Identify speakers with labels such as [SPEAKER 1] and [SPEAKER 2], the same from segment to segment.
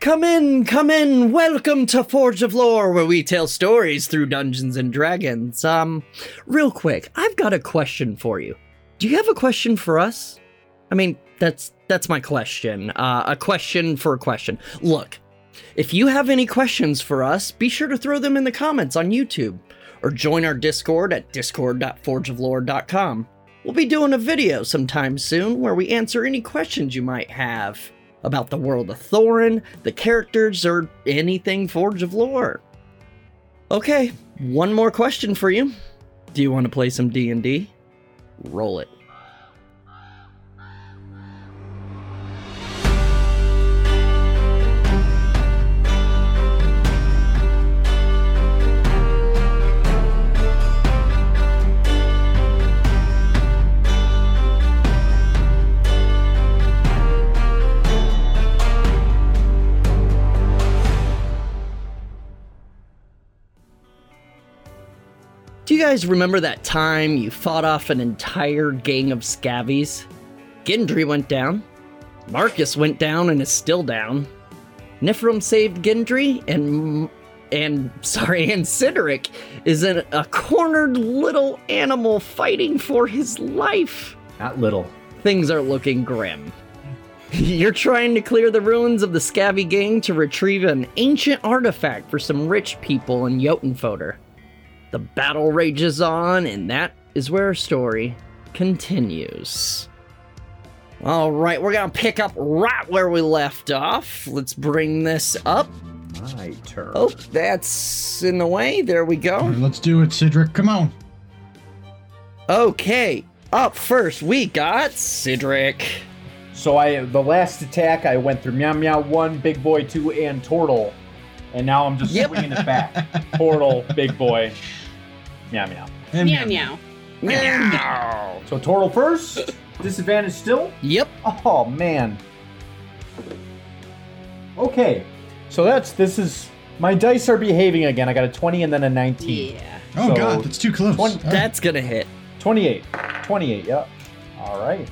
[SPEAKER 1] Come in, come in. Welcome to Forge of Lore, where we tell stories through Dungeons and Dragons. Um, real quick, I've got a question for you. Do you have a question for us? I mean, that's that's my question. Uh, a question for a question. Look, if you have any questions for us, be sure to throw them in the comments on YouTube, or join our Discord at discord.forgeoflore.com. We'll be doing a video sometime soon where we answer any questions you might have about the world of Thorin, the characters, or anything Forge of Lore. Okay, one more question for you. Do you want to play some D&D? Roll it. Do you guys remember that time you fought off an entire gang of scavvies? Gendry went down. Marcus went down and is still down. Nifrim saved Gendry and and sorry, and Sideric is in a cornered little animal fighting for his life.
[SPEAKER 2] Not little.
[SPEAKER 1] Things are looking grim. You're trying to clear the ruins of the scabby gang to retrieve an ancient artifact for some rich people in Jotunfoder. The battle rages on, and that is where our story continues. All right, we're gonna pick up right where we left off. Let's bring this up.
[SPEAKER 2] My turn.
[SPEAKER 1] Oh, that's in the way. There we
[SPEAKER 3] All right,
[SPEAKER 1] go.
[SPEAKER 3] let's do it, Cedric. Come on.
[SPEAKER 1] Okay, up first we got Cedric.
[SPEAKER 2] So I the last attack I went through meow meow one, big boy two, and turtle, and now I'm just
[SPEAKER 1] Yep.
[SPEAKER 2] swinging it back. Turtle, big boy, meow meow.
[SPEAKER 3] And
[SPEAKER 4] Meow meow.
[SPEAKER 1] Meow.
[SPEAKER 2] So turtle first. Disadvantage still.
[SPEAKER 1] Yep.
[SPEAKER 2] Oh man. Okay. So that's this is my dice are behaving again. I got a 20 and then a 19.
[SPEAKER 4] Yeah.
[SPEAKER 3] Oh
[SPEAKER 2] So-
[SPEAKER 3] God, that's too close.
[SPEAKER 2] One-
[SPEAKER 3] All right.
[SPEAKER 1] That's gonna hit.
[SPEAKER 2] 28. 28, yep. All right.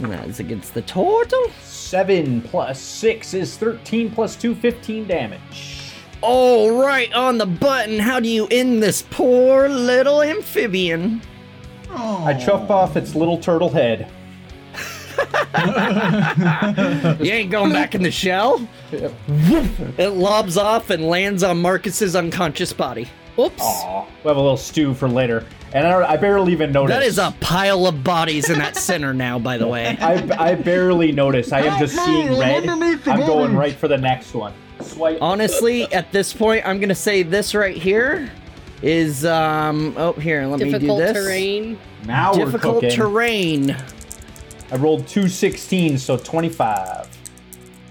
[SPEAKER 1] That's against the total.
[SPEAKER 2] 7 plus 6 is 13 plus 2, 15 damage.
[SPEAKER 1] All right, on the button. How do you end this poor little amphibian?
[SPEAKER 3] Oh.
[SPEAKER 2] I chuff off its little turtle head.
[SPEAKER 1] You ain't going back in the shell. It lobs off and lands on Marcus's unconscious body.
[SPEAKER 4] Oops.
[SPEAKER 2] Aw. We'll have a little stew for later. And I, don't- I barely even noticed.
[SPEAKER 1] That is a pile of bodies in that center now, by the way.
[SPEAKER 2] I, I barely notice. I am just seeing red. I'm going right for the next one. Swipe.
[SPEAKER 1] Honestly, at this point, I'm gonna say this right here is um oh here, let me do
[SPEAKER 4] Difficult
[SPEAKER 1] this.
[SPEAKER 4] terrain.
[SPEAKER 2] Now
[SPEAKER 1] Difficult
[SPEAKER 2] we're cooking.
[SPEAKER 1] terrain.
[SPEAKER 2] I rolled two 16, so 25.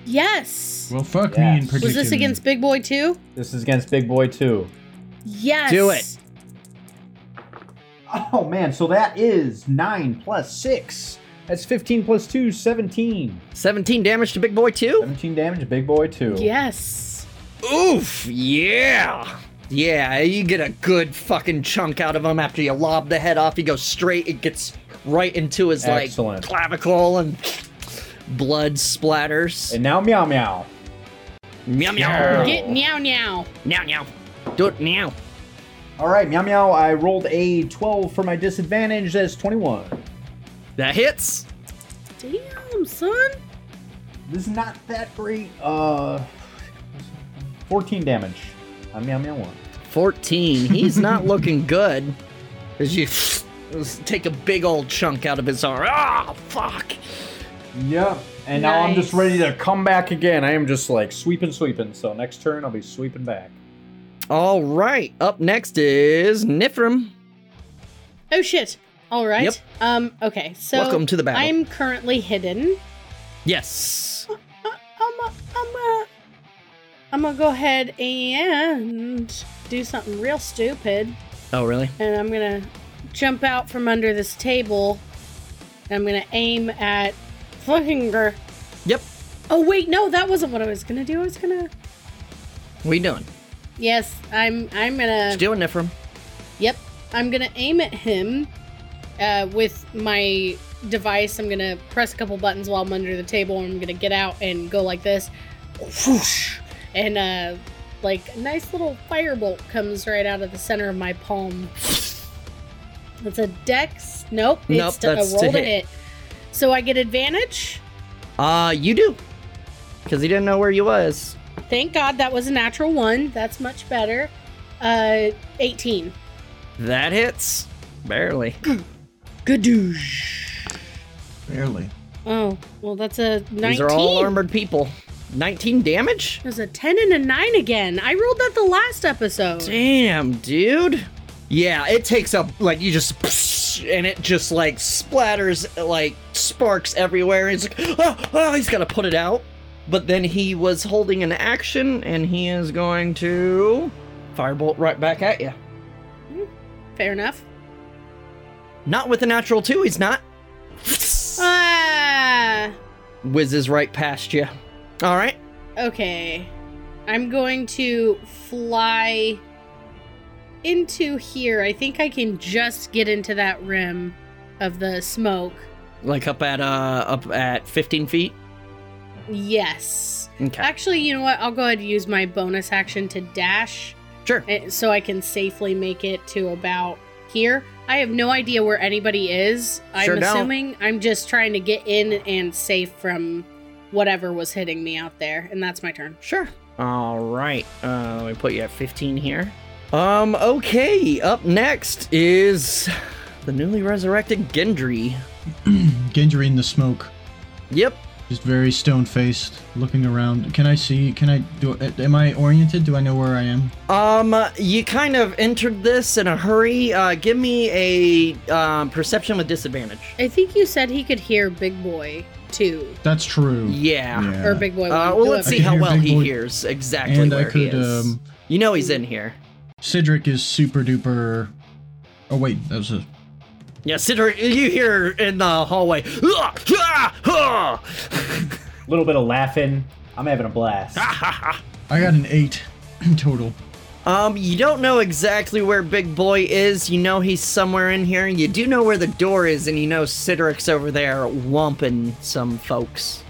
[SPEAKER 4] Yes.
[SPEAKER 3] Well, fuck me in
[SPEAKER 2] Yes.
[SPEAKER 3] particular.
[SPEAKER 4] Was this against Big Boy too?
[SPEAKER 2] This is against Big Boy 2.
[SPEAKER 4] Yes.
[SPEAKER 1] Do it.
[SPEAKER 2] Oh man, so that is 9 plus 6. That's 15 plus 2, 17.
[SPEAKER 1] 17 damage to Big Boy 2?
[SPEAKER 2] 17 damage, Big Boy 2.
[SPEAKER 4] Yes.
[SPEAKER 1] Oof, yeah. Yeah, you get a good fucking chunk out of him after you lob the head off. He goes straight, it gets right into his
[SPEAKER 2] Excellent.
[SPEAKER 1] like clavicle and blood splatters.
[SPEAKER 2] And now Meow Meow.
[SPEAKER 1] meow meow.
[SPEAKER 4] Get meow meow.
[SPEAKER 1] Meow meow. Do it meow.
[SPEAKER 2] Alright, Meow Meow, I rolled a 12 for my disadvantage. That's 21.
[SPEAKER 1] That hits.
[SPEAKER 4] Damn, son.
[SPEAKER 2] This is not that great. Uh, 14 damage on Meow Meow 1.
[SPEAKER 1] 14. He's not looking good. As you take a big old chunk out of his arm. Ah, fuck.
[SPEAKER 2] Yep. And now I'm just
[SPEAKER 4] Nice.
[SPEAKER 2] ready to come back again. I am just like sweeping, sweeping. So next turn, I'll be sweeping back.
[SPEAKER 1] All right. Up next is Nifrim.
[SPEAKER 4] Oh shit. All right.
[SPEAKER 1] Yep.
[SPEAKER 4] Um. Okay. So
[SPEAKER 1] Welcome to the battle.
[SPEAKER 4] I'm currently hidden.
[SPEAKER 1] Yes.
[SPEAKER 4] Uh, I'm. A, I'm. A, I'm gonna go ahead and do something real stupid,
[SPEAKER 1] Oh, really?
[SPEAKER 4] and I'm gonna jump out from under this table. And I'm gonna aim at Flickinger.
[SPEAKER 1] Yep.
[SPEAKER 4] Oh wait, no, that wasn't what I was gonna do. I was gonna.
[SPEAKER 1] What you doing?
[SPEAKER 4] Yes, I'm. I'm gonna.
[SPEAKER 1] Just doing Nifrim.
[SPEAKER 4] Yep. I'm gonna aim at him uh, with my device. I'm gonna press a couple buttons while I'm under the table, and I'm gonna get out and go like this. whoosh, and uh, like a nice little firebolt comes right out of the center of my palm. It's a dex. Nope,
[SPEAKER 1] Nope,
[SPEAKER 4] it's to, a
[SPEAKER 1] that's to
[SPEAKER 4] roll to
[SPEAKER 1] hit.
[SPEAKER 4] hit. So I get advantage.
[SPEAKER 1] Uh, you do. Because he didn't know where you was.
[SPEAKER 4] Thank God that was a natural one. That's much better. Uh, 18.
[SPEAKER 1] That hits. Barely.
[SPEAKER 4] Gadoosh.
[SPEAKER 3] Barely.
[SPEAKER 4] Oh, well, that's a 19.
[SPEAKER 1] These are all armored people. 19 damage?
[SPEAKER 4] There's a 10 and a 9 again. I rolled that the last episode.
[SPEAKER 1] Damn, dude. Yeah, it takes up like you just and it just like splatters like sparks everywhere. He's like, oh, oh, he's gotta put it out. But then he was holding an action, and he is going to firebolt right back at you.
[SPEAKER 4] Fair enough.
[SPEAKER 1] Not with a natural two, he's not.
[SPEAKER 4] Ah,
[SPEAKER 1] Whizzes right past you. All right.
[SPEAKER 4] okay. I'm going to fly into here. I think I can just get into that rim of the smoke.
[SPEAKER 1] Like up at uh up at 15 feet.
[SPEAKER 4] Yes.
[SPEAKER 1] Okay.
[SPEAKER 4] Actually, you know what? I'll go ahead and use my bonus action to dash
[SPEAKER 1] Sure.
[SPEAKER 4] eh, so I can safely make it to about here. I have no idea where anybody is. I'm
[SPEAKER 1] Sure don't.
[SPEAKER 4] assuming I'm just trying to get in and safe from whatever was hitting me out there, and that's my turn.
[SPEAKER 1] Sure. All right. Uh, let me put you at 15 here. Um. Okay. Up next is the newly resurrected Gendry.
[SPEAKER 3] Gendry in the smoke,
[SPEAKER 1] Yep.
[SPEAKER 3] just very stone faced, looking around. Can I see? Can I do? Am I oriented? Do I know where I am?
[SPEAKER 1] Um. You kind of entered this in a hurry. Uh, give me a um, perception with disadvantage.
[SPEAKER 4] I think you said he could hear Big Boy too,
[SPEAKER 3] That's true.
[SPEAKER 1] Yeah.
[SPEAKER 4] or Big Boy.
[SPEAKER 1] Uh,
[SPEAKER 4] one,
[SPEAKER 1] well, let's
[SPEAKER 3] I
[SPEAKER 1] see
[SPEAKER 3] can
[SPEAKER 1] how
[SPEAKER 3] hear
[SPEAKER 1] well
[SPEAKER 3] Big
[SPEAKER 1] he
[SPEAKER 3] Boy.
[SPEAKER 1] hears exactly
[SPEAKER 3] and
[SPEAKER 1] where
[SPEAKER 3] I could.
[SPEAKER 1] he is.
[SPEAKER 3] Um,
[SPEAKER 1] you know he's in here.
[SPEAKER 3] Cedric is super duper. Oh wait, that was a.
[SPEAKER 1] Yeah, Sidra, you hear in the hallway. "Ah, ah, ah."
[SPEAKER 2] A little bit of laughing. I'm having a blast.
[SPEAKER 3] I got an eight total.
[SPEAKER 1] Um, you don't know exactly where Big Boy is. You know he's somewhere in here. You do know where the door is, and you know Sidric's over there whumping some folks.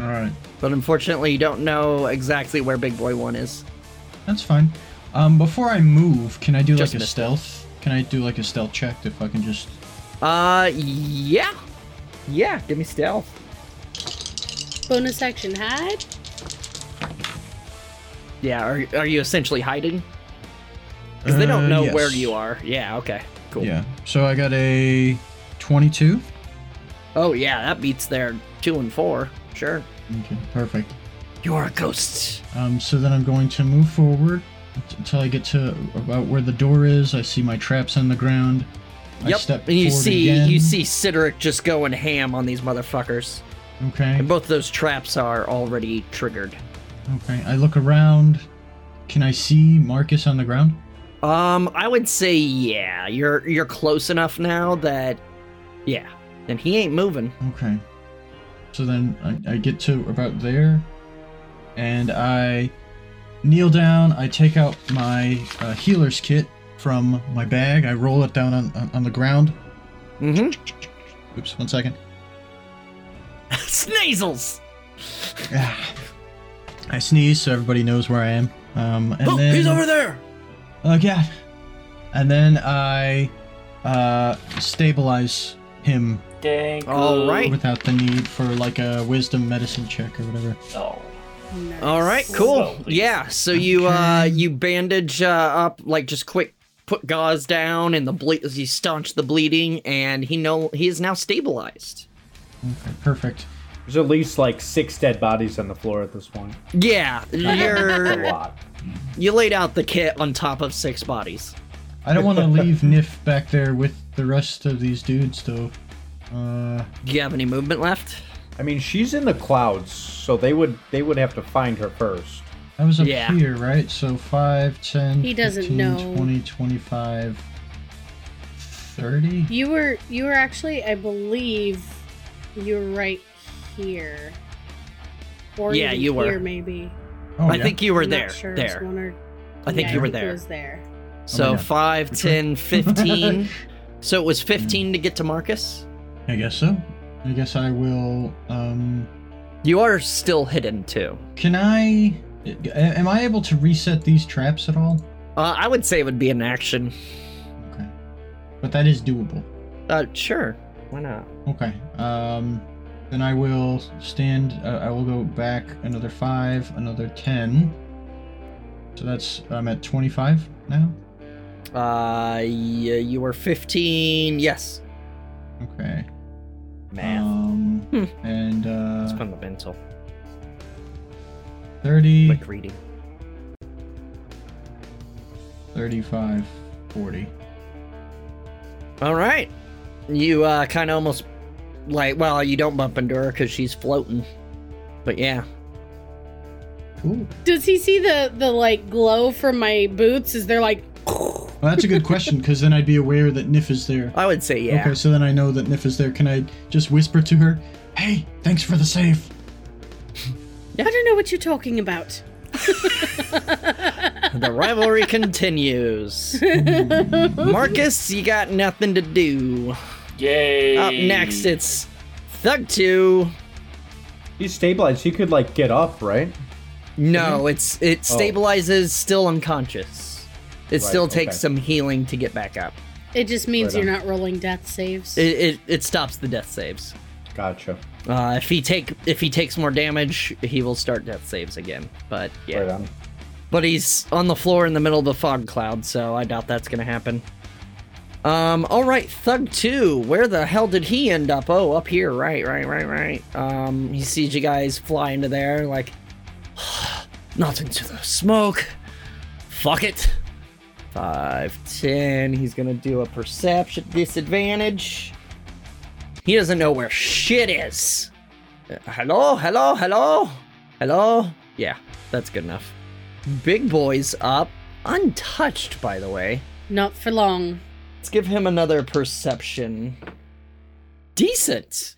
[SPEAKER 3] All right,
[SPEAKER 1] But unfortunately, you don't know exactly where Big Boy 1 is.
[SPEAKER 3] that's fine. Um, before I move, can I do
[SPEAKER 1] Just
[SPEAKER 3] like a
[SPEAKER 1] missed it.
[SPEAKER 3] stealth? Can I do like a stealth check if I can just?
[SPEAKER 1] Uh, yeah. Yeah, give me stealth.
[SPEAKER 4] bonus action hide.
[SPEAKER 1] Yeah, are, are you essentially hiding? Because they don't
[SPEAKER 3] Uh,
[SPEAKER 1] know
[SPEAKER 3] yes.
[SPEAKER 1] where you are. Yeah, okay. Cool.
[SPEAKER 3] Yeah. So I got a twenty-two.
[SPEAKER 1] Oh, yeah, that beats their 2 and 4. Sure.
[SPEAKER 3] Okay, perfect.
[SPEAKER 1] You're a ghost.
[SPEAKER 3] Um, so then I'm going to move forward t- until I get to about where the door is. I see my traps on the ground. I
[SPEAKER 1] yep.
[SPEAKER 3] step
[SPEAKER 1] and you
[SPEAKER 3] forward
[SPEAKER 1] see
[SPEAKER 3] again.
[SPEAKER 1] you see Sidoric just going ham on these motherfuckers.
[SPEAKER 3] Okay.
[SPEAKER 1] And both those traps are already triggered.
[SPEAKER 3] Okay. I look around. Can I see Marcus on the ground?
[SPEAKER 1] Um, I would say yeah, you're you're close enough now that yeah. And he ain't moving.
[SPEAKER 3] Okay. So then I, I get to about there, and I kneel down. I take out my uh, healer's kit from my bag. I roll it down on, on, on the ground.
[SPEAKER 1] Mm-hmm.
[SPEAKER 3] Oops, one second.
[SPEAKER 1] Sneasels!
[SPEAKER 3] Ah. I sneeze so everybody knows where I am. Um, and
[SPEAKER 1] oh,
[SPEAKER 3] then,
[SPEAKER 1] he's over there!
[SPEAKER 3] Oh god. And then I uh, stabilize him
[SPEAKER 2] Dang.
[SPEAKER 3] Oh.
[SPEAKER 1] Alright.
[SPEAKER 3] without the need for like a wisdom medicine check or whatever.
[SPEAKER 2] Oh.
[SPEAKER 4] Nice.
[SPEAKER 1] Alright, cool.
[SPEAKER 2] Slowly.
[SPEAKER 1] Yeah, so you uh
[SPEAKER 3] Okay.
[SPEAKER 1] you bandage uh, up like just quick put gauze down and the ble- you staunch the bleeding and he no he is now stabilized.
[SPEAKER 3] Okay, perfect.
[SPEAKER 2] There's at least like six dead bodies on the floor at this point.
[SPEAKER 1] Yeah,
[SPEAKER 2] A
[SPEAKER 1] you're
[SPEAKER 2] lot.
[SPEAKER 1] you laid out the kit on top of six bodies.
[SPEAKER 3] I don't want to leave Nif back there with the rest of these dudes though. Uh,
[SPEAKER 1] Do you have any movement left?
[SPEAKER 2] I mean, she's in the clouds, so they would they would have to find her first.
[SPEAKER 3] I was up
[SPEAKER 1] Yeah.
[SPEAKER 3] here, right? So 5, 10,
[SPEAKER 4] He doesn't
[SPEAKER 3] 15,
[SPEAKER 4] know.
[SPEAKER 3] 20, 25, 30?
[SPEAKER 4] You were you were actually, I believe, you were right here. Or
[SPEAKER 1] Yeah,
[SPEAKER 4] even
[SPEAKER 1] you were.
[SPEAKER 4] Here, maybe.
[SPEAKER 3] Oh,
[SPEAKER 1] I
[SPEAKER 3] yeah.
[SPEAKER 1] think you were
[SPEAKER 4] I'm not
[SPEAKER 1] there.
[SPEAKER 4] sure, it's
[SPEAKER 1] There.
[SPEAKER 4] one or-
[SPEAKER 1] I think
[SPEAKER 4] Yeah,
[SPEAKER 1] you were
[SPEAKER 4] it
[SPEAKER 1] there.
[SPEAKER 4] was there.
[SPEAKER 1] So
[SPEAKER 3] Oh my God.
[SPEAKER 1] 5,
[SPEAKER 3] Which
[SPEAKER 1] 10, 15. so it was 15 to get to Marcus?
[SPEAKER 3] I guess so. I guess I will um
[SPEAKER 1] You are still hidden too.
[SPEAKER 3] Can I? a- Am I able to reset these traps at all?
[SPEAKER 1] Uh, I would say it would be an action.
[SPEAKER 3] Okay, but that is doable.
[SPEAKER 1] Uh, sure. Why not?
[SPEAKER 3] Okay. Um, then I will stand. Uh, I will go back another five, another ten. So that's I'm at twenty-five now.
[SPEAKER 1] Uh, yeah, you are 15. Yes.
[SPEAKER 3] Okay.
[SPEAKER 1] Man,
[SPEAKER 3] Um,
[SPEAKER 1] Hmm.
[SPEAKER 3] and
[SPEAKER 1] it's
[SPEAKER 3] uh,
[SPEAKER 1] fundamental.
[SPEAKER 3] thirty.
[SPEAKER 1] Quick reading.
[SPEAKER 3] 35, 40.
[SPEAKER 1] All right. You uh, kind of almost like well, you don't bump into her because she's floating. But yeah,
[SPEAKER 3] Cool.
[SPEAKER 4] Does he see the the like glow from my boots? Is there like
[SPEAKER 3] Well, that's a good question because then I'd be aware that Nif is there.
[SPEAKER 1] I would say yeah.
[SPEAKER 3] Okay, so then I know that Nif is there. Can I just whisper to her, "Hey, thanks for the save."
[SPEAKER 4] I don't know what you're talking about.
[SPEAKER 1] The rivalry continues. Marcus, you got nothing to do.
[SPEAKER 5] Yay!
[SPEAKER 1] Up next, it's Thug Two.
[SPEAKER 2] He's stabilized. He could like get up, right?
[SPEAKER 1] No, it's it
[SPEAKER 2] Oh.
[SPEAKER 1] stabilizes, still unconscious. It
[SPEAKER 2] Right,
[SPEAKER 1] still takes
[SPEAKER 2] okay.
[SPEAKER 1] some healing to get back up.
[SPEAKER 4] It just means
[SPEAKER 2] Right on.
[SPEAKER 4] you're not rolling death saves.
[SPEAKER 1] It it, it stops the death saves.
[SPEAKER 2] Gotcha.
[SPEAKER 1] Uh, if he take if he takes more damage, he will start death saves again. But yeah,
[SPEAKER 2] Right on.
[SPEAKER 1] but he's on the floor in the middle of a fog cloud, so I doubt that's gonna happen. Um, all right, Thug Two. Where the hell did he end up? Oh, up here. Right, right, right, right. Um, he sees you guys fly into there, like not into the smoke. Fuck it. Five, ten. He's gonna do a perception disadvantage. He doesn't know where shit is. Uh, hello, hello, hello, hello. Yeah, that's good enough. Big boy's up, untouched, by the way.
[SPEAKER 4] not for long.
[SPEAKER 1] Let's give him another perception. Decent.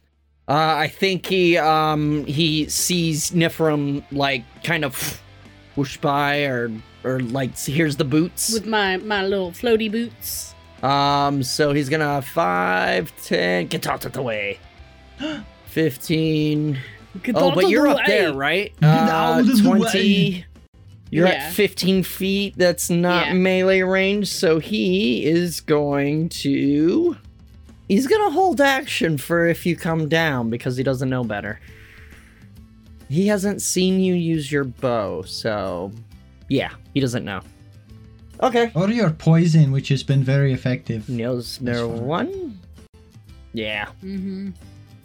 [SPEAKER 1] Uh, I think he um he sees Nifrim like kind of whoosh by or or like here's the boots.
[SPEAKER 4] With my my little floaty boots.
[SPEAKER 1] Um, so he's gonna five, ten, get out of the way. Fifteen.
[SPEAKER 4] Get
[SPEAKER 1] Oh,
[SPEAKER 4] out
[SPEAKER 1] but
[SPEAKER 4] of
[SPEAKER 1] you're
[SPEAKER 4] the
[SPEAKER 1] up there,
[SPEAKER 4] way.
[SPEAKER 1] right?
[SPEAKER 3] Get out
[SPEAKER 1] Uh,
[SPEAKER 3] of the
[SPEAKER 1] Twenty. You're
[SPEAKER 4] Yeah.
[SPEAKER 1] at 15 feet. That's not
[SPEAKER 4] Yeah.
[SPEAKER 1] melee range, so he is going to. He's gonna hold action for if you come down because he doesn't know better. He hasn't seen you use your bow, so yeah, he doesn't know. Okay.
[SPEAKER 3] Or your poison, which has been very effective.
[SPEAKER 1] Nails
[SPEAKER 3] That's
[SPEAKER 1] number
[SPEAKER 3] fine.
[SPEAKER 1] one. Yeah.
[SPEAKER 4] Mm-hmm.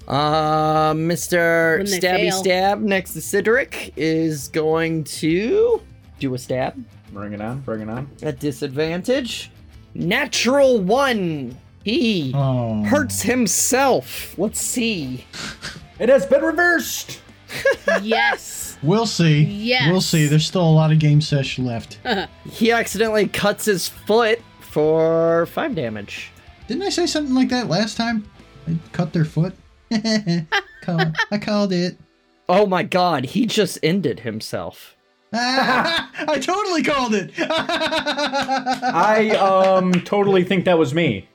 [SPEAKER 1] Uh, Mr.
[SPEAKER 4] When they
[SPEAKER 1] Stabby
[SPEAKER 4] fail.
[SPEAKER 1] Stab next to Cedric is going to do a stab
[SPEAKER 2] Bring it on. Bring it on.
[SPEAKER 1] at disadvantage. Natural one. He
[SPEAKER 3] Oh.
[SPEAKER 1] hurts himself. Let's see.
[SPEAKER 2] It has been reversed.
[SPEAKER 4] yes.
[SPEAKER 3] We'll see. We'll
[SPEAKER 4] Yes.
[SPEAKER 3] see. There's still a lot of game sesh left.
[SPEAKER 1] He accidentally cuts his foot for five damage.
[SPEAKER 3] Didn't I say something like that last time? I cut their foot. Call- I called it.
[SPEAKER 1] Oh my god, he just ended himself.
[SPEAKER 3] Ah, I totally called it.
[SPEAKER 2] I um totally think that was me.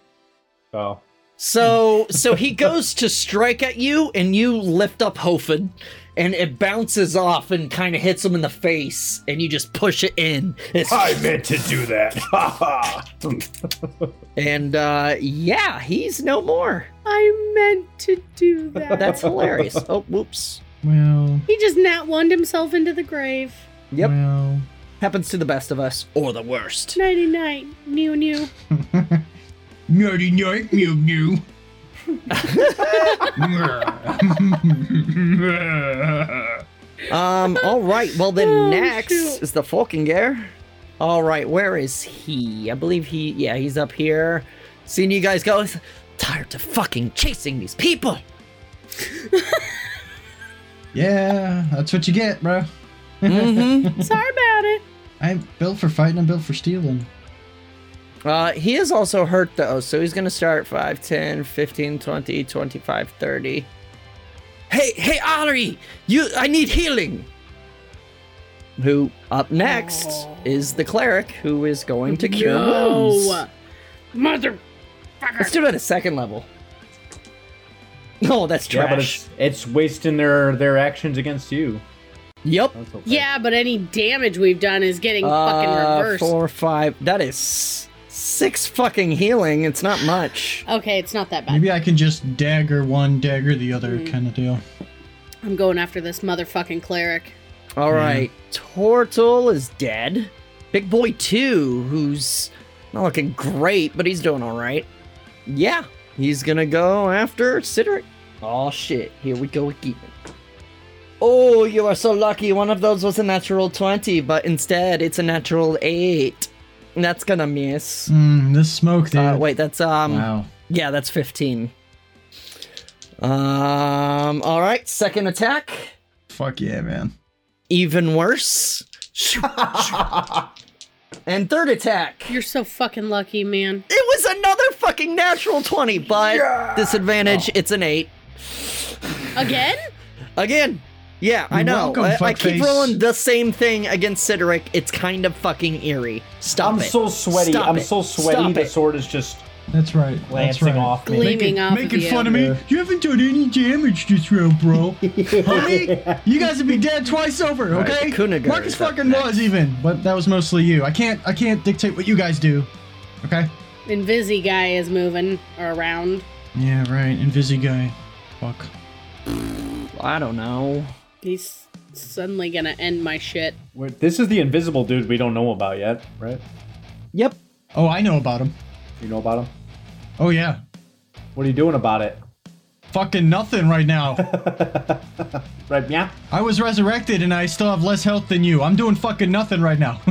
[SPEAKER 2] So
[SPEAKER 1] So so he goes to strike at you and you lift up Hofed and it bounces off and kind of hits him in the face and you just push it in. It's-
[SPEAKER 2] meant to do that.
[SPEAKER 1] and uh yeah, he's no more.
[SPEAKER 4] I meant to do that.
[SPEAKER 1] That's hilarious. Oh, whoops.
[SPEAKER 3] well.
[SPEAKER 4] he just nat one himself into the grave.
[SPEAKER 1] Yep.
[SPEAKER 3] Well.
[SPEAKER 1] Happens to the best of us or the worst.
[SPEAKER 4] Ninety nine. New new.
[SPEAKER 3] Nerdy nerk mew mew.
[SPEAKER 1] Um, all right. Well, then
[SPEAKER 4] Oh,
[SPEAKER 1] next
[SPEAKER 4] shoot.
[SPEAKER 1] is the Falkinger. All right, where is he? I believe he. Yeah, he's up here. Seeing you guys go. Tired of fucking chasing these people.
[SPEAKER 3] yeah, that's what you get, bro.
[SPEAKER 1] Mm-hmm.
[SPEAKER 4] Sorry about it.
[SPEAKER 3] I'm built for fighting. I'm built for stealing.
[SPEAKER 1] uh, he is also hurt though, so he's gonna start 5, 10, 15, 20, 25, 30. Hey, hey, Ari, you, I need healing. Who up next
[SPEAKER 4] Oh.
[SPEAKER 1] is the cleric who is going to cure wounds.
[SPEAKER 4] No. Mother.
[SPEAKER 1] Let's do it at a second level. Oh, that's
[SPEAKER 2] Yeah, but
[SPEAKER 1] trash.
[SPEAKER 2] it's, it's wasting their their actions against you.
[SPEAKER 1] yep.
[SPEAKER 2] That's okay.
[SPEAKER 4] Yeah, but any damage we've done is getting fucking
[SPEAKER 1] Uh,
[SPEAKER 4] reversed.
[SPEAKER 1] Four, five. That is s- six fucking healing. It's not much.
[SPEAKER 4] Okay, it's not that bad.
[SPEAKER 3] Maybe I can just dagger one, dagger the other
[SPEAKER 1] Hmm.
[SPEAKER 4] Mm.
[SPEAKER 3] kind of deal.
[SPEAKER 4] I'm going after this motherfucking cleric.
[SPEAKER 1] All
[SPEAKER 3] Yeah.
[SPEAKER 1] right, Tortle is dead. Big boy two, who's not looking great, but he's doing all right. Yeah, he's gonna go after Sideric. Oh shit! Here we go again. Oh, you are so lucky. One of those was a natural twenty, but instead it's a natural eight. That's gonna miss.
[SPEAKER 3] Mm, this smoke, dude.
[SPEAKER 1] Uh, wait, that's um.
[SPEAKER 3] Wow.
[SPEAKER 1] Yeah, that's 15. Um, all right, second attack.
[SPEAKER 3] Fuck yeah, man.
[SPEAKER 1] Even worse. and third attack.
[SPEAKER 4] You're so fucking lucky, man.
[SPEAKER 1] It was another fucking natural 20, but disadvantage, it's an 8.
[SPEAKER 4] Again?
[SPEAKER 1] Again. Yeah, I
[SPEAKER 3] You're
[SPEAKER 1] know.
[SPEAKER 3] welcome,
[SPEAKER 1] I, I keep
[SPEAKER 3] fuckface.
[SPEAKER 1] rolling the same thing against Sideric. It's kind of fucking eerie. Stop
[SPEAKER 2] I'm
[SPEAKER 1] it.
[SPEAKER 2] so sweaty.
[SPEAKER 1] Stop
[SPEAKER 2] I'm
[SPEAKER 1] it.
[SPEAKER 2] so sweaty.
[SPEAKER 1] Stop
[SPEAKER 2] the
[SPEAKER 1] it.
[SPEAKER 2] sword is just
[SPEAKER 3] That's right. That's
[SPEAKER 2] glancing
[SPEAKER 3] right.
[SPEAKER 2] off me.
[SPEAKER 4] Gleam. Beaming off of
[SPEAKER 3] making
[SPEAKER 4] you.
[SPEAKER 3] fun of me.
[SPEAKER 2] Yeah.
[SPEAKER 3] You haven't done any damage this round, bro. Homie, you guys would be dead twice over,
[SPEAKER 1] All right,
[SPEAKER 3] okay?
[SPEAKER 1] Kuniger
[SPEAKER 3] Marcus
[SPEAKER 1] is up
[SPEAKER 3] fucking was even, but that was mostly you. I can't, I can't dictate what you guys do, okay?
[SPEAKER 4] Invisi guy is moving around.
[SPEAKER 3] Yeah, right. Invisi guy. Fuck.
[SPEAKER 1] I don't know.
[SPEAKER 4] He's suddenly gonna end my shit.
[SPEAKER 2] Wait, This is the invisible dude we don't know about yet, right?
[SPEAKER 1] Yep.
[SPEAKER 3] Oh, I know about him.
[SPEAKER 2] You know about him?
[SPEAKER 3] Oh yeah.
[SPEAKER 2] What are you doing about it?
[SPEAKER 3] Fucking nothing right now.
[SPEAKER 2] Right, yeah.
[SPEAKER 3] I was resurrected and I still have less health than you. I'm doing fucking nothing right now.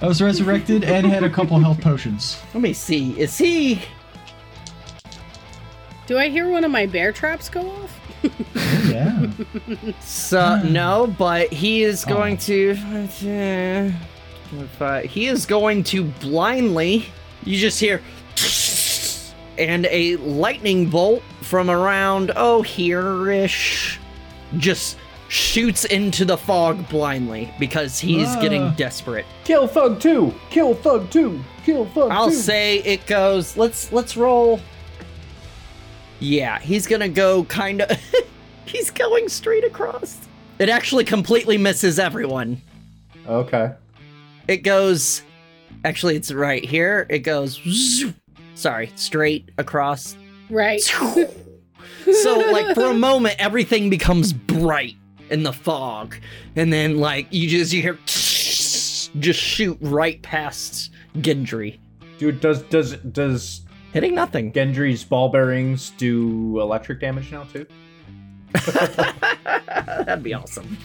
[SPEAKER 3] I was resurrected and had a couple health potions.
[SPEAKER 1] Let me see. Is he
[SPEAKER 4] Do I hear one of my bear traps go off?
[SPEAKER 3] Yeah.
[SPEAKER 1] So no, but he is going to. But he is going to blindly. You just hear, and a lightning bolt from around oh here ish, just shoots into the fog blindly because he's getting
[SPEAKER 3] Ah.
[SPEAKER 1] desperate.
[SPEAKER 2] Kill Thug 2! Kill Thug 2! Kill Thug
[SPEAKER 1] I'll
[SPEAKER 2] 2!
[SPEAKER 1] say it goes. Let's let's roll. Yeah, he's gonna go kind of. he's going straight across. It actually completely misses everyone.
[SPEAKER 2] Okay.
[SPEAKER 1] It goes. Actually, it's right here. It goes. zoop. Sorry, straight across.
[SPEAKER 4] Right.
[SPEAKER 1] so, like for a moment, everything becomes bright in the fog, and then like you just you hear just shoot right past Gendry,
[SPEAKER 2] Dude, does does does
[SPEAKER 1] hitting nothing.
[SPEAKER 2] Gendry's ball bearings do electric damage now too?
[SPEAKER 1] That'd be awesome.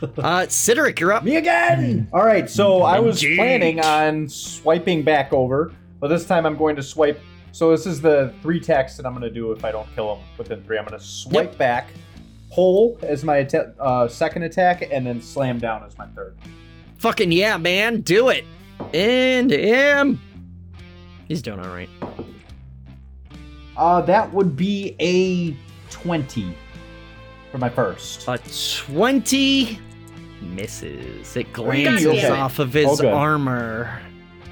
[SPEAKER 1] Uh, Sideric, you're up.
[SPEAKER 2] Me again! Alright, so I was
[SPEAKER 1] Indeed.
[SPEAKER 2] planning on swiping back over, but this time I'm going to swipe. So this is the three attacks that I'm going to do if I don't kill him within three. I'm going to swipe back, pull as my atta- uh, second attack, and then slam down as my third.
[SPEAKER 1] Fucking yeah, man, do it. And him. He's doing all right.
[SPEAKER 2] Uh, that would be a 20 for my first.
[SPEAKER 1] A 20 misses. It
[SPEAKER 4] God
[SPEAKER 1] glances
[SPEAKER 4] damn it.
[SPEAKER 1] off of his
[SPEAKER 2] All good.
[SPEAKER 1] armor.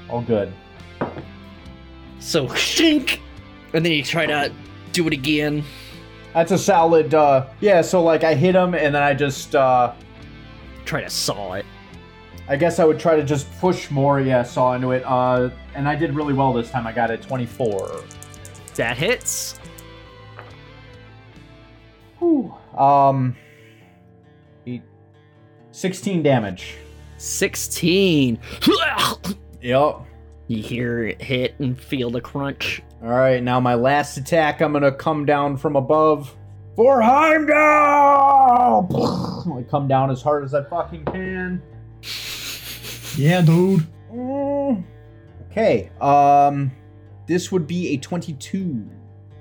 [SPEAKER 2] All good.
[SPEAKER 1] So, shink. And then you try to do it again.
[SPEAKER 2] That's a solid, uh, yeah, so like I hit him and then I just, uh,
[SPEAKER 1] Try to saw it.
[SPEAKER 2] I guess I would try to just push more, yeah, saw into it. Uh, and I did really well this time. I got a 24.
[SPEAKER 1] That hits.
[SPEAKER 2] Whew. Um, eight- 16 damage.
[SPEAKER 1] 16.
[SPEAKER 2] Yep. All
[SPEAKER 1] You hear it hit and feel the crunch.
[SPEAKER 2] right, now my last attack, I'm gonna come down from above. For Heimdall! I come down as hard as I fucking can.
[SPEAKER 3] yeah, dude.
[SPEAKER 2] Mm. Okay, um, this would be a 22.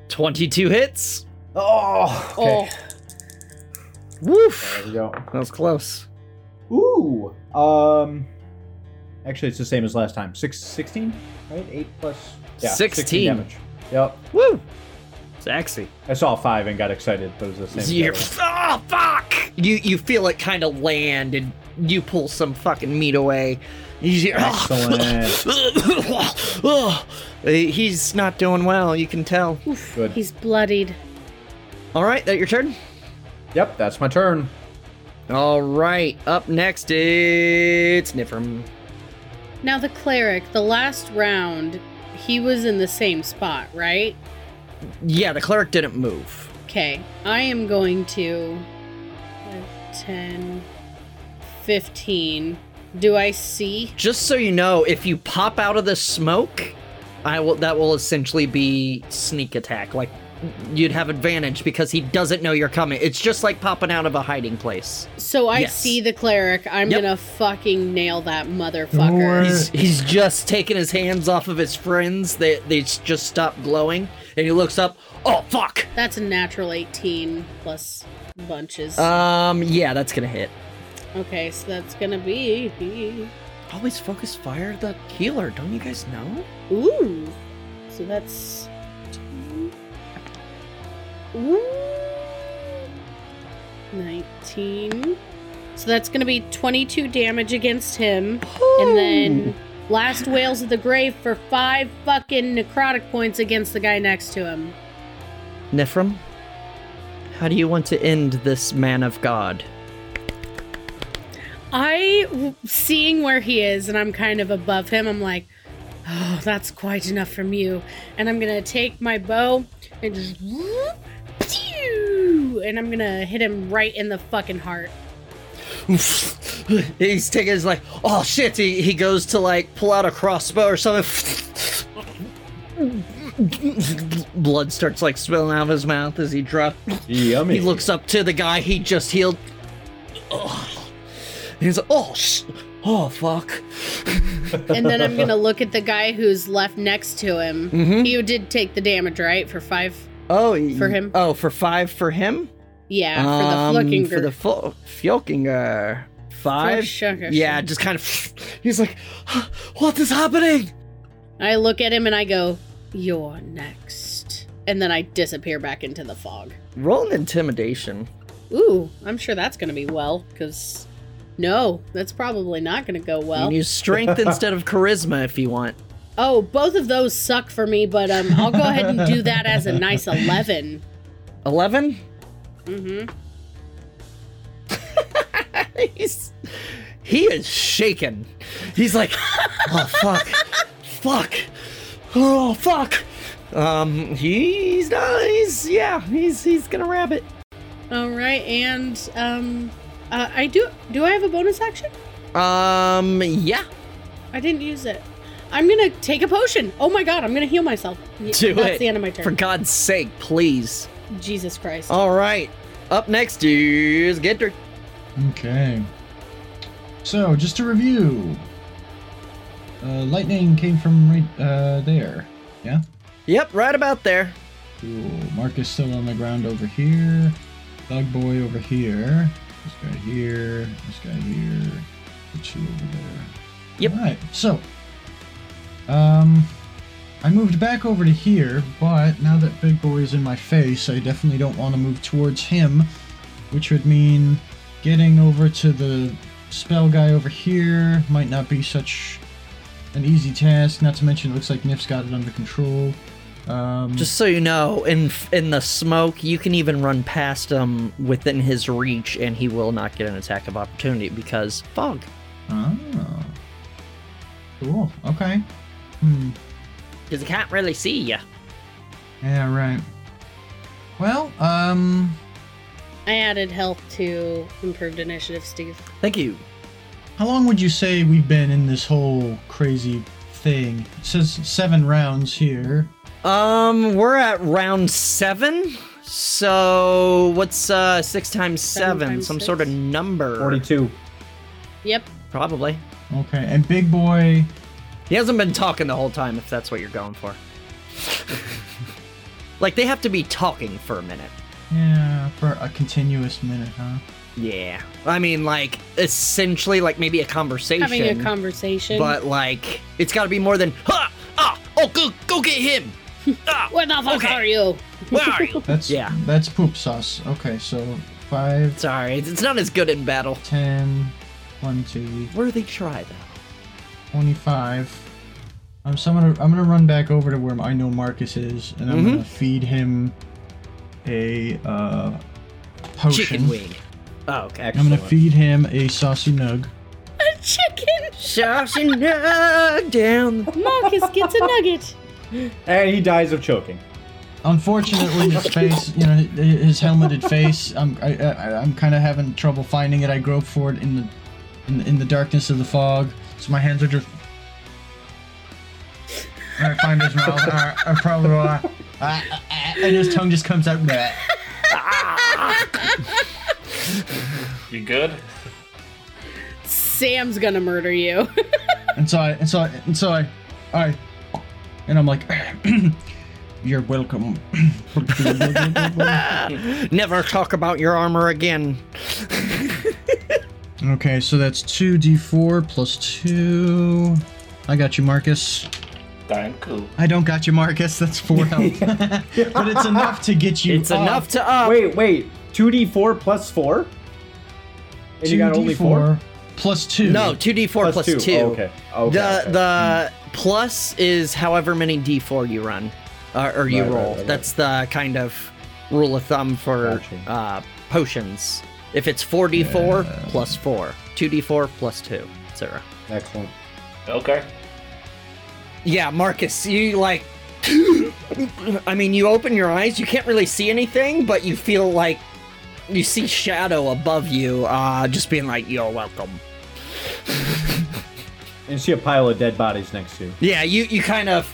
[SPEAKER 1] 22 hits.
[SPEAKER 2] Oh, okay.
[SPEAKER 4] Oh,
[SPEAKER 1] Woof.
[SPEAKER 2] There we go.
[SPEAKER 1] That was close.
[SPEAKER 2] Ooh. Um. Actually, it's the same as last time. Six, 16? Right? Eight plus. Yeah,
[SPEAKER 1] 16.
[SPEAKER 2] damage. Yep.
[SPEAKER 1] Woo! Sexy. "Ah,
[SPEAKER 2] I saw five and got excited, but it was the same. as the
[SPEAKER 1] You're,
[SPEAKER 2] other one.
[SPEAKER 1] oh, fuck! You you feel it kind of land and you pull some fucking meat away. You "Ah, see- Uh, He's not doing well, you can tell.
[SPEAKER 2] Good.
[SPEAKER 4] He's bloodied.
[SPEAKER 1] All right, that your turn?
[SPEAKER 2] Yep, that's my turn.
[SPEAKER 1] All right, up next it's Nifrim.
[SPEAKER 4] Now the cleric, the last round, he was in the same spot, right?
[SPEAKER 1] Yeah, the cleric didn't move.
[SPEAKER 4] Okay, I am going to 10, 15. Do I see?
[SPEAKER 1] Just so you know, if you pop out of the smoke, I will that will essentially be sneak attack. Like you'd have advantage because he doesn't know you're coming. It's just like popping out of a hiding place.
[SPEAKER 4] So I
[SPEAKER 1] Yes.
[SPEAKER 4] see the cleric. I'm
[SPEAKER 1] Yep.
[SPEAKER 4] gonna fucking nail that
[SPEAKER 3] Don't
[SPEAKER 4] motherfucker.
[SPEAKER 3] worry.
[SPEAKER 1] He's, he's just taking his hands off of his friends. They they just stop glowing, and he looks up. Oh fuck!
[SPEAKER 4] That's a natural 18 plus bunches.
[SPEAKER 1] Um, yeah, that's gonna hit.
[SPEAKER 4] okay, so that's gonna be.
[SPEAKER 1] Always focus fire the healer. Don't you guys know?
[SPEAKER 4] Ooh! So that's. Ooh! 19. So that's gonna be 22 damage against him. And then last wails of the grave for five fucking necrotic points against the guy next to him.
[SPEAKER 1] Nifrim, how do you want to end this man of God?
[SPEAKER 4] I, w- seeing where he is, and I'm kind of above him, I'm like, oh, that's quite enough from you. And I'm gonna take my bow and just, whoop, pew, and I'm gonna hit him right in the fucking heart.
[SPEAKER 1] He's taking his like, oh shit! He, he goes to like pull out a crossbow or something. Blood starts like spilling out of his mouth as he drops.
[SPEAKER 2] Yummy.
[SPEAKER 1] He looks up to the guy he just healed. Ugh. He's like, oh, sh- oh, fuck.
[SPEAKER 4] And then I'm gonna look at the guy who's left next to him.
[SPEAKER 1] Mm-hmm.
[SPEAKER 4] You did take the damage, right? For five?
[SPEAKER 1] Oh,
[SPEAKER 4] For him?
[SPEAKER 1] Oh, for five for him.
[SPEAKER 4] Yeah,
[SPEAKER 1] Um,
[SPEAKER 4] for the flicking
[SPEAKER 1] For the fo- Fjolkinger. Five.
[SPEAKER 4] Fjolkinger.
[SPEAKER 1] Yeah, just kind of. He's like, what is happening?
[SPEAKER 4] I look at him and I go, you're next. And then I disappear back into the fog.
[SPEAKER 1] Roll an intimidation.
[SPEAKER 4] Ooh, I'm sure that's going to be well, because no, that's probably not going to go
[SPEAKER 1] You
[SPEAKER 4] well.
[SPEAKER 1] can use strength instead of charisma if you want.
[SPEAKER 4] oh, both of those suck for me, but um, I'll go ahead and do that as a nice 11.
[SPEAKER 1] Eleven.
[SPEAKER 4] Mm-hmm.
[SPEAKER 1] He's he is shaken. He's like, oh fuck, fuck, oh fuck. Um, he's not. He's yeah. He's he's gonna wrap it.
[SPEAKER 4] All right, and um, uh, I do. Do I have a bonus action?
[SPEAKER 1] Um, yeah.
[SPEAKER 4] I didn't use it. I'm gonna take a potion. Oh my god, I'm gonna heal myself. Y-
[SPEAKER 1] Do
[SPEAKER 4] that's
[SPEAKER 1] it.
[SPEAKER 4] the end of my
[SPEAKER 1] For
[SPEAKER 4] turn.
[SPEAKER 1] God's sake, please.
[SPEAKER 4] Jesus Christ.
[SPEAKER 1] All right. Up next is Gendry.
[SPEAKER 3] Okay. So, just to review, uh, lightning came from right uh, there. Yeah.
[SPEAKER 1] Yep, right about there.
[SPEAKER 3] Cool. Mark is still on the ground over here. Thug boy over here. This guy here. This guy here. The two over there.
[SPEAKER 1] Yep.
[SPEAKER 3] All right. So, um, I moved back over to here, but now that big boy is in my face, I definitely don't want to move towards him, which would mean getting over to the spell guy over here might not be such an easy task. Not to mention, it looks like Nif's got it under control. Um,
[SPEAKER 1] Just so you know, in in the smoke, you can even run past him within his reach, and he will not get an attack of opportunity because fog.
[SPEAKER 3] Oh. Cool. Okay. Hmm.
[SPEAKER 1] Because he can't really see you.
[SPEAKER 3] Yeah, right. Well, um,
[SPEAKER 4] I added health to improved initiative, Steve.
[SPEAKER 1] Thank you.
[SPEAKER 3] how long would you say we've been in this whole crazy thing? It says seven rounds here.
[SPEAKER 1] Um, we're at round seven. So what's uh six times seven?
[SPEAKER 4] Seven times
[SPEAKER 1] Some
[SPEAKER 4] six?
[SPEAKER 1] sort of number.
[SPEAKER 2] 42.
[SPEAKER 4] Yep.
[SPEAKER 1] Probably.
[SPEAKER 3] Okay, and Big Boy.
[SPEAKER 1] He hasn't been talking the whole time, if that's what you're going for. like they have to be talking for a minute.
[SPEAKER 3] Yeah, for a continuous minute, huh?
[SPEAKER 1] Yeah. I mean, like essentially, like maybe a conversation.
[SPEAKER 4] Having a conversation.
[SPEAKER 1] But like, it's got to be more than ha ah oh go go get him. ah,
[SPEAKER 4] Where the fuck
[SPEAKER 1] Okay.
[SPEAKER 4] are you?
[SPEAKER 1] where are you?
[SPEAKER 3] That's
[SPEAKER 1] Yeah.
[SPEAKER 3] That's poop sauce. Okay, so five,
[SPEAKER 1] Sorry, it's it's not as good in battle.
[SPEAKER 3] ten, 20,
[SPEAKER 1] Worthy try though.
[SPEAKER 3] 25. Um, so I'm gonna I'm gonna run back over to where I know Marcus is, and I'm
[SPEAKER 1] Mhm.
[SPEAKER 3] gonna feed him a uh, potion.
[SPEAKER 1] Chicken wing. Oh, okay.
[SPEAKER 3] I'm gonna
[SPEAKER 2] Excellent.
[SPEAKER 3] feed him a saucy nug.
[SPEAKER 4] A chicken!
[SPEAKER 1] Sauce and nug down.
[SPEAKER 4] Marcus gets a nugget.
[SPEAKER 2] And he dies of choking.
[SPEAKER 3] Unfortunately, his face, you know, hi- his helmeted face. I'm I, I, I'm kind of having trouble finding it. I grope for it in the in, in the darkness of the fog. So my hands are just. And I find his mouth. and I, I probably will, uh, uh, uh, and his tongue just comes out. bleh.
[SPEAKER 5] You good?
[SPEAKER 4] Sam's gonna murder you.
[SPEAKER 3] And so I and so I and so I, I and I'm like, you're welcome.
[SPEAKER 1] Never talk about your armor again.
[SPEAKER 3] Okay, so that's 2d4 plus 2. I got you, Marcus.
[SPEAKER 5] Dying cool.
[SPEAKER 3] I don't got you, Marcus. That's 4 health. but it's enough to get you.
[SPEAKER 1] It's
[SPEAKER 3] up.
[SPEAKER 1] enough to uh, up.
[SPEAKER 2] Wait, wait. 2d4 plus 4? And you got only 4?
[SPEAKER 3] 2d4 plus 2.
[SPEAKER 1] No, two d four plus two.
[SPEAKER 2] Oh, okay. Okay.
[SPEAKER 1] the
[SPEAKER 2] okay. Hmm.
[SPEAKER 1] the plus is however many d4 you run uh, or you
[SPEAKER 2] Right, right,
[SPEAKER 1] roll.
[SPEAKER 2] right, right.
[SPEAKER 1] That's the kind of rule of thumb for
[SPEAKER 2] Gotcha.
[SPEAKER 1] uh, potions. If it's 4d4 plus 4, 2d4 plus 2, etc.
[SPEAKER 2] Excellent.
[SPEAKER 5] Okay.
[SPEAKER 1] Yeah, Marcus, you like. I mean, you open your eyes, you can't really see anything, but you feel like you see shadow above you, uh, just being like, "You're welcome."
[SPEAKER 2] And you see a pile of dead bodies next to you.
[SPEAKER 1] Yeah, you you kind of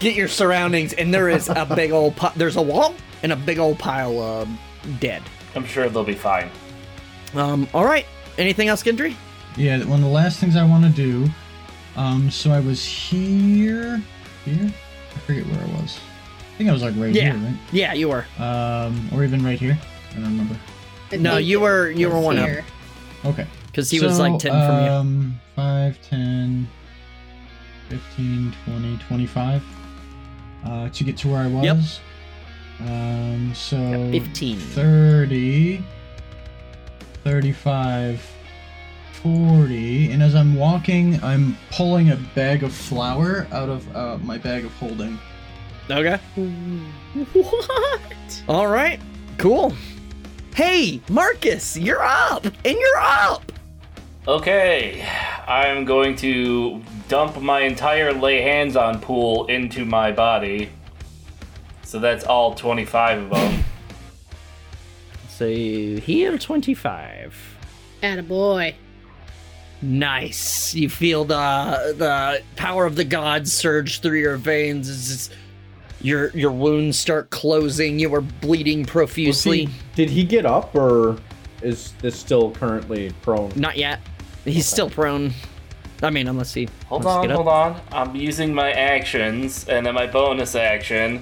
[SPEAKER 1] get your surroundings, and there is a big old pi- there's a wall and a big old pile of dead.
[SPEAKER 5] I'm sure they'll be fine.
[SPEAKER 1] Um, all right. Anything else, Gendry?
[SPEAKER 3] Yeah, one of the last things I want to do. Um, so I was here. Here? I forget where I was. I think I was like right
[SPEAKER 1] Yeah.
[SPEAKER 3] here,
[SPEAKER 1] Yeah, you were.
[SPEAKER 3] right? Um, or even right here. I don't remember.
[SPEAKER 1] No, you were you were one up
[SPEAKER 4] Here.
[SPEAKER 3] Okay.
[SPEAKER 1] because he was like ten from you.
[SPEAKER 3] Um, 5, 10, 15, 20, 25 uh, to get to where I was.
[SPEAKER 1] Yep.
[SPEAKER 3] Um, so
[SPEAKER 1] Yeah, Fifteen.
[SPEAKER 3] 30, 35, 40. And as I'm walking, I'm pulling a bag of flour out of uh, my bag of holding.
[SPEAKER 1] Okay.
[SPEAKER 4] What?
[SPEAKER 1] All right. Cool. Hey, Marcus, you're up, and you're up.
[SPEAKER 5] Okay, I'm going to dump my entire lay hands on pool into my body. So that's all 25 of them.
[SPEAKER 1] So here, twenty-five.
[SPEAKER 4] Attaboy.
[SPEAKER 1] Nice. You feel the the power of the gods surge through your veins. It's just- your your wounds start closing. You are bleeding
[SPEAKER 2] Was he-
[SPEAKER 1] profusely.
[SPEAKER 2] did he get up or is this still currently prone?
[SPEAKER 1] Not yet. He's still prone. I mean, unless he
[SPEAKER 5] Hold
[SPEAKER 1] wants to
[SPEAKER 5] on,
[SPEAKER 1] get up.
[SPEAKER 5] hold on. I'm using my actions and then my bonus action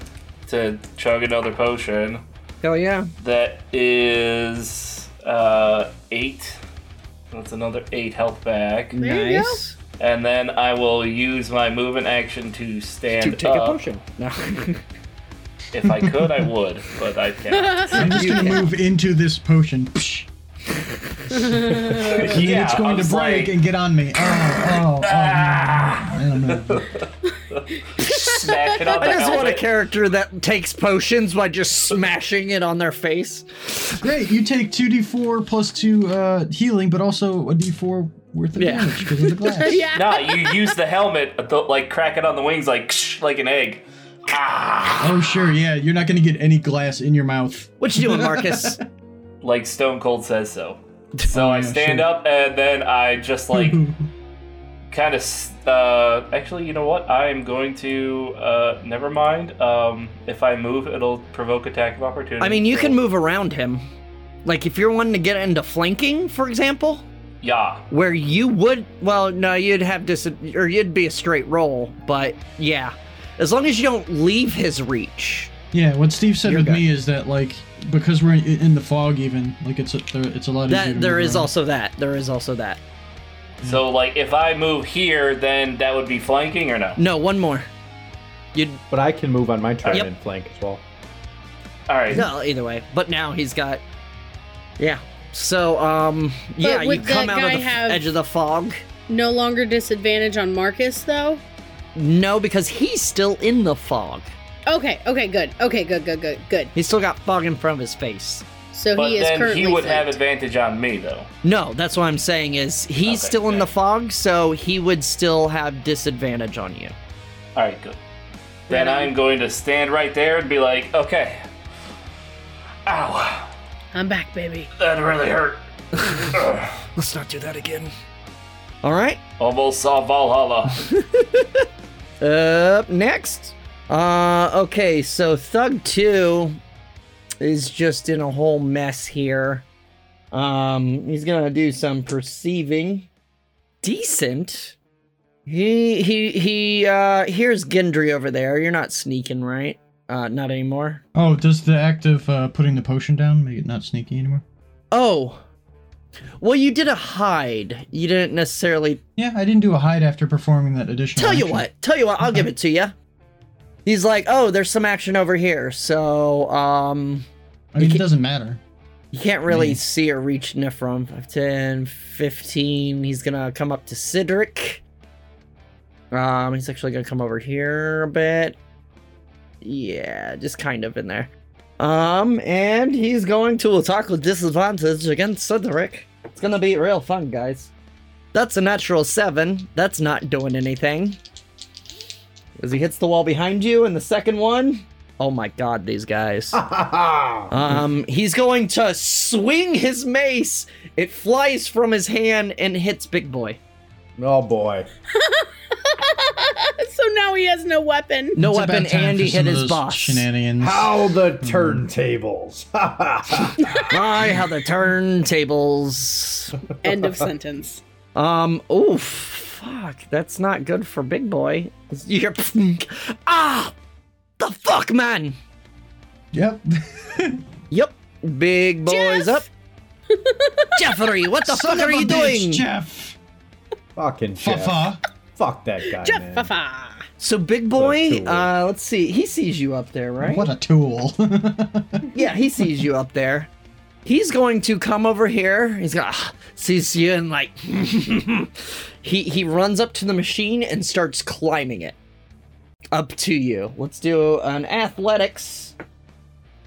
[SPEAKER 5] to chug another potion.
[SPEAKER 1] Oh yeah.
[SPEAKER 5] That is uh, eight. That's another eight health back.
[SPEAKER 4] There you go.
[SPEAKER 1] nice.
[SPEAKER 5] And then I will use my movement action to stand
[SPEAKER 1] To take
[SPEAKER 5] up.
[SPEAKER 1] a potion. No.
[SPEAKER 5] If I could, I would, but I can't.
[SPEAKER 3] I'm just
[SPEAKER 1] You
[SPEAKER 3] going to
[SPEAKER 1] can.
[SPEAKER 3] move into this potion.
[SPEAKER 5] yeah,
[SPEAKER 3] it's going
[SPEAKER 5] I
[SPEAKER 3] to
[SPEAKER 5] was
[SPEAKER 3] break
[SPEAKER 5] like,
[SPEAKER 3] and get on me. Oh, oh, oh. no, no, no, no, no, no.
[SPEAKER 5] smack it on
[SPEAKER 1] I
[SPEAKER 5] the
[SPEAKER 1] just want a
[SPEAKER 5] helmet.
[SPEAKER 1] character that takes potions by just smashing it on their face.
[SPEAKER 3] Great, you take 2d4 plus 2 uh, healing, but also a d4 worth of
[SPEAKER 1] Yeah.
[SPEAKER 3] damage because of the glass.
[SPEAKER 4] Yeah.
[SPEAKER 5] Nah, you use the helmet, uh, th- like crack it on the wings, like ksh, like an egg.
[SPEAKER 3] Oh, sure, yeah, you're not going to get any glass in your mouth.
[SPEAKER 1] What you doing, Marcus?
[SPEAKER 5] Like Stone Cold says so. So
[SPEAKER 3] Oh,
[SPEAKER 5] I
[SPEAKER 3] yeah,
[SPEAKER 5] stand
[SPEAKER 3] sure.
[SPEAKER 5] up and then I just like kind of. Uh, actually, you know what? I am going to. Uh, never mind. Um, if I move, it'll provoke attack of opportunity.
[SPEAKER 1] I mean, you
[SPEAKER 5] so-
[SPEAKER 1] can move around him. Like if you're wanting to get into flanking, for example,
[SPEAKER 5] Yeah.
[SPEAKER 1] where you would well, no, you'd have dis or you'd be a straight roll, but yeah. As long as you don't leave his reach.
[SPEAKER 3] Yeah, what Steve said
[SPEAKER 1] You're
[SPEAKER 3] with
[SPEAKER 1] good.
[SPEAKER 3] me is that, like, because we're in, in the fog, even, like, it's a, there, it's a lot easier.
[SPEAKER 5] Mm-hmm,
[SPEAKER 3] to
[SPEAKER 1] That there
[SPEAKER 3] move
[SPEAKER 1] is
[SPEAKER 3] around.
[SPEAKER 1] also that. There is also that.
[SPEAKER 5] So like, if I move here, then that would be flanking or no?
[SPEAKER 1] No, one more. You'd
[SPEAKER 2] But I can move on my turn
[SPEAKER 1] Yep.
[SPEAKER 2] and flank as well.
[SPEAKER 5] All right.
[SPEAKER 1] no either way. But now he's got Yeah. So, um, yeah, you
[SPEAKER 4] would
[SPEAKER 1] come
[SPEAKER 4] that
[SPEAKER 1] out of
[SPEAKER 4] guy
[SPEAKER 1] the f-
[SPEAKER 4] have-
[SPEAKER 1] edge of the fog.
[SPEAKER 4] No longer disadvantage on Marcus, though.
[SPEAKER 1] No, because he's still in the fog.
[SPEAKER 4] Okay, okay, good. Okay, good, good, good, good.
[SPEAKER 1] He's still got fog in front of his face.
[SPEAKER 4] So
[SPEAKER 5] but
[SPEAKER 4] he is
[SPEAKER 5] then
[SPEAKER 4] currently.
[SPEAKER 5] he would
[SPEAKER 4] flanked.
[SPEAKER 5] have advantage on me, though.
[SPEAKER 1] No, that's what I'm saying is he's
[SPEAKER 5] Okay,
[SPEAKER 1] still in
[SPEAKER 5] yeah.
[SPEAKER 1] the fog, so he would still have disadvantage on you.
[SPEAKER 5] All right, good. Then I'm going to stand right there and be like, okay. Ow,
[SPEAKER 4] I'm back, baby.
[SPEAKER 5] that really hurt. Ugh.
[SPEAKER 1] Let's not do that again. All right.
[SPEAKER 5] Almost saw Valhalla.
[SPEAKER 1] Up next. Uh, okay, so Thug 2 is just in a whole mess here. Um, he's gonna do some perceiving. Decent. He he he uh here's Gendry over there. You're not sneaking, right? Uh not anymore.
[SPEAKER 3] Oh, does the act of uh, putting the potion down make it not sneaky anymore?
[SPEAKER 1] Oh. Well, you did a hide. You didn't necessarily
[SPEAKER 3] Yeah, I didn't do a hide after performing that additional.
[SPEAKER 1] Tell you
[SPEAKER 3] action.
[SPEAKER 1] what, tell you what, I'll give it to you. He's like, oh, there's some action over here, so um,
[SPEAKER 3] I mean,
[SPEAKER 1] You
[SPEAKER 3] it
[SPEAKER 1] ca-
[SPEAKER 3] doesn't matter.
[SPEAKER 1] you can't really
[SPEAKER 3] Yeah.
[SPEAKER 1] see or reach Nifrim. 5, 10, 15. He's gonna come up to Sidric. Um, he's actually gonna come over here a bit. Yeah, just kind of in there. Um, and he's going to attack with disadvantage against Sidric. It's gonna be real fun, guys. That's a natural seven. That's not doing anything. As he hits the wall behind you, and the second one. Oh my god, these guys. Um, he's going to swing his mace. It flies from his hand and hits Big Boy.
[SPEAKER 2] oh boy.
[SPEAKER 4] so now he has no weapon.
[SPEAKER 1] No
[SPEAKER 3] It's
[SPEAKER 1] weapon,
[SPEAKER 3] about time
[SPEAKER 1] and
[SPEAKER 3] for
[SPEAKER 1] he
[SPEAKER 3] some
[SPEAKER 1] hit
[SPEAKER 3] of
[SPEAKER 1] his
[SPEAKER 3] those
[SPEAKER 1] boss.
[SPEAKER 3] Shenanigans.
[SPEAKER 2] How the turntables.
[SPEAKER 1] My, how the turntables.
[SPEAKER 4] End of sentence.
[SPEAKER 1] Um, oof, fuck, that's not good for Big Boy. You're ah, the fuck, man.
[SPEAKER 3] Yep.
[SPEAKER 1] Yep, Big Boy's
[SPEAKER 4] Jeff!
[SPEAKER 1] up. Jeffrey, what the
[SPEAKER 3] Son
[SPEAKER 1] fuck are
[SPEAKER 3] of a
[SPEAKER 1] you
[SPEAKER 3] bitch,
[SPEAKER 1] doing?
[SPEAKER 3] Jeff?
[SPEAKER 2] Fucking Jeff.
[SPEAKER 3] Fafa.
[SPEAKER 2] Fuck that guy, man.
[SPEAKER 4] Jaffafa.
[SPEAKER 1] So Big Boy,
[SPEAKER 2] cool.
[SPEAKER 1] uh, let's see, he sees you up there, right?
[SPEAKER 3] What a tool.
[SPEAKER 1] Yeah, he sees you up there. He's going to come over here. He's gonna ah, sees you and like he he runs up to the machine and starts climbing it up to you. Let's do an athletics.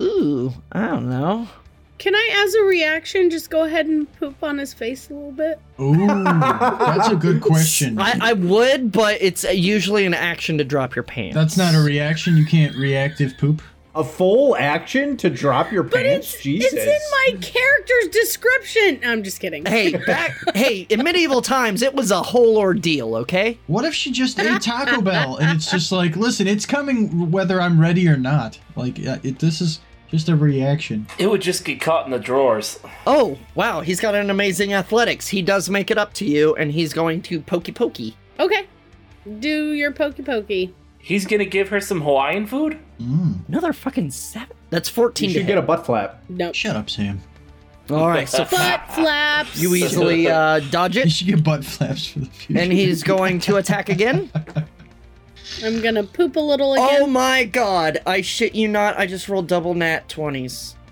[SPEAKER 1] Ooh, I don't know.
[SPEAKER 4] Can I, as a reaction, just go ahead and poop on his face a little bit?
[SPEAKER 3] Ooh, that's a good question.
[SPEAKER 1] I, I would, but it's usually an action to drop your pants.
[SPEAKER 3] That's not a reaction. You can't reactive poop.
[SPEAKER 2] A full action to drop your pants? Jesus.
[SPEAKER 4] It's in my character's description. I'm just kidding.
[SPEAKER 1] Hey, back hey, in medieval times it was a whole ordeal, okay?
[SPEAKER 3] What if she just ate Taco Bell and it's just like, listen, it's coming whether I'm ready or not. Like, uh, it, this is just a reaction.
[SPEAKER 5] it would just get caught in the drawers.
[SPEAKER 1] Oh, wow, he's got an amazing athletics. He does make it up to you, and he's going to pokey pokey.
[SPEAKER 4] Okay. Do your pokey pokey.
[SPEAKER 5] He's gonna give her some Hawaiian food?
[SPEAKER 3] Mm.
[SPEAKER 1] Another fucking seven? That's
[SPEAKER 2] You
[SPEAKER 1] 14 to
[SPEAKER 2] should get a butt flap.
[SPEAKER 4] Nope.
[SPEAKER 3] Shut up, Sam.
[SPEAKER 1] All right, so
[SPEAKER 4] Butt flaps.
[SPEAKER 1] you easily uh, dodge
[SPEAKER 3] You
[SPEAKER 1] it,
[SPEAKER 3] should get butt flaps for the future.
[SPEAKER 1] and he's going to attack again.
[SPEAKER 4] I'm gonna poop a little again.
[SPEAKER 1] Oh my god, I shit you not, I just rolled double nat 20s.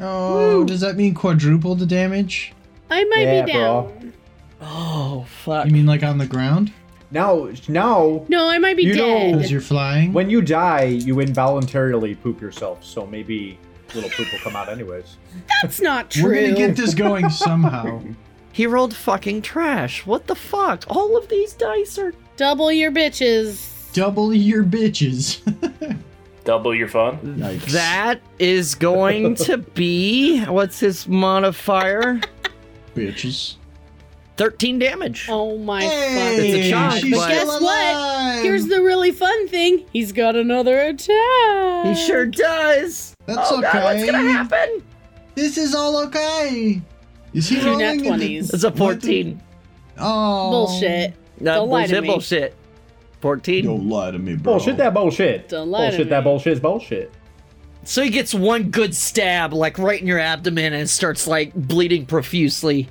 [SPEAKER 3] Oh, does that mean quadruple the damage?
[SPEAKER 4] I might
[SPEAKER 2] Yeah,
[SPEAKER 4] be
[SPEAKER 2] bro.
[SPEAKER 4] down.
[SPEAKER 1] Oh, fuck.
[SPEAKER 3] You mean like on the ground?
[SPEAKER 2] Now, now,
[SPEAKER 4] No, I might be
[SPEAKER 2] You know-
[SPEAKER 4] dead.
[SPEAKER 3] Because you're flying?
[SPEAKER 2] when you die, you involuntarily poop yourself, so maybe little poop will come out anyways.
[SPEAKER 4] That's not true.
[SPEAKER 3] We're gonna get this going somehow.
[SPEAKER 1] He rolled fucking trash. What the fuck? All of these dice are.
[SPEAKER 4] Double your bitches.
[SPEAKER 3] Double your bitches.
[SPEAKER 5] Double your fun.
[SPEAKER 3] Yikes.
[SPEAKER 1] That is going to be. What's his modifier?
[SPEAKER 3] bitches.
[SPEAKER 1] 13 damage.
[SPEAKER 4] Oh my
[SPEAKER 1] It's a
[SPEAKER 4] fucking
[SPEAKER 1] chunk,
[SPEAKER 4] god.
[SPEAKER 1] she's
[SPEAKER 4] But guess
[SPEAKER 1] still
[SPEAKER 4] what? Here's the really fun thing. He's got another attack.
[SPEAKER 1] He sure does.
[SPEAKER 3] That's
[SPEAKER 1] oh god, what's gonna
[SPEAKER 3] okay.
[SPEAKER 1] happen?
[SPEAKER 3] This is all okay. Is he
[SPEAKER 4] Two nat
[SPEAKER 3] rolling?
[SPEAKER 4] twenties.
[SPEAKER 1] It's a
[SPEAKER 3] What the-
[SPEAKER 1] 14.
[SPEAKER 3] Oh.
[SPEAKER 4] Bullshit.
[SPEAKER 1] No,
[SPEAKER 4] Don't lie
[SPEAKER 1] bullshit,
[SPEAKER 4] to me.
[SPEAKER 1] bullshit. 14.
[SPEAKER 3] Don't lie to me, bro.
[SPEAKER 2] Bullshit that bullshit.
[SPEAKER 4] Don't lie to
[SPEAKER 2] bullshit
[SPEAKER 4] me.
[SPEAKER 2] that bullshit is bullshit.
[SPEAKER 1] So he gets one good stab, like right in your abdomen, and starts like bleeding profusely.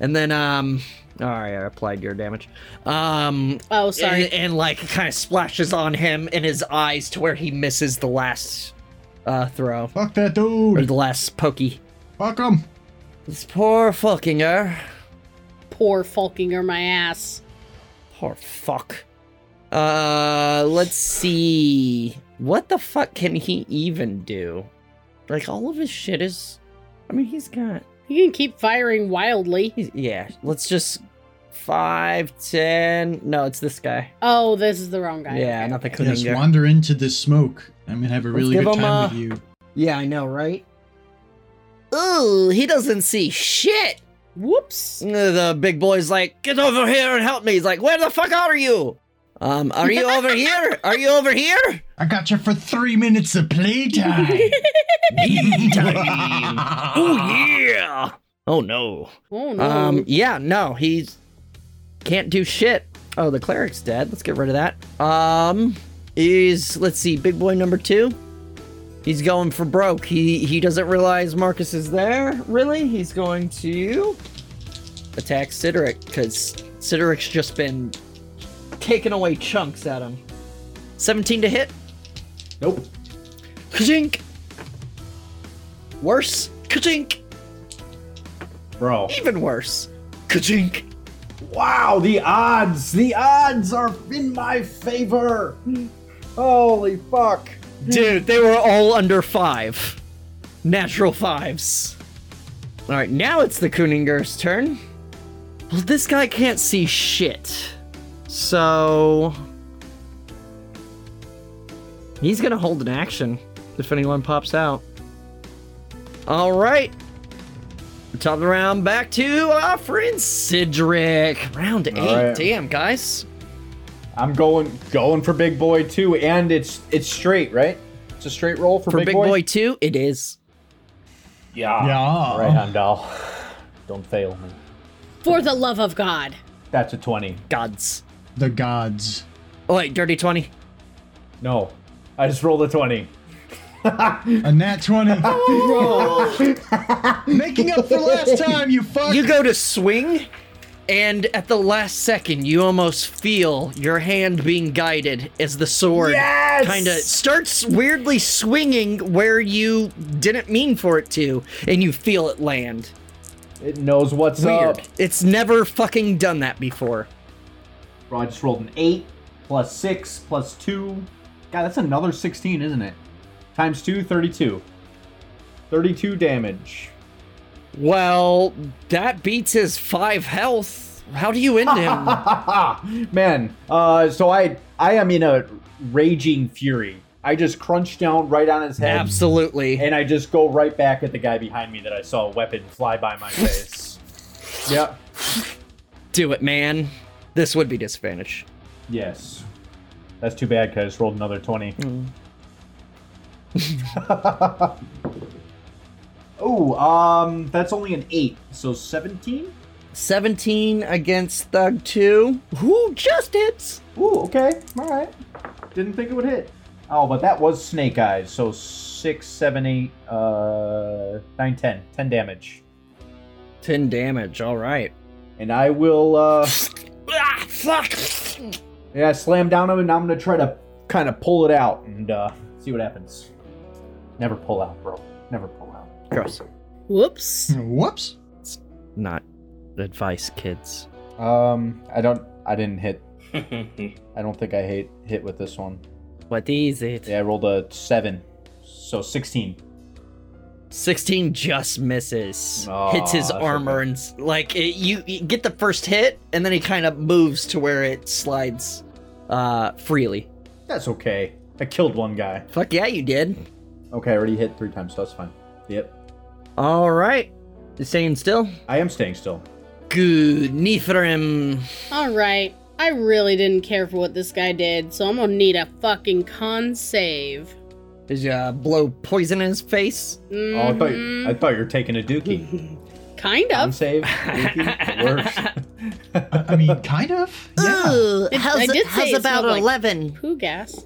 [SPEAKER 1] And then, um, all right, I applied your damage. Um,
[SPEAKER 4] Oh, sorry.
[SPEAKER 1] and, and, like kind of splashes on him in his eyes to where he misses the last uh throw
[SPEAKER 3] Fuck that
[SPEAKER 1] or
[SPEAKER 3] dude.
[SPEAKER 1] the last pokey.
[SPEAKER 3] Fuck him.
[SPEAKER 1] This poor Fulkinger.
[SPEAKER 4] Poor Fulkinger, my ass.
[SPEAKER 1] Poor fuck. Uh, let's see. What the fuck can he even do? Like all of his shit is. I mean, he's got.
[SPEAKER 4] He can keep firing wildly.
[SPEAKER 1] He's, yeah. Let's just five, ten. No, it's this guy.
[SPEAKER 4] Oh, this is the wrong guy.
[SPEAKER 1] yeah,
[SPEAKER 4] Okay,
[SPEAKER 1] not the
[SPEAKER 4] okay.
[SPEAKER 1] Kuninga.
[SPEAKER 3] Yes, wander into this smoke. I'm gonna have a
[SPEAKER 1] Let's
[SPEAKER 3] really
[SPEAKER 1] give
[SPEAKER 3] good
[SPEAKER 1] him
[SPEAKER 3] time
[SPEAKER 1] a-
[SPEAKER 3] with you.
[SPEAKER 1] Yeah, I know, right? Ooh, he doesn't see shit.
[SPEAKER 4] Whoops.
[SPEAKER 1] The big boy's like, get over here and help me. He's like, where the fuck are you? Um, are you over here? Are you over here?
[SPEAKER 3] I got you for three minutes of playtime.
[SPEAKER 1] Oh yeah. Oh no.
[SPEAKER 4] Oh no.
[SPEAKER 1] Um, yeah, no, he's can't do shit. Oh, the cleric's dead. Let's get rid of that. Um, is let's see, big boy number two. He's going for broke. He he doesn't realize Marcus is there. Really, he's going to attack Sideric because Sideric's just been taking away chunks at him. Seventeen to hit.
[SPEAKER 2] Nope.
[SPEAKER 1] Kajink. Worse. Kajink.
[SPEAKER 2] Bro.
[SPEAKER 1] Even worse. Kajink.
[SPEAKER 2] Wow, the odds! The odds are in my favor! Holy fuck!
[SPEAKER 1] Dude, they were all under five. Natural fives. Alright, now it's the Kuninger's turn. Well, this guy can't see shit. So. He's gonna hold an action if anyone pops out. Alright. Top of the round, back to our friend Sidric. Round eight.
[SPEAKER 2] right.
[SPEAKER 1] Damn, guys.
[SPEAKER 2] I'm going going for big boy too, and it's it's straight, right? It's a straight roll for,
[SPEAKER 1] For Big, boy 2, it is.
[SPEAKER 5] Yeah.
[SPEAKER 3] yeah.
[SPEAKER 2] All right, Heimdall. Don't fail me.
[SPEAKER 4] For the love of God.
[SPEAKER 2] That's a twenty.
[SPEAKER 1] Gods.
[SPEAKER 3] The gods.
[SPEAKER 1] Oh, wait, Dirty 20.
[SPEAKER 2] No, I just rolled a twenty.
[SPEAKER 3] A nat 20. Making up for last time, you fuck.
[SPEAKER 1] You go to swing, and at the last second, you almost feel your hand being guided as the sword
[SPEAKER 2] Yes!
[SPEAKER 1] kind of starts weirdly swinging where you didn't mean for it to, and you feel it land.
[SPEAKER 2] It knows what's
[SPEAKER 1] Weird.
[SPEAKER 2] up.
[SPEAKER 1] It's never fucking done that before.
[SPEAKER 2] Bro, I just rolled an eight plus six plus two. God, that's another sixteen, isn't it? Times two, 32. 32 damage.
[SPEAKER 1] Well, that beats his five health. How do you end him?
[SPEAKER 2] Man, uh, so I I am in a raging fury. I just crunch down right on his head,
[SPEAKER 1] Absolutely.
[SPEAKER 2] and I just go right back at the guy behind me that I saw a weapon fly by my face. yep.
[SPEAKER 1] Do it, man. This would be disadvantage.
[SPEAKER 2] Yes. That's too bad because I just rolled another 20. oh, um, that's only an 8. So 17?
[SPEAKER 1] 17 against Thug 2, who just hits.
[SPEAKER 2] Ooh, okay. All right. Didn't think it would hit. Oh, but that was Snake Eyes. So 6, 7, 8, uh, 9, 10. 10 damage.
[SPEAKER 1] 10 damage, alright.
[SPEAKER 2] And I will, uh,
[SPEAKER 1] Ah, fuck!
[SPEAKER 2] yeah, slam down him and I'm going to try to kind of pull it out and, uh, see what happens. Never pull out, bro. Never pull out.
[SPEAKER 1] Gross.
[SPEAKER 4] Whoops.
[SPEAKER 3] Whoops.
[SPEAKER 1] Not advice, kids.
[SPEAKER 2] Um, I don't. I didn't hit. I don't think I hit hit with this one.
[SPEAKER 1] What is it?
[SPEAKER 2] Yeah, I rolled a seven, so sixteen.
[SPEAKER 1] 16 just misses.
[SPEAKER 2] Aw,
[SPEAKER 1] Hits his
[SPEAKER 2] that's okay.
[SPEAKER 1] armor and, s- like, it, you, you get the first hit, and then he kind of moves to where it slides uh, freely.
[SPEAKER 2] That's okay. I killed one guy.
[SPEAKER 1] Fuck yeah, you did.
[SPEAKER 2] Okay, I already hit three times, so that's fine. Yep.
[SPEAKER 1] Alright. You staying still?
[SPEAKER 2] I am staying still.
[SPEAKER 1] Good. Nithrim.
[SPEAKER 4] All right. I really didn't care for what this guy did, so I'm gonna need a fucking con save.
[SPEAKER 1] Did you uh, blow poison in his face?
[SPEAKER 2] Oh, I thought you, I
[SPEAKER 4] Mm-hmm.
[SPEAKER 2] thought you were taking a dookie.
[SPEAKER 4] Mm,
[SPEAKER 1] Oh,
[SPEAKER 4] Kind
[SPEAKER 2] I'm
[SPEAKER 4] of.
[SPEAKER 2] safe. Dookie, the worst.
[SPEAKER 3] I mean, kind of. Yeah.
[SPEAKER 1] Ooh,
[SPEAKER 4] It- I did say it smelled like-
[SPEAKER 1] 11?
[SPEAKER 4] Poo
[SPEAKER 3] Um,
[SPEAKER 4] gas.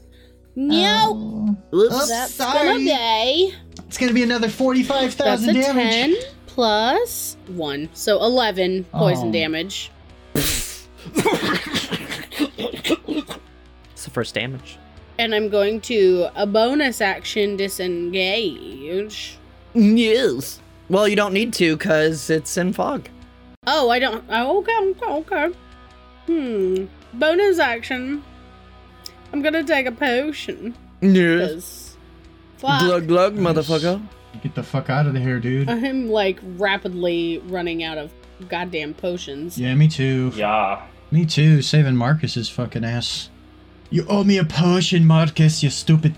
[SPEAKER 4] No,
[SPEAKER 1] Oops.
[SPEAKER 4] that's gonna be.
[SPEAKER 3] It's gonna be another forty-five
[SPEAKER 4] That's a
[SPEAKER 3] thousand damage.
[SPEAKER 4] ten plus one, so eleven poison
[SPEAKER 3] Oh.
[SPEAKER 4] damage.
[SPEAKER 1] It's the first damage.
[SPEAKER 4] And I'm going to a bonus action disengage.
[SPEAKER 1] Yes. Well, you don't need to because it's in fog.
[SPEAKER 4] Oh, I don't. Oh, okay, okay, okay. Hmm. Bonus action. I'm gonna take a potion.
[SPEAKER 1] Yeah.
[SPEAKER 4] 'cause Fuck.
[SPEAKER 1] Glug glug, motherfucker.
[SPEAKER 3] Get the fuck out of here, dude.
[SPEAKER 4] I'm like rapidly running out of goddamn potions.
[SPEAKER 3] Yeah, me too.
[SPEAKER 5] Yeah.
[SPEAKER 3] Me too. Saving Marcus's fucking ass. You owe me a potion, Marcus. You stupid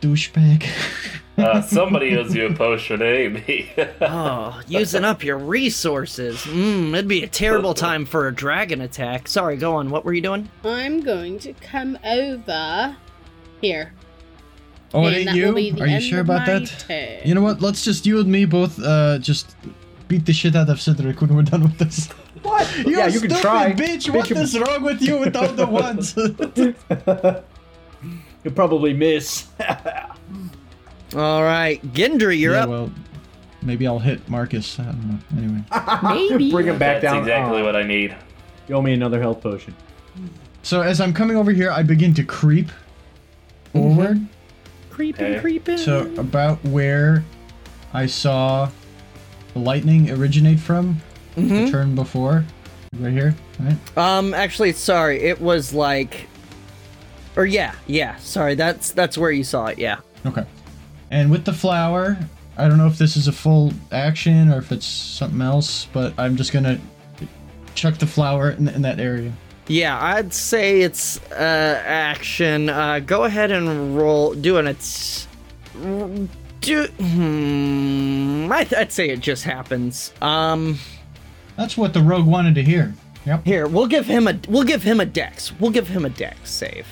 [SPEAKER 3] douchebag.
[SPEAKER 5] Uh, somebody owes you a potion, eh, it ain't me.
[SPEAKER 1] Oh, using up your resources. Mmm, it'd be a terrible time for a dragon attack. Sorry, go on. What were you doing?
[SPEAKER 4] I'm going to come over here.
[SPEAKER 3] Oh,
[SPEAKER 4] and
[SPEAKER 3] it ain't
[SPEAKER 4] that will be
[SPEAKER 3] you.
[SPEAKER 4] the
[SPEAKER 3] Are you
[SPEAKER 4] end
[SPEAKER 3] sure
[SPEAKER 4] of
[SPEAKER 3] about
[SPEAKER 4] my
[SPEAKER 3] that?
[SPEAKER 4] turn.
[SPEAKER 3] You know what? Let's just you and me both uh just beat the shit out of Cedric when we're done with this.
[SPEAKER 2] What?
[SPEAKER 3] You
[SPEAKER 2] yeah, you
[SPEAKER 3] stupid
[SPEAKER 2] can try.
[SPEAKER 3] bitch!
[SPEAKER 2] Bitch,
[SPEAKER 3] What
[SPEAKER 2] you-
[SPEAKER 3] is wrong with you with all the ones?
[SPEAKER 2] You'll probably miss.
[SPEAKER 1] All right, Gendry, you're
[SPEAKER 3] yeah,
[SPEAKER 1] up.
[SPEAKER 3] well, maybe I'll hit Marcus. I don't know. Anyway,
[SPEAKER 4] Maybe.
[SPEAKER 2] Bring him back
[SPEAKER 5] That's
[SPEAKER 2] down.
[SPEAKER 5] exactly
[SPEAKER 2] Oh,
[SPEAKER 5] what I need.
[SPEAKER 2] You owe me another health potion.
[SPEAKER 3] so as I'm coming over here, I begin to creep
[SPEAKER 4] Mm-hmm.
[SPEAKER 3] forward.
[SPEAKER 4] Creeping,
[SPEAKER 5] Okay.
[SPEAKER 4] creeping.
[SPEAKER 3] So about where I saw the lightning originate from
[SPEAKER 1] Mm-hmm.
[SPEAKER 3] the turn before, right here, right?
[SPEAKER 1] Um, actually, sorry, it was like, or yeah, yeah. Sorry, that's that's where you saw it. Yeah.
[SPEAKER 3] Okay. And with the flower, I don't know if this is a full action or if it's something else, but I'm just gonna chuck the flower in, in that area.
[SPEAKER 1] Yeah, I'd say it's uh, action. Uh, go ahead and roll. Do an it's do. Hmm, I th- I'd say it just happens. Um,
[SPEAKER 3] That's what the rogue wanted to hear. Yep.
[SPEAKER 1] here we'll give him a we'll give him a dex. We'll give him a dex save.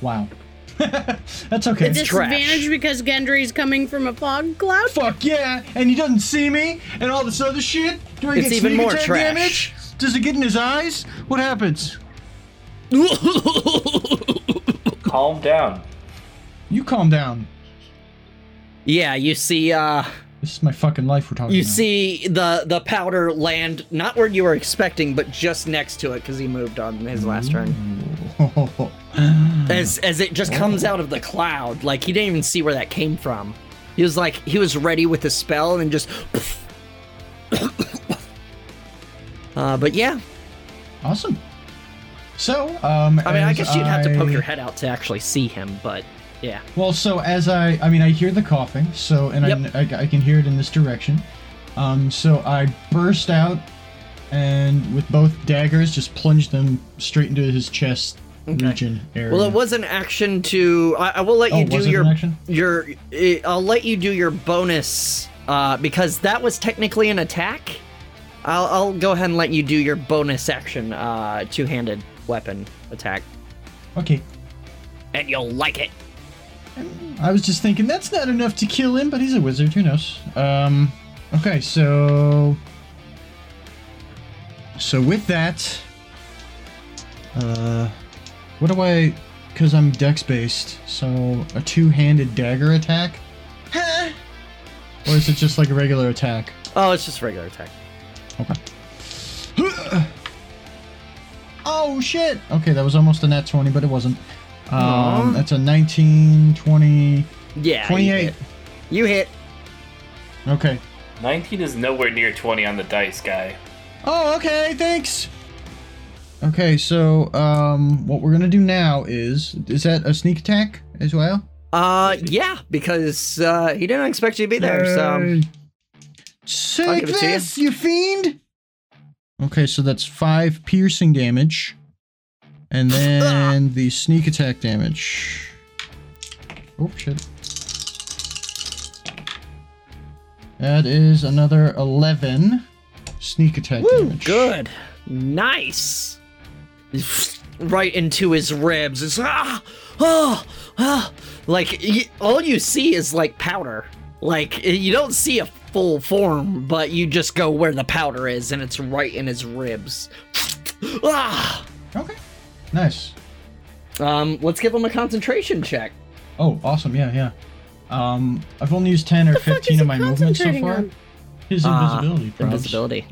[SPEAKER 3] Wow. That's okay.
[SPEAKER 1] It's- trash.
[SPEAKER 4] Disadvantage because Gendry's coming from a fog cloud.
[SPEAKER 3] Fuck yeah! And he doesn't see me and all this other shit. Do I
[SPEAKER 1] It's
[SPEAKER 3] get
[SPEAKER 1] even
[SPEAKER 3] sneak
[SPEAKER 1] more
[SPEAKER 3] attack
[SPEAKER 1] trash.
[SPEAKER 3] damage? Does it get in his eyes? What happens?
[SPEAKER 5] Calm down.
[SPEAKER 3] You calm down.
[SPEAKER 1] yeah, you see. Uh,
[SPEAKER 3] This is my fucking life we're talking
[SPEAKER 1] You
[SPEAKER 3] about.
[SPEAKER 1] see the the powder land not where you were expecting, but just next to it because he moved on his last turn. As as it just comes out of the cloud, like he didn't even see where that came from. He was like he was ready with the spell and just. uh, but yeah,
[SPEAKER 3] awesome. So, um
[SPEAKER 1] I mean, I
[SPEAKER 3] as
[SPEAKER 1] guess you'd have to poke
[SPEAKER 3] I-
[SPEAKER 1] your head out to actually see him, but yeah.
[SPEAKER 3] Well, so as I, I mean, I hear the coughing, so, and
[SPEAKER 1] Yep.
[SPEAKER 3] I, I, I can hear it in this direction. Um, so I burst out and with both daggers just plunge them straight into his chest region area.
[SPEAKER 1] Well, it was an action to. I, I will let you
[SPEAKER 3] Oh,
[SPEAKER 1] do
[SPEAKER 3] was it
[SPEAKER 1] your
[SPEAKER 3] an action?
[SPEAKER 1] your. eh, I'll let you do your bonus uh, because that was technically an attack. I'll, I'll go ahead and let you do your bonus action, uh, two-handed weapon attack,
[SPEAKER 3] Okay.
[SPEAKER 1] and you'll like it.
[SPEAKER 3] I was just thinking that's not enough to kill him, but he's a wizard. Who knows? Um, okay, so so with that, uh, what do I? Because I'm dex based, so a two-handed dagger attack, Huh? or is it just like a regular attack?
[SPEAKER 1] Oh, it's just regular attack.
[SPEAKER 3] Okay. Oh shit! Okay, that was almost a nat 20, but it wasn't. Um, that's a 19, 20,
[SPEAKER 1] Yeah. you
[SPEAKER 3] 28.
[SPEAKER 1] hit. You hit.
[SPEAKER 3] Okay.
[SPEAKER 5] 19 is nowhere near 20 on the dice, guy.
[SPEAKER 3] Oh, okay, thanks. Okay, so um, what we're gonna do now is is that a sneak attack as well?
[SPEAKER 1] Uh, yeah, because uh, he didn't expect you to be there. So um, I'll
[SPEAKER 3] Take
[SPEAKER 1] give it to you.
[SPEAKER 3] this, you. fiend! Okay, so that's five piercing damage, and then the sneak attack damage. Oh shit! That is another eleven sneak attack
[SPEAKER 1] Woo,
[SPEAKER 3] damage.
[SPEAKER 1] good, nice. Right into his ribs. It's ah, oh, ah. Like y- all you see is like powder. Like you don't see a full form, but you just go where the powder is, and it's right in his ribs. Ah.
[SPEAKER 3] Okay, nice.
[SPEAKER 1] Um, let's give him a concentration check.
[SPEAKER 3] Oh, awesome! Yeah, yeah. Um, I've only used ten or
[SPEAKER 4] fuck
[SPEAKER 3] fifteen
[SPEAKER 4] is
[SPEAKER 3] of
[SPEAKER 4] he
[SPEAKER 3] my movements so
[SPEAKER 4] concentrating
[SPEAKER 3] far.
[SPEAKER 4] on?
[SPEAKER 3] His
[SPEAKER 1] Ah,
[SPEAKER 3] invisibility, props.
[SPEAKER 1] Invisibility.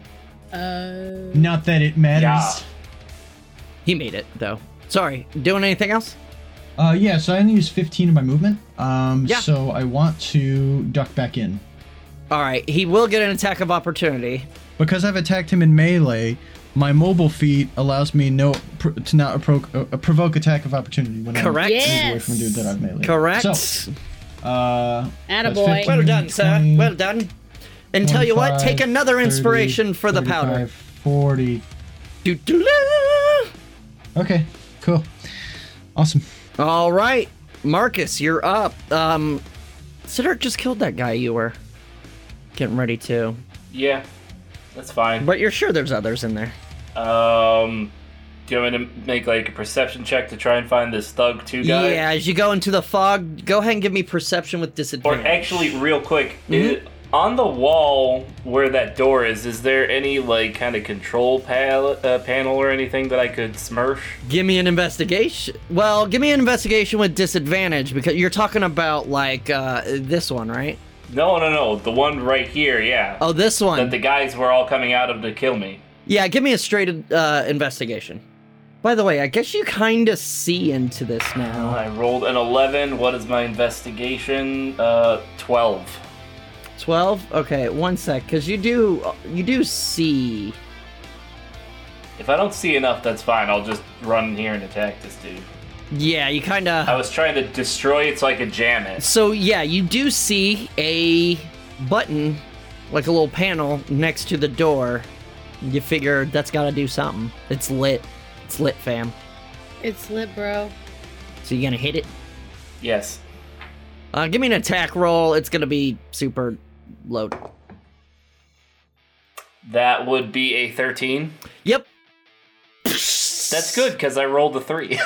[SPEAKER 4] Uh,
[SPEAKER 3] Not that it matters.
[SPEAKER 1] He made it though. Sorry. Doing anything else?
[SPEAKER 3] Uh, yeah. So I only used fifteen of my movement. Um,
[SPEAKER 1] Yeah.
[SPEAKER 3] so I want to duck back in.
[SPEAKER 1] All right, he will get an attack of opportunity.
[SPEAKER 3] Because I've attacked him in melee, my mobile feat allows me no pr- to not appro- uh, uh, provoke attack of opportunity when
[SPEAKER 1] Correct.
[SPEAKER 3] I'm moved away
[SPEAKER 4] Yes.
[SPEAKER 3] from a dude that I've melee.
[SPEAKER 1] Correct.
[SPEAKER 3] So, uh, that's
[SPEAKER 4] Attaboy.
[SPEAKER 3] 15,
[SPEAKER 1] well done, sir.
[SPEAKER 3] 20,
[SPEAKER 1] Well done. And tell you what,
[SPEAKER 3] 25,
[SPEAKER 1] take another
[SPEAKER 3] 30,
[SPEAKER 1] inspiration for the
[SPEAKER 3] 35,
[SPEAKER 1] powder.
[SPEAKER 3] 40.
[SPEAKER 1] Doo-doo-la.
[SPEAKER 3] Okay, cool. Awesome.
[SPEAKER 1] All right, Marcus, you're up. Um, Sidork just killed that guy you were getting ready to,
[SPEAKER 5] Yeah, that's fine.
[SPEAKER 1] but you're sure there's others in there.
[SPEAKER 5] Um, do you want me to make like a perception check to try and find this thug two guy?
[SPEAKER 1] Yeah, as you go into the fog, go ahead and give me perception with
[SPEAKER 5] Or
[SPEAKER 1] disadvantage.
[SPEAKER 5] actually, real quick,
[SPEAKER 1] Mm-hmm.
[SPEAKER 5] is- on the wall where that door is, is there any like kind of control pal- uh, panel or anything that I could smurf?
[SPEAKER 1] Give me an investigation. Well, give me an investigation with disadvantage because you're talking about like uh, this one, right?
[SPEAKER 5] No, no, no. The one right here, yeah.
[SPEAKER 1] Oh, this one.
[SPEAKER 5] That the guys were all coming out of to kill me.
[SPEAKER 1] Yeah, give me a straight uh, investigation. By the way, I guess you kind of see into this now.
[SPEAKER 5] I rolled an 11. What is my investigation? Uh, 12.
[SPEAKER 1] 12 okay one sec because you do you do see
[SPEAKER 5] If I don't see enough, that's fine. I'll just run in here and attack this dude.
[SPEAKER 1] yeah you kind
[SPEAKER 5] I
[SPEAKER 1] of
[SPEAKER 5] was trying to destroy it so I could jam it.
[SPEAKER 1] so yeah you do see a button like a little panel next to the door you figure that's gotta do something it's lit it's lit fam
[SPEAKER 4] It's lit, bro.
[SPEAKER 1] so you gonna hit it
[SPEAKER 5] Yes.
[SPEAKER 1] uh give me an attack roll it's gonna be super low
[SPEAKER 5] That would be a 13.
[SPEAKER 1] yep
[SPEAKER 5] That's good because I rolled a 3.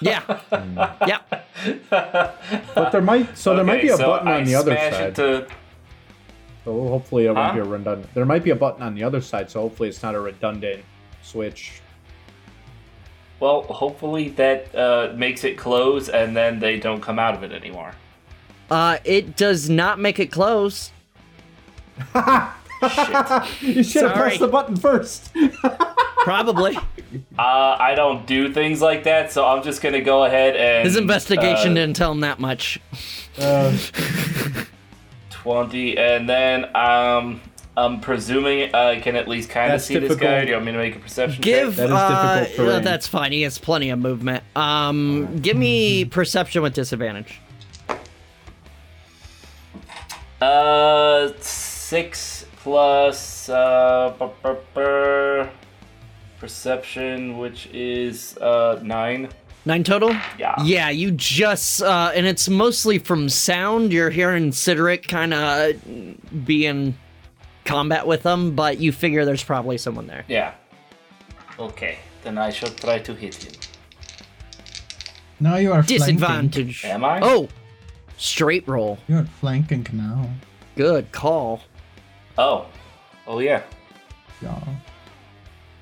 [SPEAKER 1] yeah yeah
[SPEAKER 2] But there might so there might be a button on the other
[SPEAKER 5] It
[SPEAKER 2] side.
[SPEAKER 5] to,
[SPEAKER 2] so hopefully it won't be
[SPEAKER 5] Huh?
[SPEAKER 2] a redundant. There might be a button on the other side, so hopefully it's not a redundant switch.
[SPEAKER 5] well, hopefully that uh, makes it close and then they don't come out of it anymore.
[SPEAKER 1] uh it does not make it close
[SPEAKER 5] Shit.
[SPEAKER 2] You should have
[SPEAKER 1] Sorry.
[SPEAKER 2] pressed the button first.
[SPEAKER 1] probably
[SPEAKER 5] Uh, I don't do things like that, so I'm just gonna go ahead and
[SPEAKER 1] his investigation
[SPEAKER 5] uh,
[SPEAKER 1] didn't tell him that much
[SPEAKER 2] Uh,
[SPEAKER 5] twenty, and then um, I'm presuming I can at least kind of
[SPEAKER 2] That's
[SPEAKER 5] see this guy.
[SPEAKER 2] difficult.
[SPEAKER 5] Do you want me to make a perception
[SPEAKER 1] Give
[SPEAKER 5] check?
[SPEAKER 2] That is
[SPEAKER 1] uh,
[SPEAKER 2] difficult terrain.
[SPEAKER 1] uh, that's fine. He has plenty of movement. Um, give me perception with disadvantage.
[SPEAKER 5] uh six plus uh bu- bu- bu- perception, which is uh nine.
[SPEAKER 1] Nine total.
[SPEAKER 5] Yeah.
[SPEAKER 1] Yeah, you just uh, and it's mostly from sound. You're hearing Sidoric kind of be in combat with them, but you figure there's probably someone there.
[SPEAKER 5] Yeah. Okay, then I shall try to hit him.
[SPEAKER 3] Now you are flanking.
[SPEAKER 1] Disadvantage.
[SPEAKER 5] Am I?
[SPEAKER 1] Oh, straight roll.
[SPEAKER 3] You're flanking now.
[SPEAKER 1] Good call.
[SPEAKER 5] Oh, oh yeah.
[SPEAKER 3] Yeah.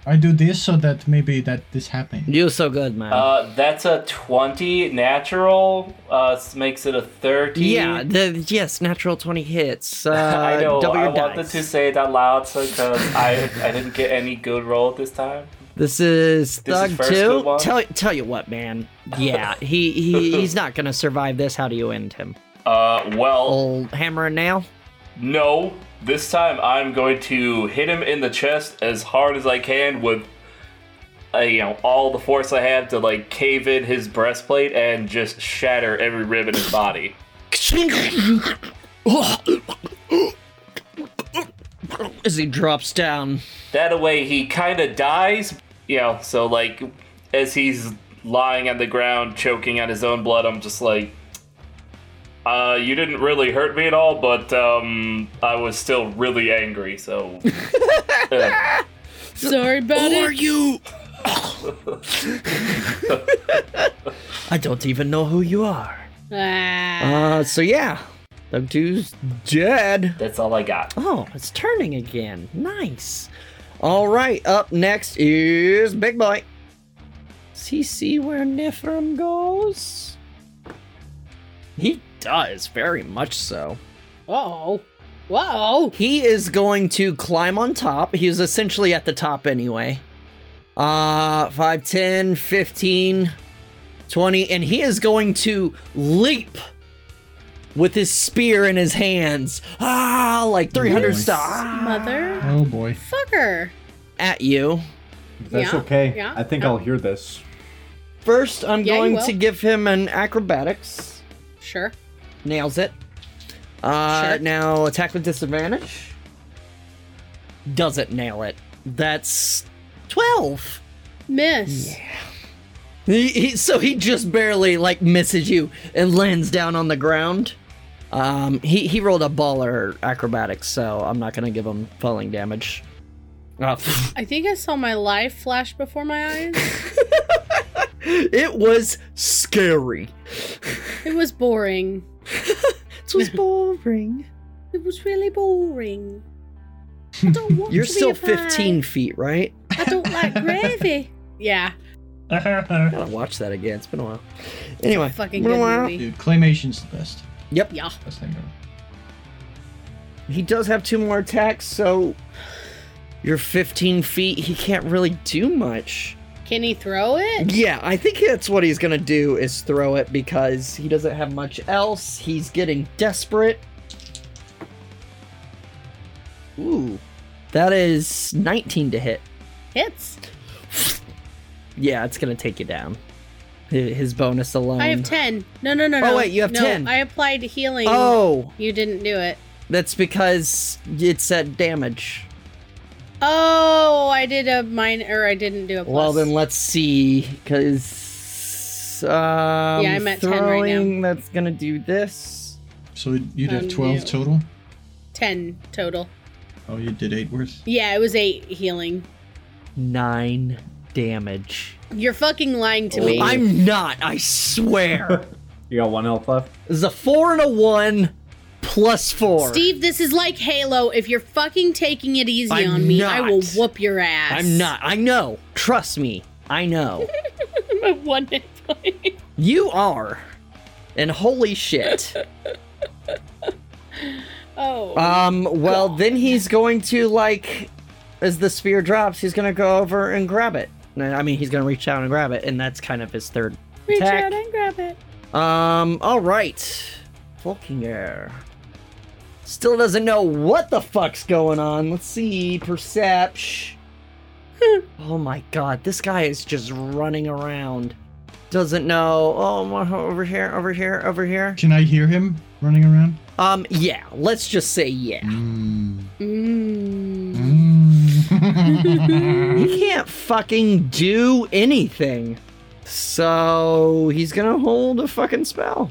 [SPEAKER 3] I do this so that maybe that this happens.
[SPEAKER 1] You're so good, man.
[SPEAKER 5] Uh, that's a 20 natural. Uh, s- makes it a 30.
[SPEAKER 1] yeah. The, yes, natural twenty hits. Uh,
[SPEAKER 5] I know.
[SPEAKER 1] Double
[SPEAKER 5] I
[SPEAKER 1] your
[SPEAKER 5] wanted
[SPEAKER 1] dice.
[SPEAKER 5] to say it out loud because I I didn't get any good roll this time.
[SPEAKER 1] This is
[SPEAKER 5] This is
[SPEAKER 1] Thug
[SPEAKER 5] first
[SPEAKER 1] Two.
[SPEAKER 5] good one?
[SPEAKER 1] Tell tell you what, man. Yeah, he, he he's not gonna survive this. How do you end him?
[SPEAKER 5] Uh, well,
[SPEAKER 1] Old hammer and nail.
[SPEAKER 5] no. This time I'm going to hit him in the chest as hard as I can with, uh, you know, all the force I have to like cave in his breastplate and just shatter every rib in his body.
[SPEAKER 1] As he drops down.
[SPEAKER 5] That way he kind of dies, you know, so like as he's lying on the ground choking on his own blood, I'm just like uh you didn't really hurt me at all, but um I was still really angry, so uh,
[SPEAKER 4] Sorry about
[SPEAKER 1] Who are
[SPEAKER 4] it.
[SPEAKER 1] you? I don't even know who you are.
[SPEAKER 4] Ah.
[SPEAKER 1] Uh, so yeah, Thug Two's dead.
[SPEAKER 5] that's all I got.
[SPEAKER 1] Oh, it's turning again. Nice. All right, up next is Big Boy. Does he see where Nifrim goes? He does, very much so.
[SPEAKER 4] Whoa. Whoa.
[SPEAKER 1] He is going to climb on top. He's essentially at the top anyway. Uh, 5, 10, 15, 20, and he is going to leap with his spear in his hands. Ah, like 300
[SPEAKER 3] boy.
[SPEAKER 1] style ah,
[SPEAKER 4] Mother
[SPEAKER 3] Oh boy.
[SPEAKER 4] fucker.
[SPEAKER 1] at you.
[SPEAKER 2] That's
[SPEAKER 4] Yeah,
[SPEAKER 2] okay.
[SPEAKER 4] yeah,
[SPEAKER 2] I think
[SPEAKER 4] yeah.
[SPEAKER 2] I'll hear this.
[SPEAKER 1] First, I'm
[SPEAKER 4] Yeah, you
[SPEAKER 1] going
[SPEAKER 4] will.
[SPEAKER 1] to give him an acrobatics.
[SPEAKER 4] Sure.
[SPEAKER 1] Nails it. Uh,
[SPEAKER 4] Sure.
[SPEAKER 1] Now attack with disadvantage. Doesn't nail it. That's 12.
[SPEAKER 4] Miss.
[SPEAKER 1] He, he, so he just barely like misses you and lands down on the ground. Um, he he rolled a baller acrobatics, so I'm not gonna give him falling damage. Uh,
[SPEAKER 4] I think I saw my life flash before my eyes.
[SPEAKER 1] it was scary.
[SPEAKER 4] it was boring.
[SPEAKER 1] It was boring.
[SPEAKER 4] It was really boring. I don't want
[SPEAKER 1] You're
[SPEAKER 4] to
[SPEAKER 1] still
[SPEAKER 4] be alive.
[SPEAKER 1] 15 feet, right?
[SPEAKER 4] I don't like gravy. Yeah.
[SPEAKER 3] Dude,
[SPEAKER 1] Gotta watch that again. It's been a while. Anyway,
[SPEAKER 4] Fucking
[SPEAKER 1] been a
[SPEAKER 4] good
[SPEAKER 1] while.
[SPEAKER 4] movie.
[SPEAKER 3] claymation's the best.
[SPEAKER 1] Yep.
[SPEAKER 4] Yeah.
[SPEAKER 3] Best thing ever.
[SPEAKER 1] He does have two more attacks, so you're 15 feet. He can't really do much.
[SPEAKER 4] Can he throw it?
[SPEAKER 1] Yeah, I think that's what he's gonna do is throw it because he doesn't have much else. He's getting desperate. Ooh, that is 19 to hit.
[SPEAKER 4] Hits.
[SPEAKER 1] Yeah, it's gonna take you down. Hi- His bonus alone.
[SPEAKER 4] I have 10. No, no, no,
[SPEAKER 1] Um, Oh,
[SPEAKER 4] no.
[SPEAKER 1] wait, you have
[SPEAKER 4] no,
[SPEAKER 1] 10.
[SPEAKER 4] I applied healing.
[SPEAKER 1] Oh,
[SPEAKER 4] You didn't do it.
[SPEAKER 1] that's because it's at damage.
[SPEAKER 4] Oh, I did a mine, or I didn't do a plus.
[SPEAKER 1] Well, then let's see, because um,
[SPEAKER 4] Yeah, I'm at 10 right now.
[SPEAKER 1] throwing that's gonna do this.
[SPEAKER 3] So you'd
[SPEAKER 4] Um,
[SPEAKER 3] have 12
[SPEAKER 4] yeah.
[SPEAKER 3] total?
[SPEAKER 4] 10 total.
[SPEAKER 3] Oh, you did 8 worth?
[SPEAKER 4] Yeah, it was 8 healing.
[SPEAKER 1] Nine damage.
[SPEAKER 4] You're fucking lying
[SPEAKER 1] Oh,
[SPEAKER 4] to me.
[SPEAKER 1] I'm not, I swear.
[SPEAKER 2] You got one health left.
[SPEAKER 1] There's a four and a one plus four.
[SPEAKER 4] Steve, this is like Halo. If you're fucking taking it easy
[SPEAKER 1] I'm
[SPEAKER 4] on me, I will
[SPEAKER 1] not.
[SPEAKER 4] whoop your ass.
[SPEAKER 1] I'm not. I know. Trust me. I know.
[SPEAKER 4] One hit point.
[SPEAKER 1] you are. And holy shit.
[SPEAKER 4] Oh.
[SPEAKER 1] Um, well, then he's going to, like, as the spear drops, he's going to go over and grab it. No, I mean, he's going to reach down and grab it, and that's kind of his third
[SPEAKER 4] Reach
[SPEAKER 1] attack.
[SPEAKER 4] out and grab it.
[SPEAKER 1] Um, all right. Volkinger. Still doesn't know what the fuck's going on. Let's see. Perception. oh my god, this guy is just running around. Doesn't know. Oh, my- over here, over here, over here.
[SPEAKER 3] Can I hear him running around?
[SPEAKER 1] Um, yeah, let's just say yeah.
[SPEAKER 3] Mm.
[SPEAKER 4] Mm.
[SPEAKER 3] Mm.
[SPEAKER 1] He can't fucking do anything. So he's gonna hold a fucking spell.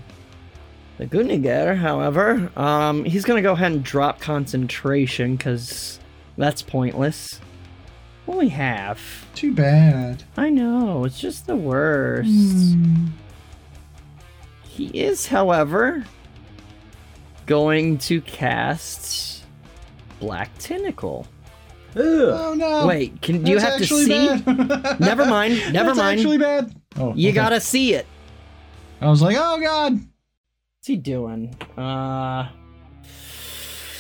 [SPEAKER 1] The Guniger, however, um, he's gonna go ahead and drop concentration because that's pointless. What we have?
[SPEAKER 3] Too bad.
[SPEAKER 1] I know it's just the worst. Hmm.
[SPEAKER 3] Mm.
[SPEAKER 1] He is, however, going to cast Black Tentacle.
[SPEAKER 2] Ugh.
[SPEAKER 3] Oh no.
[SPEAKER 1] Wait, can do you
[SPEAKER 3] That's
[SPEAKER 1] have to
[SPEAKER 3] actually
[SPEAKER 1] see?
[SPEAKER 3] bad.
[SPEAKER 1] Never mind, never
[SPEAKER 3] That's
[SPEAKER 1] mind.
[SPEAKER 3] actually bad. Oh,
[SPEAKER 1] You
[SPEAKER 3] okay.
[SPEAKER 1] gotta see it.
[SPEAKER 3] I was like, oh god.
[SPEAKER 1] What's he doing? Uh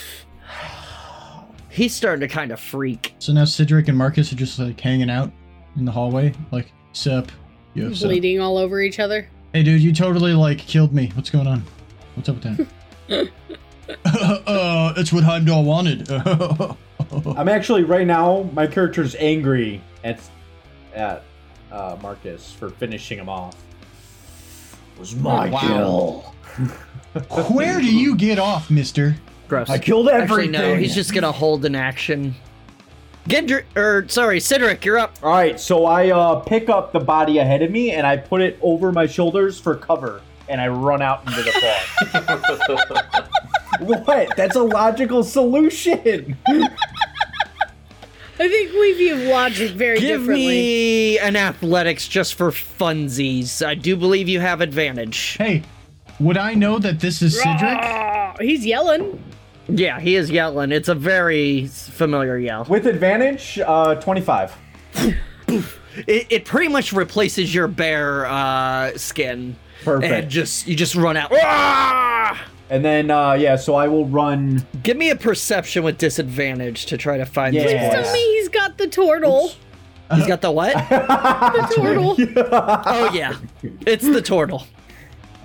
[SPEAKER 1] He's starting to kind of freak.
[SPEAKER 3] So now Cedric and Marcus are just like hanging out in the hallway, like, sup, you have sup.
[SPEAKER 4] Bleeding all over each other.
[SPEAKER 3] Hey dude, you totally like killed me. What's going on? What's up with that? uh, uh, it's what Heimdall wanted.
[SPEAKER 2] I'm actually right now. My character's angry at at uh, Marcus for finishing him off. It was
[SPEAKER 1] Oh,
[SPEAKER 2] my
[SPEAKER 3] Wow.
[SPEAKER 2] kill.
[SPEAKER 3] Where do you get off, mister?
[SPEAKER 1] Gross.
[SPEAKER 2] I killed
[SPEAKER 1] Actually,
[SPEAKER 2] everything.
[SPEAKER 1] no. He's just gonna hold an action. Gendry, or sorry, Cedric, you're up.
[SPEAKER 2] All right, so I uh, pick up the body ahead of me and I put it over my shoulders for cover, and I run out into the fog. what? That's a logical solution.
[SPEAKER 4] I think we view logic very
[SPEAKER 1] Give
[SPEAKER 4] differently.
[SPEAKER 1] me an athletics just for funsies. I do believe you have advantage.
[SPEAKER 3] Hey, would I know that this is Cedric?
[SPEAKER 4] Oh, he's yelling.
[SPEAKER 1] Yeah, he is yelling. It's a very familiar yell.
[SPEAKER 2] With advantage, uh, 25.
[SPEAKER 1] It, it pretty much replaces your bear uh, skin.
[SPEAKER 2] Perfect.
[SPEAKER 1] And just you just run out. Ah!
[SPEAKER 2] And then, uh, yeah, so I will run.
[SPEAKER 1] Give me a perception with disadvantage to try to find this
[SPEAKER 2] Yeah.
[SPEAKER 1] voice.
[SPEAKER 4] Tell me he's got the turtle.
[SPEAKER 1] He's got the what?
[SPEAKER 4] The turtle.
[SPEAKER 1] oh yeah, it's the turtle.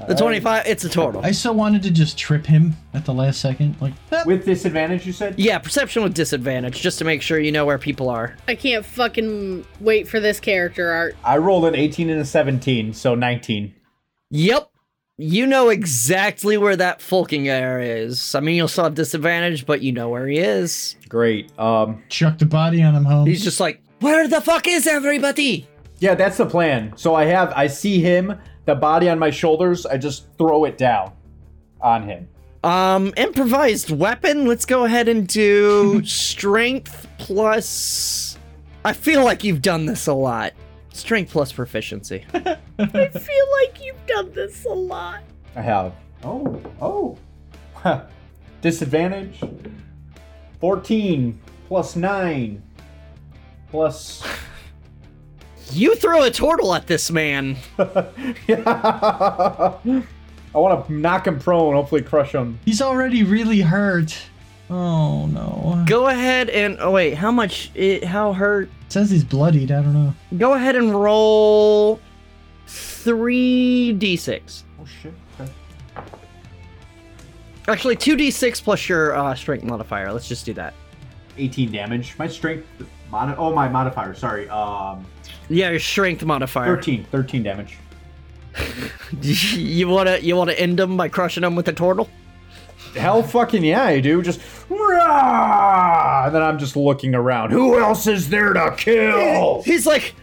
[SPEAKER 1] The 25, it's a total.
[SPEAKER 3] I so wanted to just trip him at the last second. Like, "Ah."
[SPEAKER 2] With disadvantage, you said?
[SPEAKER 1] Yeah, perception with disadvantage, just to make sure you know where people are.
[SPEAKER 4] I can't fucking wait for this character art.
[SPEAKER 2] I rolled an 18 and a 17, so 19.
[SPEAKER 1] Yep. You know exactly where that Fulking area is. I mean, you'll still have disadvantage, but you know where he is.
[SPEAKER 2] Great. Um,
[SPEAKER 3] chuck the body on him, home.
[SPEAKER 1] He's just like, Where the fuck is everybody?
[SPEAKER 2] yeah, that's the plan. So I have, I see him, the body on my shoulders. I just throw it down on him.
[SPEAKER 1] Um, improvised weapon. Let's go ahead and do strength plus. I feel like you've done this a lot. Strength plus proficiency.
[SPEAKER 4] I feel like you've done this a lot.
[SPEAKER 2] I have. Oh, oh. Huh. Disadvantage. 14 plus 9 plus.
[SPEAKER 1] You throw a turtle at this man.
[SPEAKER 2] I want to knock him prone, hopefully crush him.
[SPEAKER 3] He's already really hurt. Oh no.
[SPEAKER 1] Go ahead and oh wait, how much? It, how hurt?
[SPEAKER 3] says he's bloodied. I don't know.
[SPEAKER 1] Go ahead and roll three d6.
[SPEAKER 2] Oh shit. Okay.
[SPEAKER 1] Actually, two d6 plus your uh, strength modifier. Let's just do that.
[SPEAKER 2] 18 damage. My strength. Modi- oh, my modifier. Sorry. Um,
[SPEAKER 1] Yeah, your strength modifier.
[SPEAKER 2] 13. 13 damage.
[SPEAKER 1] you wanna you wanna end him by crushing him with a turtle?
[SPEAKER 2] Hell fucking yeah, I do. Just. "Rah!" And then I'm just looking around. Who else is there to kill?
[SPEAKER 1] He's like,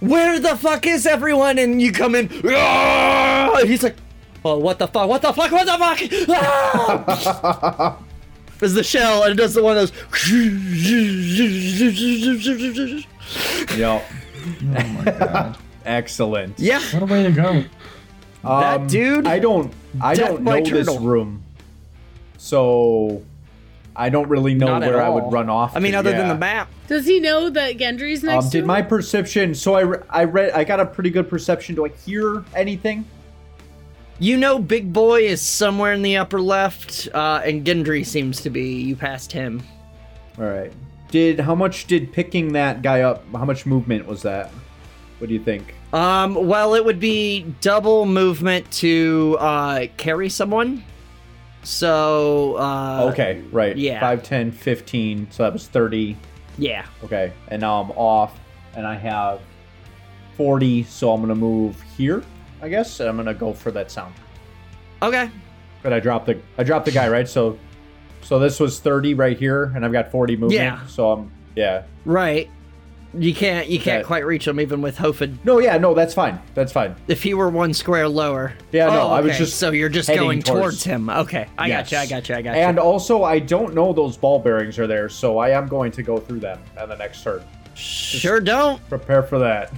[SPEAKER 1] "Where the fuck is everyone?" And you come in. "Ah!" He's like, "Oh, what the fuck? What the fuck? What the fuck?" Ah! Is the shell and it does the one of those.
[SPEAKER 2] yep.
[SPEAKER 3] Oh my god.
[SPEAKER 2] Excellent. Um,
[SPEAKER 1] Yeah,
[SPEAKER 3] What a way to go.
[SPEAKER 1] That dude
[SPEAKER 2] I don't. I
[SPEAKER 1] death
[SPEAKER 2] don't
[SPEAKER 1] by
[SPEAKER 2] know this
[SPEAKER 1] turtle.
[SPEAKER 2] room, so I don't really know
[SPEAKER 1] not at
[SPEAKER 2] where I
[SPEAKER 1] all.
[SPEAKER 2] would run off.
[SPEAKER 1] I mean,
[SPEAKER 2] to,
[SPEAKER 1] other than
[SPEAKER 2] yeah.
[SPEAKER 1] the map.
[SPEAKER 4] Does he know that Gendry's next
[SPEAKER 2] Um,
[SPEAKER 4] to
[SPEAKER 2] did
[SPEAKER 4] him?
[SPEAKER 2] my perception? So I, re- I read. I got a pretty good perception. Do I hear anything?
[SPEAKER 1] You know, Big Boy is somewhere in the upper left, uh, and Gendry seems to be. You passed him.
[SPEAKER 2] All right. Did how much did picking that guy up? How much movement was that? What do you think?
[SPEAKER 1] Um, well, it would be double movement to uh, carry someone. So, uh,
[SPEAKER 2] okay, right.
[SPEAKER 1] yeah.
[SPEAKER 2] 5, 10, 15. So that was 30.
[SPEAKER 1] yeah,
[SPEAKER 2] Okay. And now I'm off and I have 40. So I'm going to move here, I guess. And I'm going to go for that sound.
[SPEAKER 1] okay,
[SPEAKER 2] But I dropped the I dropped the guy, right? So so this was 30 right here and I've got 40 movement.
[SPEAKER 1] Yeah.
[SPEAKER 2] So I'm yeah.
[SPEAKER 1] right. You can't, you can't
[SPEAKER 2] Okay.
[SPEAKER 1] quite reach him even with Hofed.
[SPEAKER 2] No, yeah, no, that's fine. That's fine.
[SPEAKER 1] If he were one square lower,
[SPEAKER 2] Yeah, no,
[SPEAKER 1] Oh,
[SPEAKER 2] I was
[SPEAKER 1] okay,
[SPEAKER 2] just
[SPEAKER 1] so you're just
[SPEAKER 2] heading
[SPEAKER 1] going towards,
[SPEAKER 2] towards-
[SPEAKER 1] him. Okay, I
[SPEAKER 2] Yes.
[SPEAKER 1] gotcha, I gotcha, I gotcha.
[SPEAKER 2] And also I don't know those ball bearings are there, so I am going to go through them on the next turn.
[SPEAKER 1] sure don't.
[SPEAKER 2] Prepare for that.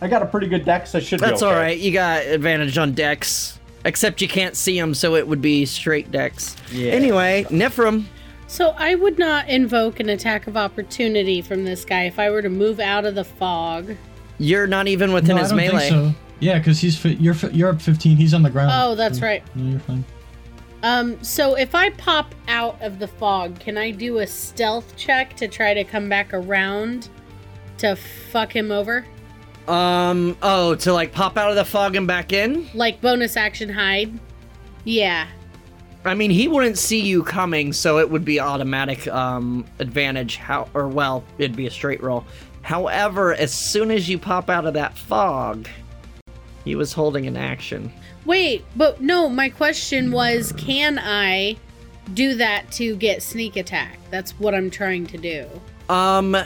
[SPEAKER 2] I got a pretty good deck, so I should
[SPEAKER 1] That's
[SPEAKER 2] be okay.
[SPEAKER 1] all right. You got advantage on decks, except you can't see him, so it would be straight decks.
[SPEAKER 2] Yeah.
[SPEAKER 1] Anyway, Nephrim.
[SPEAKER 4] So I would not invoke an attack of opportunity from this guy if I were to move out of the fog.
[SPEAKER 1] You're not even within
[SPEAKER 3] No, I
[SPEAKER 1] his
[SPEAKER 3] don't
[SPEAKER 1] melee.
[SPEAKER 3] think so. Yeah, because he's fi- you're fi- you're up 15. He's on the ground.
[SPEAKER 4] Oh,
[SPEAKER 1] Mm-hmm.
[SPEAKER 4] that's right.
[SPEAKER 3] No, you're fine.
[SPEAKER 4] Um, so if I pop out of the fog, can I do a stealth check to try to come back around to fuck him over?
[SPEAKER 1] Um. Oh, to like pop out of the fog and back in.
[SPEAKER 4] Like bonus action hide? Yeah.
[SPEAKER 1] I mean, he wouldn't see you coming, so it would be automatic um advantage. How or well, it'd be a straight roll. However, as soon as you pop out of that fog, he was holding an action.
[SPEAKER 4] Wait, but no, my question was can I do that to get sneak attack? That's what I'm trying to do.
[SPEAKER 1] Um,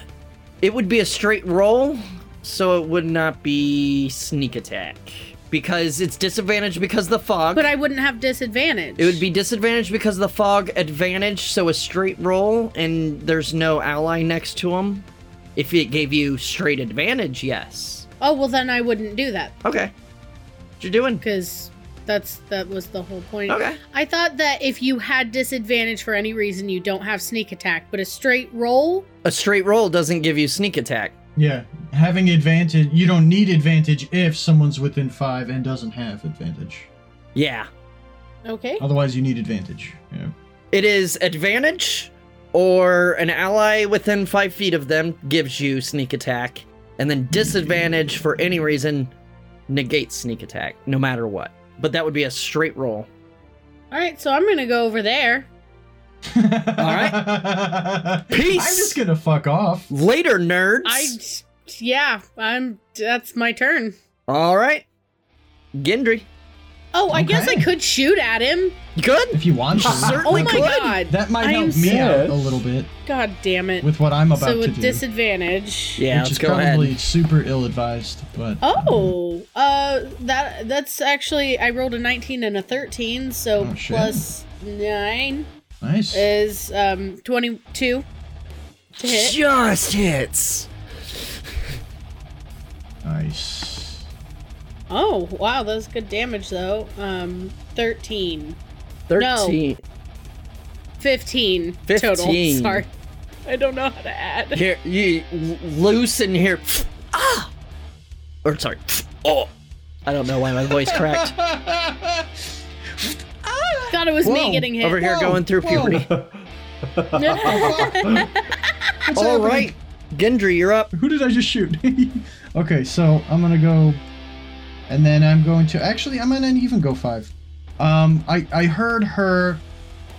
[SPEAKER 1] it would be a straight roll, so it would not be sneak attack because it's disadvantage because of the fog.
[SPEAKER 4] But I wouldn't have disadvantage.
[SPEAKER 1] It would be disadvantage because of the fog, advantage, so a straight roll, and there's no ally next to him. If it gave you straight advantage, yes.
[SPEAKER 4] Oh, well then I wouldn't do that
[SPEAKER 1] Okay. What you doing?
[SPEAKER 4] because that's that was the whole point.
[SPEAKER 1] Okay.
[SPEAKER 4] I thought that if you had disadvantage for any reason, you don't have sneak attack, but a straight roll,
[SPEAKER 1] A straight roll doesn't give you sneak attack.
[SPEAKER 3] Yeah, having advantage. You don't need advantage if someone's within five and doesn't have advantage.
[SPEAKER 1] Yeah.
[SPEAKER 4] okay.
[SPEAKER 3] Otherwise, you need advantage. Yeah.
[SPEAKER 1] It is advantage or an ally within five feet of them gives you sneak attack, and then disadvantage for any reason negates sneak attack, no matter what. But that would be a straight roll.
[SPEAKER 4] All right, so I'm gonna go over there.
[SPEAKER 3] right.
[SPEAKER 1] Peace.
[SPEAKER 3] I'm just gonna fuck off.
[SPEAKER 1] Later, nerds.
[SPEAKER 4] I, yeah, I'm. That's my turn.
[SPEAKER 1] All right, Gendry.
[SPEAKER 4] Oh, I guess I
[SPEAKER 3] Okay.
[SPEAKER 4] could shoot at him.
[SPEAKER 1] Good.
[SPEAKER 3] If you want to.
[SPEAKER 1] Sir-
[SPEAKER 4] Oh
[SPEAKER 1] We
[SPEAKER 4] my
[SPEAKER 1] could.
[SPEAKER 4] god!
[SPEAKER 3] that might
[SPEAKER 4] I am
[SPEAKER 3] help me out
[SPEAKER 2] sad.
[SPEAKER 3] a little bit
[SPEAKER 4] God damn it!
[SPEAKER 3] with what I'm about
[SPEAKER 4] so
[SPEAKER 3] to
[SPEAKER 4] with
[SPEAKER 3] do.
[SPEAKER 4] disadvantage.
[SPEAKER 1] Yeah, let's
[SPEAKER 3] which is
[SPEAKER 1] go
[SPEAKER 3] probably
[SPEAKER 1] ahead.
[SPEAKER 3] super ill-advised, but
[SPEAKER 4] Oh, uh, that that's actually I rolled a 19 and a 13, so
[SPEAKER 3] Oh, shit.
[SPEAKER 4] plus nine
[SPEAKER 3] nice.
[SPEAKER 4] is um 22 to hit.
[SPEAKER 1] Just hits.
[SPEAKER 3] Nice.
[SPEAKER 4] Oh, wow, that's good damage though. Um, 13, No.
[SPEAKER 1] Thirteen.
[SPEAKER 4] 15, total.
[SPEAKER 1] 15.
[SPEAKER 4] Sorry, I don't know how to add.
[SPEAKER 1] Here, you l- loose in here. Ah. Or sorry. Oh. I don't know why my voice cracked.
[SPEAKER 4] Thought it was
[SPEAKER 3] Whoa,
[SPEAKER 4] me getting hit.
[SPEAKER 1] Over here, going through
[SPEAKER 3] whoa.
[SPEAKER 1] puberty.
[SPEAKER 3] What's
[SPEAKER 1] All
[SPEAKER 3] happening?
[SPEAKER 1] right, Gendry, you're up.
[SPEAKER 3] Who did I just shoot? okay, so I'm gonna go, and then I'm going to actually I'm gonna even go five. Um, I I heard her,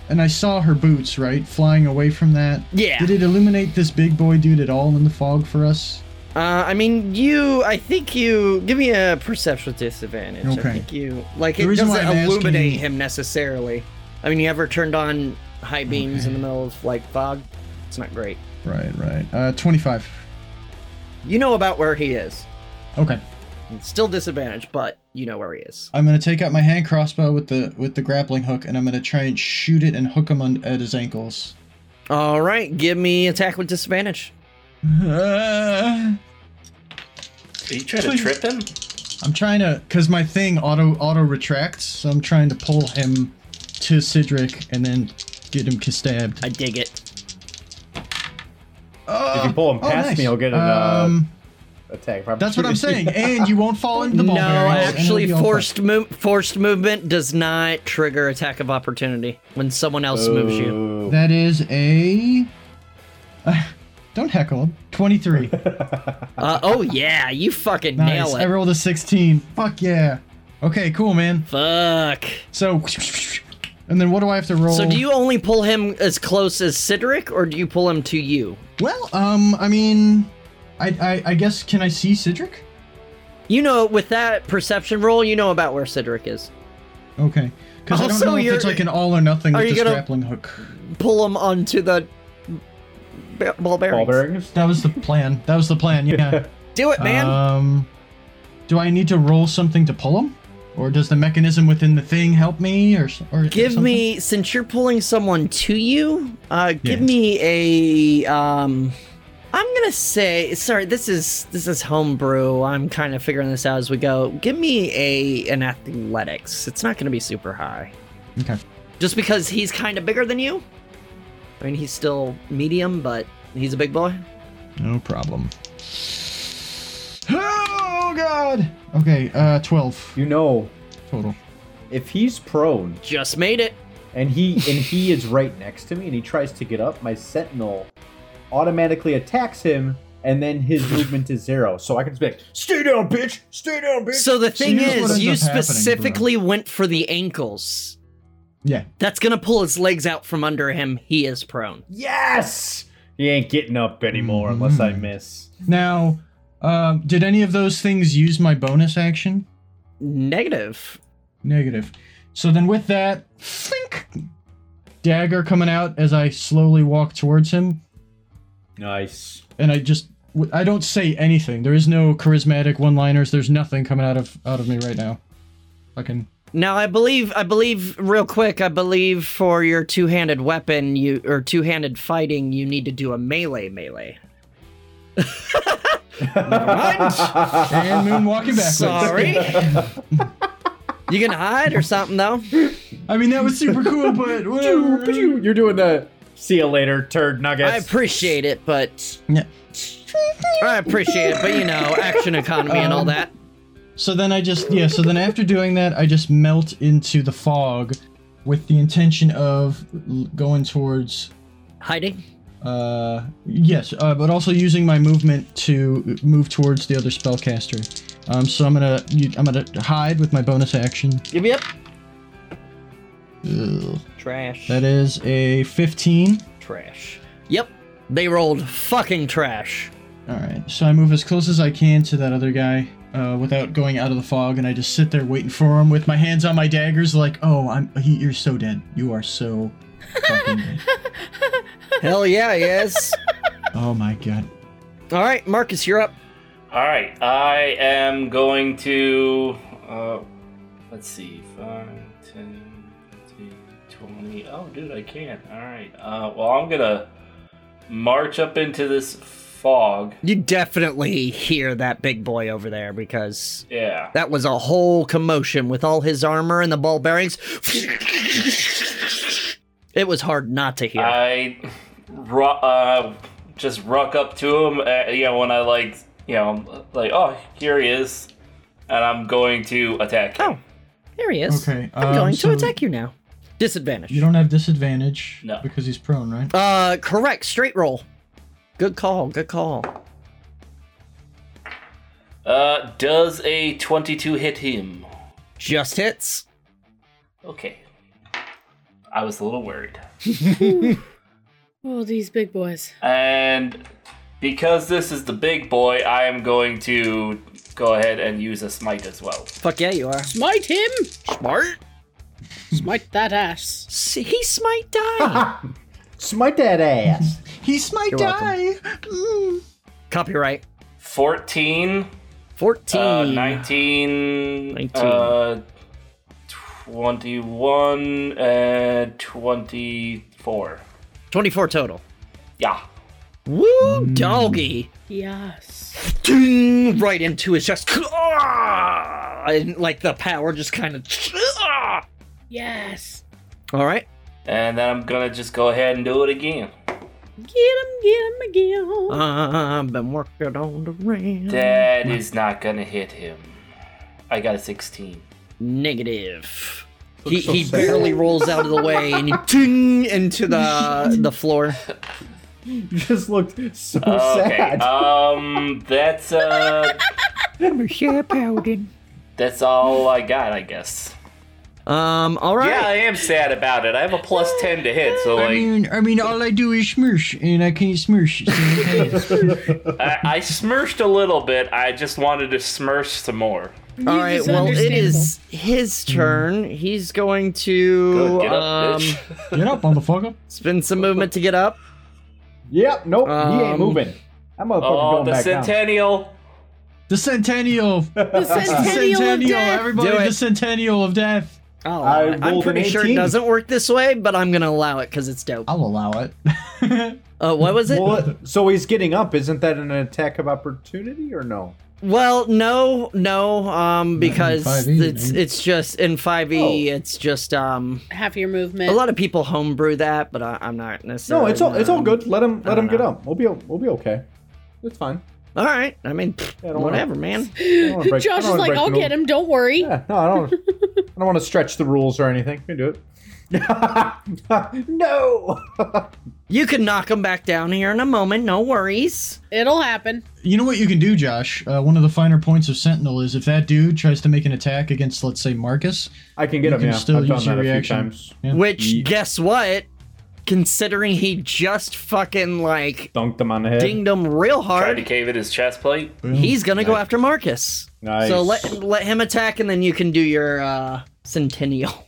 [SPEAKER 3] and I saw her boots right flying away from that.
[SPEAKER 1] Yeah.
[SPEAKER 3] Did it illuminate this big boy dude at all in the fog for us?
[SPEAKER 1] Uh, I mean, you. I think you. Give me a perception with disadvantage. I
[SPEAKER 3] Okay.
[SPEAKER 1] think you. Like,
[SPEAKER 3] The
[SPEAKER 1] it
[SPEAKER 3] reason
[SPEAKER 1] doesn't
[SPEAKER 3] why I'm asking-
[SPEAKER 1] illuminate him necessarily. I mean, you ever turned on high beams in the middle of, like, fog? It's not great.
[SPEAKER 3] Right, right. Uh, 25.
[SPEAKER 1] You know about where he is.
[SPEAKER 3] Okay.
[SPEAKER 1] It's still disadvantage, but you know where he is.
[SPEAKER 3] I'm gonna take out my hand crossbow with the with the grappling hook, and I'm gonna try and shoot it and hook him on, at his ankles.
[SPEAKER 1] All right, give me attack with disadvantage.
[SPEAKER 3] Uh,
[SPEAKER 5] Are you trying to trip him?
[SPEAKER 3] I'm trying to, cause my thing auto auto retracts, so I'm trying to pull him to Sidric and then get him stabbed.
[SPEAKER 1] I dig it.
[SPEAKER 3] Oh, Um,
[SPEAKER 2] If you pull him past me, I'll get an, uh, Attack. of
[SPEAKER 3] that's what I'm
[SPEAKER 2] opportunity.
[SPEAKER 3] saying, and you won't fall into the ball
[SPEAKER 1] no,
[SPEAKER 3] bearings, and it'll
[SPEAKER 1] actually,
[SPEAKER 3] be all fine.
[SPEAKER 1] forced mo- forced movement does not trigger attack of opportunity when someone else moves you.
[SPEAKER 2] Ooh.
[SPEAKER 3] That is a. uh, don't heckle him. 23.
[SPEAKER 1] Uh, oh yeah, you fucking
[SPEAKER 3] Nice.
[SPEAKER 1] nail
[SPEAKER 3] I
[SPEAKER 1] it.
[SPEAKER 3] rolled a 16. Fuck yeah. Okay, cool, man.
[SPEAKER 1] Fuck.
[SPEAKER 3] So, and then what do I have to roll?
[SPEAKER 1] So do you only pull him as close as Sidric, or do you pull him to you?
[SPEAKER 3] Well, um, I mean, I, I, I guess can I see Cedric?
[SPEAKER 1] You know, with that perception roll, you know about where Sidric is.
[SPEAKER 3] Okay. Because I don't
[SPEAKER 1] Also,
[SPEAKER 3] know if
[SPEAKER 1] you're-
[SPEAKER 3] it's like an all or nothing
[SPEAKER 1] Are
[SPEAKER 3] with
[SPEAKER 1] you
[SPEAKER 3] this
[SPEAKER 1] gonna-
[SPEAKER 3] grappling hook.
[SPEAKER 1] Pull him onto the ba- ball
[SPEAKER 2] Ball
[SPEAKER 1] bearings.
[SPEAKER 2] bearings.
[SPEAKER 3] That was the plan. That was the plan. Yeah.
[SPEAKER 1] Do it, man.
[SPEAKER 3] Um, do I need to roll something to pull him, or does the mechanism within the thing help me, or s- or
[SPEAKER 1] give
[SPEAKER 3] something?
[SPEAKER 1] me since you're pulling someone to you. Uh, give
[SPEAKER 3] Yeah.
[SPEAKER 1] me a um. I'm gonna say sorry. This is this is homebrew. I'm kind of figuring this out as we go. Give me a an athletics. It's not gonna be super high.
[SPEAKER 3] Okay.
[SPEAKER 1] just because he's kind of bigger than you. I mean, he's still medium, but he's a big boy.
[SPEAKER 3] No problem. Oh God. Okay. Uh, twelve
[SPEAKER 2] You know,
[SPEAKER 3] total.
[SPEAKER 2] if he's prone
[SPEAKER 1] Just made it.
[SPEAKER 2] and he and he is right next to me and he tries to get up, my sentinel automatically attacks him and then his movement is zero. So I can just be like, stay down, bitch! Stay down, bitch!
[SPEAKER 1] So the thing
[SPEAKER 3] here's
[SPEAKER 1] is,
[SPEAKER 3] what ends
[SPEAKER 1] you
[SPEAKER 3] up happening,
[SPEAKER 1] specifically went for the ankles.
[SPEAKER 3] Yeah.
[SPEAKER 1] That's gonna pull his legs out from under him. He is prone.
[SPEAKER 2] yes! He ain't getting up anymore unless
[SPEAKER 3] Hmm.
[SPEAKER 2] I miss.
[SPEAKER 3] Now, um, did any of those things use my bonus action?
[SPEAKER 1] Negative.
[SPEAKER 3] Negative. So then with that, think dagger coming out as I slowly walk towards him,
[SPEAKER 2] Nice.
[SPEAKER 3] and I just w- I don't say anything. There is no charismatic one-liners. There's nothing coming out of out of me right now. Fucking
[SPEAKER 1] Now I believe I believe real quick. I believe for your two-handed weapon, you or two-handed fighting, you need to do a melee melee.
[SPEAKER 3] and moon walking backwards.
[SPEAKER 1] Sorry. you can hide or something though.
[SPEAKER 3] I mean that was super cool, but whatever.
[SPEAKER 2] You're doing the see you later, turd nuggets.
[SPEAKER 1] I appreciate it, but
[SPEAKER 3] Yeah.
[SPEAKER 1] I appreciate it, but you know, action economy and all that.
[SPEAKER 3] So then I just yeah. So then after doing that, I just melt into the fog, with the intention of l- going towards
[SPEAKER 1] Hiding.
[SPEAKER 3] Uh, yes, uh, but also using my movement to move towards the other spellcaster. Um, so I'm gonna you, I'm gonna hide with my bonus action.
[SPEAKER 1] Yep, yep.
[SPEAKER 3] Ugh.
[SPEAKER 1] Trash.
[SPEAKER 3] That is a 15.
[SPEAKER 1] trash. Yep. They rolled fucking trash.
[SPEAKER 3] All right, so I move as close as I can to that other guy uh, without going out of the fog, and I just sit there waiting for him with my hands on my daggers, like, "Oh, I'm he, you're so dead. You are so fucking dead.
[SPEAKER 1] Hell yeah, yes.
[SPEAKER 3] Oh my god."
[SPEAKER 1] All right, Marcus, you're up.
[SPEAKER 5] All right, I am going to. Uh, let's see, 5, 10, 15, 20. Oh, dude, I can't. All right. Uh, well, I'm gonna march up into this fog.
[SPEAKER 1] You definitely hear that big boy over there because
[SPEAKER 5] Yeah.
[SPEAKER 1] that was a whole commotion with all his armor and the ball bearings. It was hard not to hear.
[SPEAKER 5] I ru- uh, just ruck up to him, uh, you know, when I like, you know, like, oh, here he is, and I'm going to attack. him.
[SPEAKER 1] oh, there he is.
[SPEAKER 3] Okay,
[SPEAKER 1] I'm
[SPEAKER 3] um,
[SPEAKER 1] going
[SPEAKER 3] so-
[SPEAKER 1] to attack you now. Disadvantage.
[SPEAKER 3] You don't have disadvantage
[SPEAKER 5] No.
[SPEAKER 3] because he's prone, right?
[SPEAKER 1] Uh, correct. Straight roll. Good call. Good call.
[SPEAKER 5] Uh, does a 22 hit him?
[SPEAKER 1] Just hits.
[SPEAKER 5] Okay. I was a little worried.
[SPEAKER 4] Oh, these big boys.
[SPEAKER 5] And because this is the big boy, I am going to go ahead and use a smite as well.
[SPEAKER 1] Fuck yeah, you are.
[SPEAKER 4] Smite him!
[SPEAKER 1] Smart.
[SPEAKER 4] Smite that ass.
[SPEAKER 1] See, he smite die.
[SPEAKER 2] Smite that ass.
[SPEAKER 3] He's my
[SPEAKER 1] You're
[SPEAKER 3] die. Mm.
[SPEAKER 1] welcome. Copyright.
[SPEAKER 5] 14,
[SPEAKER 1] 14.
[SPEAKER 5] uh, 19,
[SPEAKER 1] 19.
[SPEAKER 5] Uh, 21, uh, 24.
[SPEAKER 1] 24 total.
[SPEAKER 5] Yeah.
[SPEAKER 1] Woo,
[SPEAKER 3] Mm.
[SPEAKER 1] doggy.
[SPEAKER 4] Yes.
[SPEAKER 1] Ding, right into his chest. Ah! And like the power just kind of. Ah!
[SPEAKER 4] Yes.
[SPEAKER 1] All right.
[SPEAKER 5] And then I'm gonna just go ahead and do it again.
[SPEAKER 4] Get him, get him again.
[SPEAKER 1] I've been working on the ring.
[SPEAKER 5] That is not gonna hit him. I got a 16.
[SPEAKER 1] Negative. He,
[SPEAKER 2] so
[SPEAKER 1] he
[SPEAKER 2] sad.
[SPEAKER 1] barely rolls out of the way and he ting into the the floor.
[SPEAKER 2] you just looked so
[SPEAKER 5] Okay.
[SPEAKER 2] sad.
[SPEAKER 5] Um, that's uh,
[SPEAKER 1] Oh,
[SPEAKER 5] that's all I got, I guess.
[SPEAKER 1] Um. All right.
[SPEAKER 5] Yeah, I am sad about it. I have a plus ten to hit, so
[SPEAKER 3] I
[SPEAKER 5] like
[SPEAKER 3] mean, I mean, all I do is smirsh, and I can't smirsh. So
[SPEAKER 5] I, I smirched a little bit. I just wanted to smirch some more.
[SPEAKER 1] All right.
[SPEAKER 4] It's
[SPEAKER 1] Well, it
[SPEAKER 4] understandable.
[SPEAKER 1] is his turn. He's going to
[SPEAKER 5] Good, get up,
[SPEAKER 1] um,
[SPEAKER 5] bitch.
[SPEAKER 3] get up, motherfucker.
[SPEAKER 1] spend some movement to get up.
[SPEAKER 2] Yep, nope, he
[SPEAKER 1] Um,
[SPEAKER 2] ain't moving. That motherfucker's
[SPEAKER 5] Oh,
[SPEAKER 2] going
[SPEAKER 5] the
[SPEAKER 2] back down.
[SPEAKER 5] centennial.
[SPEAKER 3] The centennial.
[SPEAKER 4] The centennial, of
[SPEAKER 3] Centennial.
[SPEAKER 4] death.
[SPEAKER 1] Do
[SPEAKER 3] Everybody,
[SPEAKER 1] it.
[SPEAKER 3] the centennial of death.
[SPEAKER 1] Oh,
[SPEAKER 2] I
[SPEAKER 1] I am
[SPEAKER 2] rolled
[SPEAKER 1] pretty
[SPEAKER 2] an
[SPEAKER 1] sure it
[SPEAKER 2] 18.
[SPEAKER 1] doesn't work this way, but I'm gonna allow it because it's dope.
[SPEAKER 3] I'll allow it.
[SPEAKER 1] Uh, what was it? Well,
[SPEAKER 2] Well, so he's getting up. Isn't that an attack of opportunity or no?
[SPEAKER 1] no, no, um, because
[SPEAKER 3] 5e,
[SPEAKER 1] it's
[SPEAKER 3] man.
[SPEAKER 1] it's just in 5e,
[SPEAKER 2] Oh.
[SPEAKER 1] it's just um,
[SPEAKER 4] Half your
[SPEAKER 1] a
[SPEAKER 4] movement.
[SPEAKER 1] lot of people homebrew that, but I, I'm not necessarily.
[SPEAKER 2] No, it's all it's all good. Let him let
[SPEAKER 1] don't
[SPEAKER 2] him get
[SPEAKER 1] know.
[SPEAKER 2] up. We'll be o- we'll be okay. It's fine.
[SPEAKER 1] All right, I mean, pfft,
[SPEAKER 2] Yeah, I don't wanna-
[SPEAKER 1] whatever, man.
[SPEAKER 2] I don't wanna break- I
[SPEAKER 4] Josh
[SPEAKER 2] don't
[SPEAKER 4] is
[SPEAKER 2] wanna
[SPEAKER 4] like,
[SPEAKER 2] break the
[SPEAKER 4] I'll
[SPEAKER 2] rule."
[SPEAKER 4] get him. Don't worry.
[SPEAKER 2] Yeah, no, I don't. I don't want to stretch the rules or anything. You can do it. no.
[SPEAKER 1] You can knock him back down here in a moment. No worries.
[SPEAKER 4] It'll happen.
[SPEAKER 3] You know what you can do, Josh? Uh, one of the finer points of Sentinel is if that dude tries to make an attack against, let's say, Marcus,
[SPEAKER 2] I can get
[SPEAKER 3] You
[SPEAKER 2] him.
[SPEAKER 3] can
[SPEAKER 2] yeah,
[SPEAKER 3] still
[SPEAKER 2] I've done
[SPEAKER 3] use your
[SPEAKER 2] that a
[SPEAKER 3] reaction.
[SPEAKER 2] few times.
[SPEAKER 3] Yeah.
[SPEAKER 1] Which,
[SPEAKER 2] Ye-
[SPEAKER 1] guess what? Considering he just fucking like
[SPEAKER 2] Dunked him on the head.
[SPEAKER 1] dinged him real
[SPEAKER 5] Tried to
[SPEAKER 1] hard,
[SPEAKER 5] cave in his chest plate.
[SPEAKER 3] boom.
[SPEAKER 1] he's gonna go
[SPEAKER 2] Nice.
[SPEAKER 1] after Marcus.
[SPEAKER 2] Nice.
[SPEAKER 1] So let let him attack, and then you can do your uh, centennial.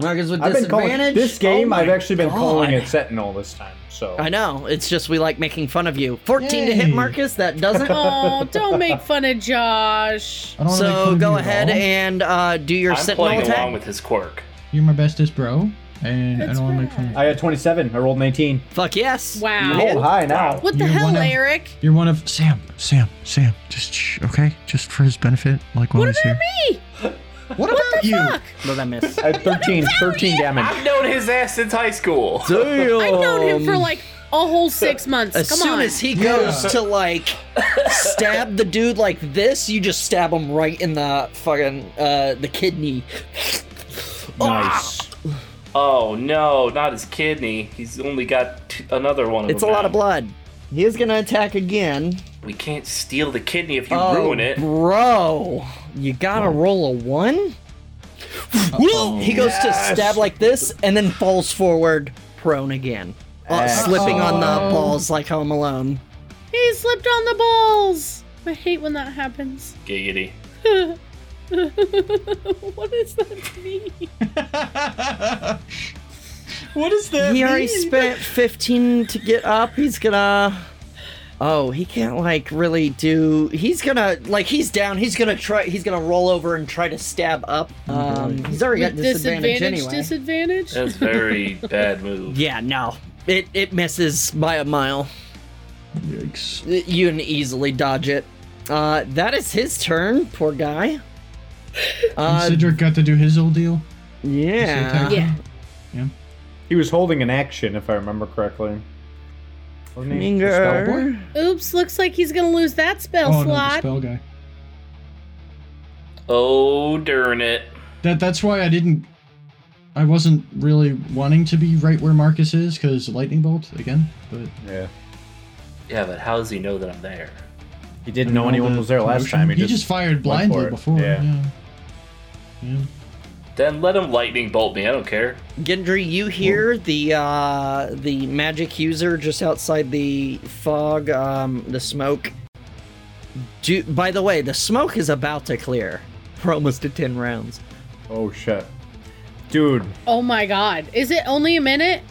[SPEAKER 1] Marcus with
[SPEAKER 2] I've been calling
[SPEAKER 1] disadvantage.
[SPEAKER 2] this
[SPEAKER 1] Oh
[SPEAKER 2] game.
[SPEAKER 1] my
[SPEAKER 2] I've actually been calling
[SPEAKER 1] God.
[SPEAKER 2] it Sentinel this time. So
[SPEAKER 1] I know. It's just we like making fun of you. 14 to hit
[SPEAKER 3] Yay.
[SPEAKER 1] Marcus. That doesn't.
[SPEAKER 4] Oh, don't make fun of Josh.
[SPEAKER 3] I don't wanna make fun
[SPEAKER 1] so
[SPEAKER 3] of
[SPEAKER 1] go
[SPEAKER 3] you at
[SPEAKER 1] ahead
[SPEAKER 3] all.
[SPEAKER 1] and uh, do your
[SPEAKER 5] I'm
[SPEAKER 1] sentinel
[SPEAKER 5] playing
[SPEAKER 1] attack.
[SPEAKER 5] along with his quirk.
[SPEAKER 3] You're my bestest bro, and I
[SPEAKER 4] That's
[SPEAKER 3] don't want to
[SPEAKER 4] right.
[SPEAKER 3] make fun of you.
[SPEAKER 2] I got 27. I rolled 19.
[SPEAKER 1] Fuck yes.
[SPEAKER 4] Wow.
[SPEAKER 2] Rolled high now.
[SPEAKER 4] What the
[SPEAKER 3] You're
[SPEAKER 4] hell,
[SPEAKER 3] one of-
[SPEAKER 4] Eric?
[SPEAKER 3] You're one of Sam, Sam, Sam. Just shh, okay, just for his benefit, like while
[SPEAKER 4] What
[SPEAKER 3] he's
[SPEAKER 4] about
[SPEAKER 3] here.
[SPEAKER 4] me?
[SPEAKER 3] What about you?
[SPEAKER 4] Fuck.
[SPEAKER 1] Did I miss?
[SPEAKER 2] I had 13. 13 damage.
[SPEAKER 5] I've known his ass since high school.
[SPEAKER 1] Damn.
[SPEAKER 4] I've known him for like a whole six months.
[SPEAKER 1] Um, As
[SPEAKER 4] Come
[SPEAKER 1] soon
[SPEAKER 4] on.
[SPEAKER 1] as he goes to like stab the dude like this, you just stab him right in the fucking uh the kidney.
[SPEAKER 2] Nice.
[SPEAKER 5] Oh no, not his kidney. He's only got t- another one of
[SPEAKER 1] It's a
[SPEAKER 5] them
[SPEAKER 1] lot of
[SPEAKER 5] now.
[SPEAKER 1] blood. He is gonna attack again.
[SPEAKER 5] We can't steal the kidney if you
[SPEAKER 1] Oh,
[SPEAKER 5] ruin it.
[SPEAKER 1] Bro, you gotta roll a one?
[SPEAKER 3] Uh-oh.
[SPEAKER 1] He goes to stab like this and then falls forward prone again. Uh,
[SPEAKER 2] Excellent.
[SPEAKER 1] slipping on the balls like Home Alone.
[SPEAKER 4] He slipped on the balls. I hate when that happens.
[SPEAKER 5] Giggity.
[SPEAKER 4] what does that mean?
[SPEAKER 3] what is that?
[SPEAKER 1] He already
[SPEAKER 3] mean?
[SPEAKER 1] spent 15 to get up. He's gonna. Oh, he can't like really do. He's gonna like he's down. He's gonna try. He's gonna roll over and try to stab up. Um, he's already got
[SPEAKER 4] With
[SPEAKER 1] disadvantage, anyway.
[SPEAKER 4] disadvantage.
[SPEAKER 5] That's very bad move.
[SPEAKER 1] yeah, no, it it misses by a mile.
[SPEAKER 3] Yikes.
[SPEAKER 1] You can easily dodge it. Uh, that is his turn. Poor guy. Uh,
[SPEAKER 3] Cedric got to do his old deal.
[SPEAKER 1] yeah.
[SPEAKER 4] Yeah.
[SPEAKER 2] He was holding an action, if I remember correctly. Wasn't he?
[SPEAKER 1] Finger.
[SPEAKER 3] Spellboy?
[SPEAKER 4] Oops, looks like he's gonna lose that spell
[SPEAKER 3] Oh no, the
[SPEAKER 4] slot.
[SPEAKER 3] spell guy.
[SPEAKER 5] Oh darn it.
[SPEAKER 3] That that's why I didn't. I wasn't really wanting to be right where Marcus is because lightning bolt again. But
[SPEAKER 2] Yeah.
[SPEAKER 5] Yeah, but how does he know that I'm there?
[SPEAKER 2] He didn't know anyone was there last time. He,
[SPEAKER 3] He just,
[SPEAKER 2] just, went for
[SPEAKER 3] fired blindly
[SPEAKER 2] it.
[SPEAKER 3] before.
[SPEAKER 2] Yeah.
[SPEAKER 3] Yeah. yeah.
[SPEAKER 5] Then let him lightning bolt me. I don't care.
[SPEAKER 1] Gendry, you hear the uh, the magic user just outside the fog, um, the smoke. Do, by the way, the smoke is about to clear. We're almost to ten rounds.
[SPEAKER 2] Oh shit, dude,
[SPEAKER 4] Oh my god. Is it only a minute?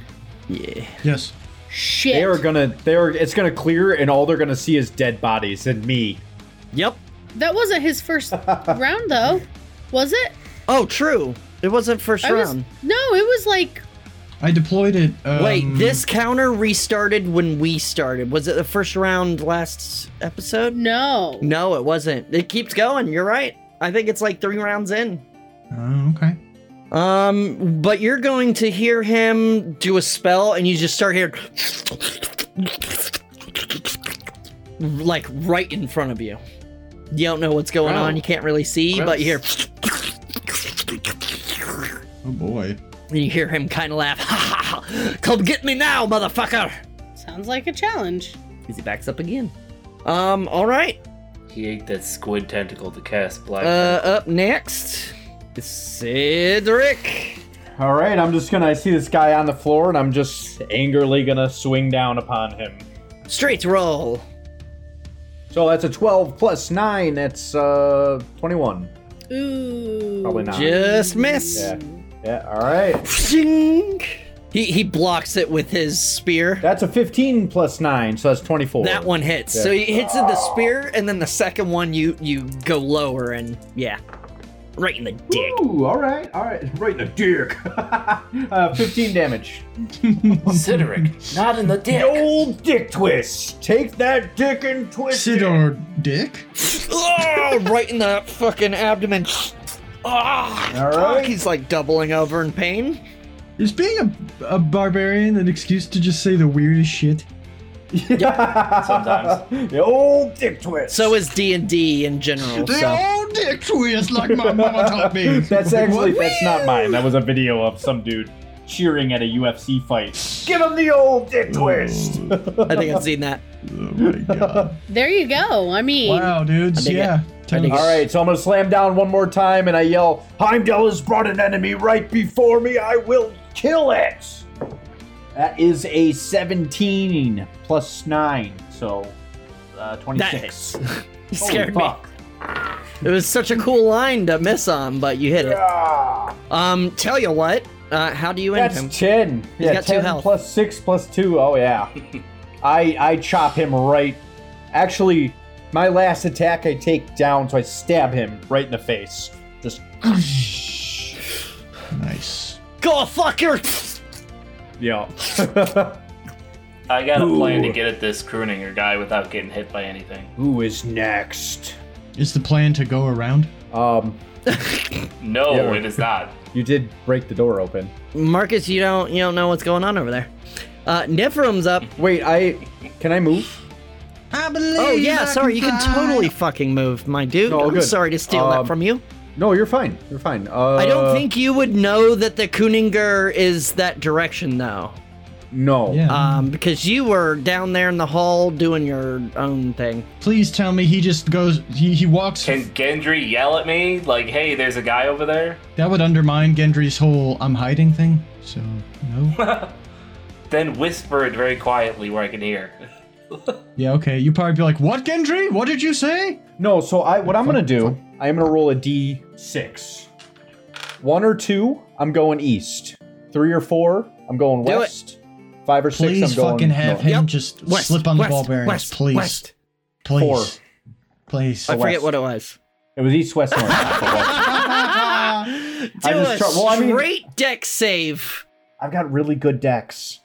[SPEAKER 1] Yeah.
[SPEAKER 3] Yes.
[SPEAKER 4] Shit.
[SPEAKER 2] they are gonna. They are. It's gonna clear, and all they're gonna see is dead bodies and me.
[SPEAKER 1] Yep.
[SPEAKER 4] That wasn't his first round though. Was it?
[SPEAKER 1] Oh, true. It wasn't first
[SPEAKER 4] I was,
[SPEAKER 1] round.
[SPEAKER 4] no, it was like
[SPEAKER 3] I deployed it. Um,
[SPEAKER 1] Wait, this counter restarted when we started. Was it the first round last episode?
[SPEAKER 4] no.
[SPEAKER 1] No, it wasn't. It keeps going. You're right. I think it's like three rounds in.
[SPEAKER 3] Oh, okay.
[SPEAKER 1] Um, but you're going to hear him do a spell, and you just start hearing like right in front of you. You don't know what's going
[SPEAKER 5] Wow.
[SPEAKER 1] on. You can't really see, but you hear
[SPEAKER 3] Oh boy.
[SPEAKER 1] and you hear him kind of laugh. Ha ha ha! Come get me now, motherfucker!
[SPEAKER 4] Sounds like a challenge.
[SPEAKER 1] As he backs up again. Um, all right.
[SPEAKER 5] He ate that squid tentacle to cast black.
[SPEAKER 1] Uh, up next, is Cedric.
[SPEAKER 2] All right, I'm just gonna. I see this guy on the floor, and I'm just angrily gonna swing down upon him.
[SPEAKER 1] Straight roll.
[SPEAKER 2] So that's a 12 plus nine. That's uh 21.
[SPEAKER 4] Ooh.
[SPEAKER 2] Probably not.
[SPEAKER 1] Just miss.
[SPEAKER 2] Yeah. Yeah. All right.
[SPEAKER 1] Zing. He he blocks it with his spear.
[SPEAKER 2] That's a 15 plus nine, so that's 24.
[SPEAKER 1] That one hits.
[SPEAKER 2] Yeah.
[SPEAKER 1] So he hits it with the spear, and then the second one you you go lower, and yeah, right in the dick.
[SPEAKER 2] Ooh, all right, all right, right in the dick. uh, 15 damage.
[SPEAKER 5] Cedric, not in the dick.
[SPEAKER 2] The old dick twist. Take that dick and twist it.
[SPEAKER 3] Sidor Dick.
[SPEAKER 1] oh, right in the fucking abdomen. Ah,
[SPEAKER 2] All
[SPEAKER 1] fuck,
[SPEAKER 2] right.
[SPEAKER 1] he's like doubling over in pain.
[SPEAKER 3] Is being a, a barbarian an excuse to just say the weirdest shit?
[SPEAKER 5] Sometimes.
[SPEAKER 2] the old dick twist.
[SPEAKER 1] So is D and D in general. So.
[SPEAKER 3] old dick twist, like my mama taught me.
[SPEAKER 2] that's actually
[SPEAKER 3] What? Oh,
[SPEAKER 2] that's not mine. That was a video of some dude cheering at a UFC fight. Give him the old dick twist.
[SPEAKER 1] I think I've seen that.
[SPEAKER 3] Oh my god.
[SPEAKER 4] There you go. I mean,
[SPEAKER 3] Wow, dudes.
[SPEAKER 1] dig it.
[SPEAKER 3] Yeah.
[SPEAKER 1] dig
[SPEAKER 3] Tons.
[SPEAKER 1] it.
[SPEAKER 2] All right, so I'm gonna slam down one more time, and I yell, "Heimdall has brought an enemy right before me. I will kill it." That is a 17 plus nine, so uh, 26.
[SPEAKER 1] You
[SPEAKER 2] Holy
[SPEAKER 1] scared me.
[SPEAKER 2] fuck.
[SPEAKER 1] It was such a cool line to miss on, but you hit it.
[SPEAKER 2] Ah,
[SPEAKER 1] Um, tell you what. Uh, how do you end him?
[SPEAKER 2] that's 10. yeah,
[SPEAKER 1] got two
[SPEAKER 2] 10
[SPEAKER 1] health.
[SPEAKER 2] plus 6 plus 2. Oh, yeah. I, I chop him right. Actually, my last attack I take down, so I stab him right in the face. Just.
[SPEAKER 3] Nice.
[SPEAKER 1] Go fuck your.
[SPEAKER 2] Yeah.
[SPEAKER 5] I got a plan to
[SPEAKER 2] Ooh.
[SPEAKER 5] get at this crooninger guy without getting hit by anything.
[SPEAKER 2] Who is next?
[SPEAKER 3] Is the plan to go around?
[SPEAKER 2] Um,
[SPEAKER 5] No,
[SPEAKER 2] Yeah.
[SPEAKER 5] it is not.
[SPEAKER 2] you did break the door open.
[SPEAKER 1] Marcus, you don't you don't know what's going on over there. Uh, Nifrim's up.
[SPEAKER 2] Wait, I. Can I move?
[SPEAKER 3] I believe.
[SPEAKER 1] Oh yeah, sorry. You can totally fucking move, my dude.
[SPEAKER 2] No, all
[SPEAKER 1] I'm
[SPEAKER 2] good.
[SPEAKER 1] sorry to steal
[SPEAKER 2] Um,
[SPEAKER 1] that from you.
[SPEAKER 2] No, you're fine. You're fine. Uh,
[SPEAKER 1] I don't think you would know that the Kuninger is that direction, though,
[SPEAKER 2] No.
[SPEAKER 3] Yeah.
[SPEAKER 1] um, because you were down there in the hall doing your own thing.
[SPEAKER 3] Please tell me he just goes. He, he walks.
[SPEAKER 5] Can Gendry yell at me? Like, hey, there's a guy over there?
[SPEAKER 3] that would undermine Gendry's whole "I'm hiding" thing. So no.
[SPEAKER 5] Then whisper it very quietly where I can hear.
[SPEAKER 3] yeah. Okay. You probably be like, "What, Gendry? What did you say?"
[SPEAKER 2] No, so I what I'm gonna do, I am gonna roll a D six. One or two, I'm going east. Three or four, I'm going
[SPEAKER 1] Do it.
[SPEAKER 2] west. Five or six,
[SPEAKER 3] Please
[SPEAKER 2] I'm going
[SPEAKER 3] fucking have
[SPEAKER 2] north.
[SPEAKER 3] him
[SPEAKER 1] Yep.
[SPEAKER 3] just
[SPEAKER 1] West,
[SPEAKER 3] slip on
[SPEAKER 1] west,
[SPEAKER 3] the ball bearings,
[SPEAKER 1] west,
[SPEAKER 3] please.
[SPEAKER 1] west.
[SPEAKER 3] Please.
[SPEAKER 2] Four.
[SPEAKER 3] Please.
[SPEAKER 1] I forget
[SPEAKER 2] west.
[SPEAKER 1] what it was.
[SPEAKER 2] It was east, west, north. not the west.
[SPEAKER 1] Do a
[SPEAKER 2] was try- well, I mean-
[SPEAKER 1] straight deck save.
[SPEAKER 2] I've got really good decks.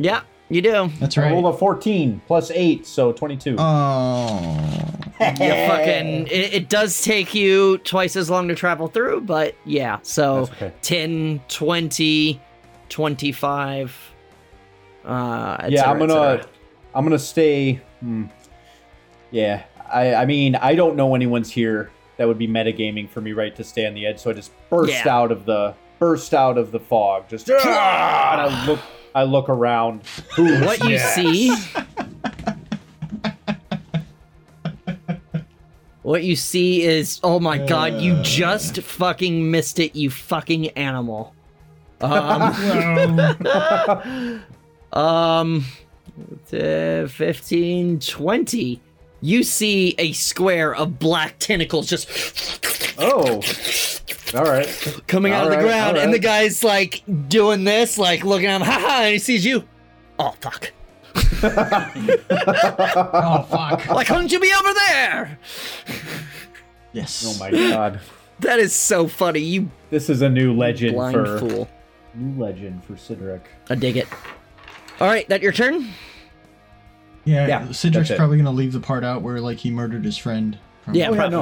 [SPEAKER 1] Yeah, you do.
[SPEAKER 3] That's
[SPEAKER 2] I rolled
[SPEAKER 3] right.
[SPEAKER 2] a 14 plus eight, so 22.
[SPEAKER 3] Oh.
[SPEAKER 1] You fucking. It, it does take you twice as long to travel through, but yeah. So
[SPEAKER 2] That's okay.
[SPEAKER 1] 10, 20, 25. Uh, et
[SPEAKER 2] yeah,
[SPEAKER 1] cetera,
[SPEAKER 2] I'm
[SPEAKER 1] et
[SPEAKER 2] gonna,
[SPEAKER 1] cetera.
[SPEAKER 2] I'm gonna stay. Hmm. Yeah, I, I mean, I don't know anyone's here. That would be metagaming for me, right, to stay on the edge. So I just burst
[SPEAKER 1] Yeah.
[SPEAKER 2] out of the, burst out of the fog. Just, ah, and I look, I look around. Who's
[SPEAKER 1] What you
[SPEAKER 2] there?
[SPEAKER 1] see. What you see is, oh my god, you just fucking missed it, you fucking animal. Um,
[SPEAKER 3] Wow.
[SPEAKER 1] Um, uh, 15, 20. You see a square of black tentacles just
[SPEAKER 2] Oh, all right.
[SPEAKER 1] coming out of the
[SPEAKER 2] Alright,
[SPEAKER 1] ground, and the
[SPEAKER 2] alright.
[SPEAKER 1] guy's like doing this, like looking at him, haha, and he sees you. Oh, fuck.
[SPEAKER 3] oh fuck.
[SPEAKER 1] Why couldn't you be over there?
[SPEAKER 3] Yes.
[SPEAKER 2] Oh my god,
[SPEAKER 1] That is so funny, you
[SPEAKER 2] this is a new legend
[SPEAKER 1] blind
[SPEAKER 2] for
[SPEAKER 1] fool.
[SPEAKER 2] new legend for Sidric.
[SPEAKER 1] I dig it. All right, that your turn?
[SPEAKER 3] Yeah.
[SPEAKER 2] Yeah, that's
[SPEAKER 3] Cedric's
[SPEAKER 2] it.
[SPEAKER 3] probably gonna leave the part out where like he murdered his friend. Probably.
[SPEAKER 1] Yeah,
[SPEAKER 2] Yeah, no,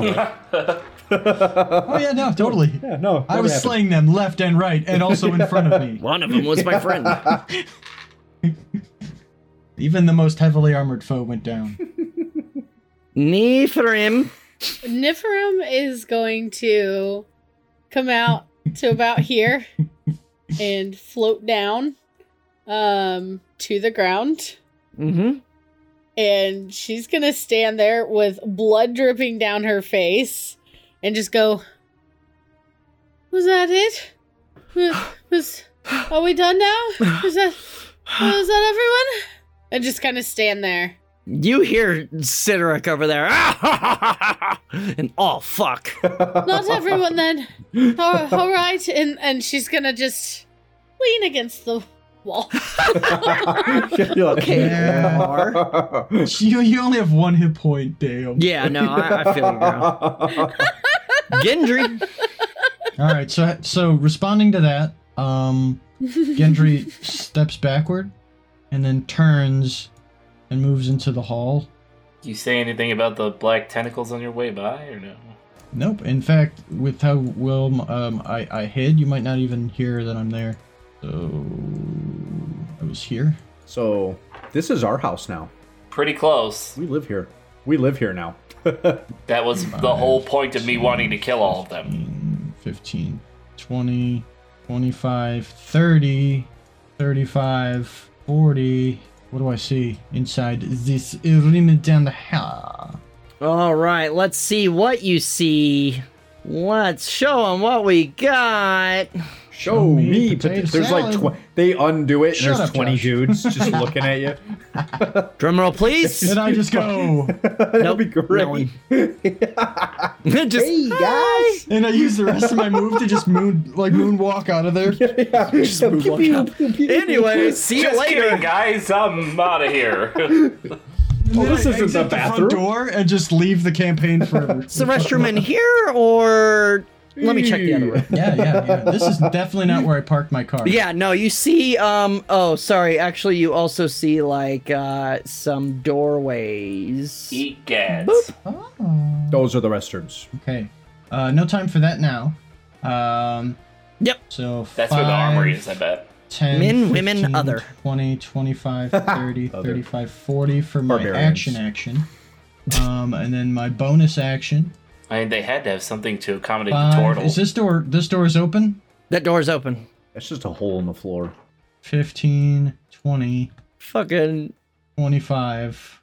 [SPEAKER 3] Oh yeah. No. Totally.
[SPEAKER 2] yeah, no.
[SPEAKER 3] I
[SPEAKER 2] never
[SPEAKER 3] was
[SPEAKER 2] happened.
[SPEAKER 3] slaying them left and right, and also in front of me.
[SPEAKER 1] One of them was my friend.
[SPEAKER 3] Even the most heavily armored foe went down.
[SPEAKER 1] Nephrim.
[SPEAKER 4] Nifrim is going to come out to about here and float down um, to the ground.
[SPEAKER 1] Mm-hmm.
[SPEAKER 4] And she's going to stand there with blood dripping down her face and just go, Was that it? Was, was- are we done now? Was that, was that everyone? And just kind of stand there.
[SPEAKER 1] You hear Sidoric over there, and oh fuck.
[SPEAKER 4] Not everyone then. All, all right, and and she's gonna just lean against the wall.
[SPEAKER 2] You're like,
[SPEAKER 1] Okay,
[SPEAKER 3] Yeah. You, you only have one hit point, damn.
[SPEAKER 1] Yeah, no, I, I feel you, girl. Gendry.
[SPEAKER 3] All right, so so responding to that, um, Gendry steps backward, and then turns, and moves into the hall.
[SPEAKER 5] you say anything about the black tentacles on your way by or no?
[SPEAKER 3] Nope. In fact, with how well um, I I hid, you might not even hear that I'm there. So I was here.
[SPEAKER 2] So this is our house now.
[SPEAKER 5] Pretty close.
[SPEAKER 2] We live here. We live here now.
[SPEAKER 5] That was the whole point of me wanting to kill all of them.
[SPEAKER 3] 15, 15, 20, 25, 30, 35, 40. What do I see inside this arena down the hall?
[SPEAKER 1] All right, let's see what you see. Let's show him what we got.
[SPEAKER 2] Show
[SPEAKER 3] me
[SPEAKER 2] me
[SPEAKER 3] potato
[SPEAKER 2] potato. There's like
[SPEAKER 3] salad.
[SPEAKER 2] tw- they undo it.
[SPEAKER 3] Shut
[SPEAKER 2] and there's
[SPEAKER 3] up,
[SPEAKER 2] twenty
[SPEAKER 3] Josh.
[SPEAKER 2] dudes just looking at you.
[SPEAKER 1] Drumroll, please.
[SPEAKER 3] And I just go,
[SPEAKER 2] That'd
[SPEAKER 1] Nope,
[SPEAKER 2] be
[SPEAKER 1] no
[SPEAKER 2] great.
[SPEAKER 1] one. Just
[SPEAKER 2] guys.
[SPEAKER 3] and I use the rest of my move to just moon, like moonwalk out of there.
[SPEAKER 1] anyway, see you
[SPEAKER 5] Just
[SPEAKER 1] later.
[SPEAKER 5] kidding, guys. I'm out of here.
[SPEAKER 2] Oh, this
[SPEAKER 3] I
[SPEAKER 2] isn't
[SPEAKER 3] exit
[SPEAKER 2] the bathroom.
[SPEAKER 3] front door and just leave the campaign forever.
[SPEAKER 1] Is the restroom in here or? Let me check the other room.
[SPEAKER 3] yeah, yeah, yeah. This is definitely not where I parked my car.
[SPEAKER 1] Yeah, no, you see um oh sorry, actually you also see like uh some doorways.
[SPEAKER 5] Eat gads.
[SPEAKER 1] Boop.
[SPEAKER 3] Oh.
[SPEAKER 2] Those are the restrooms.
[SPEAKER 3] Okay. Uh, no time for that now. Um,
[SPEAKER 1] Yep.
[SPEAKER 3] So
[SPEAKER 5] That's where the armory
[SPEAKER 3] five,
[SPEAKER 5] is, I bet.
[SPEAKER 3] 10,
[SPEAKER 1] Men, women,
[SPEAKER 3] 15,
[SPEAKER 1] other.
[SPEAKER 3] 20, 25, 30,
[SPEAKER 2] Other.
[SPEAKER 3] 35, 40 for my
[SPEAKER 2] Barbarians.
[SPEAKER 3] action action. Um, and then my bonus action
[SPEAKER 5] I mean, they had to have something to accommodate the
[SPEAKER 3] Five.
[SPEAKER 5] turtle.
[SPEAKER 3] Is this door? This door is open.
[SPEAKER 1] That door's open.
[SPEAKER 2] That's just a hole in the floor.
[SPEAKER 3] 15, 20,
[SPEAKER 1] Fucking
[SPEAKER 3] 25,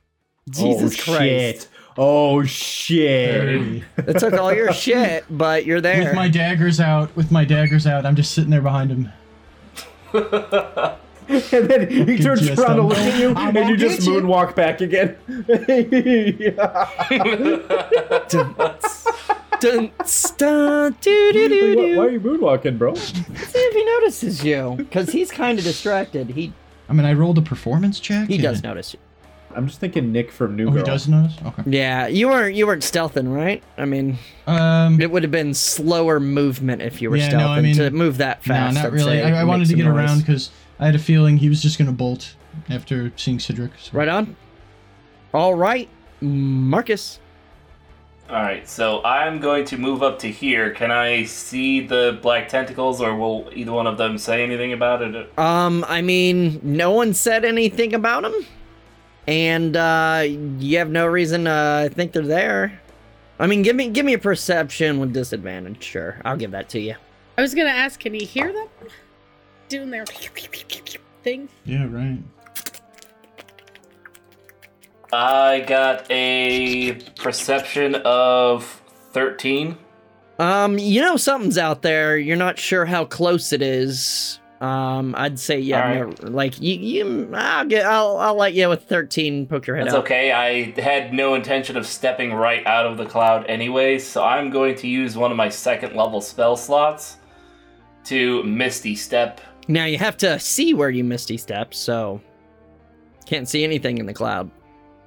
[SPEAKER 1] Jesus
[SPEAKER 2] oh,
[SPEAKER 1] Christ.
[SPEAKER 2] Shit. Oh shit.
[SPEAKER 3] 30.
[SPEAKER 1] It took all your shit, but you're there.
[SPEAKER 3] With my daggers out, with my daggers out, I'm just sitting there behind him.
[SPEAKER 2] and then he turns
[SPEAKER 3] just
[SPEAKER 2] around to
[SPEAKER 3] don't
[SPEAKER 2] look at you,
[SPEAKER 3] I
[SPEAKER 2] and you
[SPEAKER 3] won't
[SPEAKER 2] just
[SPEAKER 3] get you.
[SPEAKER 2] moonwalk back again.
[SPEAKER 1] dun, dun, dun, doo, doo, doo,
[SPEAKER 2] Why,
[SPEAKER 1] doo.
[SPEAKER 2] why are you moonwalking, bro?
[SPEAKER 1] See if he notices you, because he's kind of distracted. He
[SPEAKER 3] I mean, I rolled a performance check.
[SPEAKER 1] he
[SPEAKER 3] and-
[SPEAKER 1] does notice you.
[SPEAKER 2] I'm just thinking Nick from New
[SPEAKER 3] Oh,
[SPEAKER 2] Girl.
[SPEAKER 3] he does notice. Okay.
[SPEAKER 1] Yeah, you weren't you weren't stealthing, right? I mean,
[SPEAKER 3] Um,
[SPEAKER 1] it would have been slower movement if you were
[SPEAKER 3] Yeah,
[SPEAKER 1] stealthing
[SPEAKER 3] no, I mean-
[SPEAKER 1] to move that
[SPEAKER 3] no,
[SPEAKER 1] fast.
[SPEAKER 3] not
[SPEAKER 1] I'd
[SPEAKER 3] really.
[SPEAKER 1] say
[SPEAKER 3] I, I
[SPEAKER 1] it
[SPEAKER 3] wanted
[SPEAKER 1] makes
[SPEAKER 3] to
[SPEAKER 1] a
[SPEAKER 3] get
[SPEAKER 1] noise.
[SPEAKER 3] around because I had a feeling he was just gonna bolt after seeing Cedric. so-
[SPEAKER 1] Right on. All right, Marcus.
[SPEAKER 5] All right, so I'm going to move up to here. Can I see the black tentacles, or will either one of them say anything about it?
[SPEAKER 1] Um, I mean, no one said anything about him, and uh, you have no reason to think they're there. I mean, give me give me a perception with disadvantage. Sure, I'll give that to you.
[SPEAKER 4] I was gonna ask, can he hear them doing their thing?
[SPEAKER 3] Yeah. Right.
[SPEAKER 5] I got a perception of 13.
[SPEAKER 1] Um, you know something's out there. You're not sure how close it is. Um, I'd say yeah,
[SPEAKER 5] All
[SPEAKER 1] no- like you, you, I'll get, I'll, I'll let you with thirteen. Poke your head
[SPEAKER 5] That's
[SPEAKER 1] out.
[SPEAKER 5] okay. I had no intention of stepping right out of the cloud anyway, so I'm going to use one of my second level spell slots to Misty Step.
[SPEAKER 1] Now you have to see where you misty step, so can't see anything in the cloud.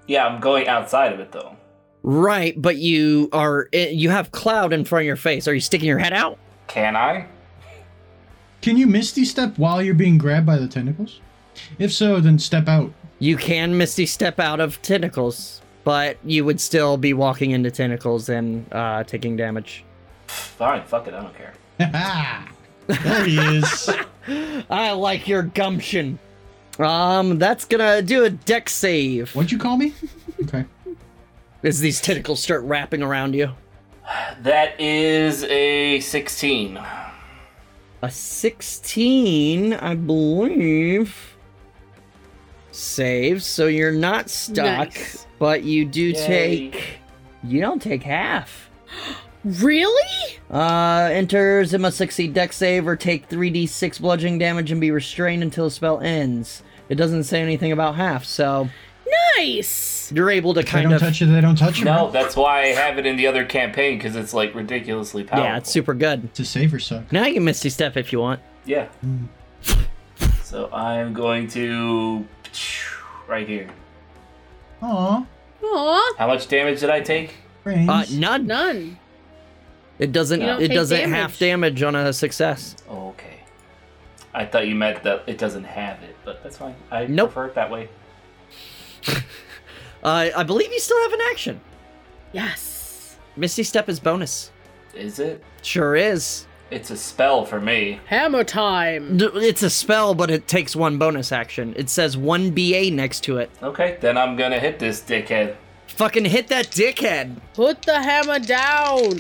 [SPEAKER 5] Yeah, I'm going outside of it though.
[SPEAKER 1] Right, but you are, eh, you have cloud in front of your face. Are you sticking your head out?
[SPEAKER 5] Can I?
[SPEAKER 3] Can you misty step while you're being grabbed by the tentacles? If so, then step out.
[SPEAKER 1] You can misty step out of tentacles, but you would still be walking into tentacles and uh, taking damage.
[SPEAKER 5] Fine, fuck it, I don't care.
[SPEAKER 3] there he is.
[SPEAKER 1] I like your gumption. Um, that's gonna do a deck save
[SPEAKER 3] What'd you call me? Okay.
[SPEAKER 1] as these tentacles start wrapping around you.
[SPEAKER 5] That is a 16.
[SPEAKER 1] A 16, I believe, saves, so you're not stuck,
[SPEAKER 4] Nice.
[SPEAKER 1] but you do
[SPEAKER 5] Yay.
[SPEAKER 1] take. You don't take half.
[SPEAKER 4] Really?
[SPEAKER 1] Uh, enters and must succeed deck save or take 3d6 bludgeoning damage and be restrained until the spell ends. It doesn't say anything about half, so
[SPEAKER 4] Nice.
[SPEAKER 1] you're able to
[SPEAKER 3] If they
[SPEAKER 1] kind
[SPEAKER 3] don't
[SPEAKER 1] of.
[SPEAKER 3] touch you, they don't touch you.
[SPEAKER 5] No, that's why I have it in the other campaign because it's like ridiculously powerful.
[SPEAKER 1] yeah, it's super good.
[SPEAKER 3] To save or suck.
[SPEAKER 1] Now you can Misty Step if you want.
[SPEAKER 5] Yeah. So I'm going to right here.
[SPEAKER 3] Aw,
[SPEAKER 4] Aw,
[SPEAKER 5] How much damage did I take?
[SPEAKER 3] brains.
[SPEAKER 1] Uh, none.
[SPEAKER 4] none.
[SPEAKER 1] It doesn't.
[SPEAKER 4] You don't
[SPEAKER 1] It
[SPEAKER 4] take
[SPEAKER 1] doesn't
[SPEAKER 4] damage.
[SPEAKER 1] half damage on a success.
[SPEAKER 5] Oh, okay. I thought you meant that it doesn't have it, but that's fine. I
[SPEAKER 1] Nope.
[SPEAKER 5] prefer it that way.
[SPEAKER 1] Uh, I believe you still have an action.
[SPEAKER 4] Yes.
[SPEAKER 1] Misty Step is bonus.
[SPEAKER 5] Is it?
[SPEAKER 1] Sure is.
[SPEAKER 5] It's a spell for me.
[SPEAKER 4] Hammer time.
[SPEAKER 1] D- It's a spell, but it takes one bonus action. It says one BA next to it.
[SPEAKER 5] Okay, then I'm gonna hit this dickhead.
[SPEAKER 1] Fucking hit that dickhead.
[SPEAKER 4] Put the hammer down.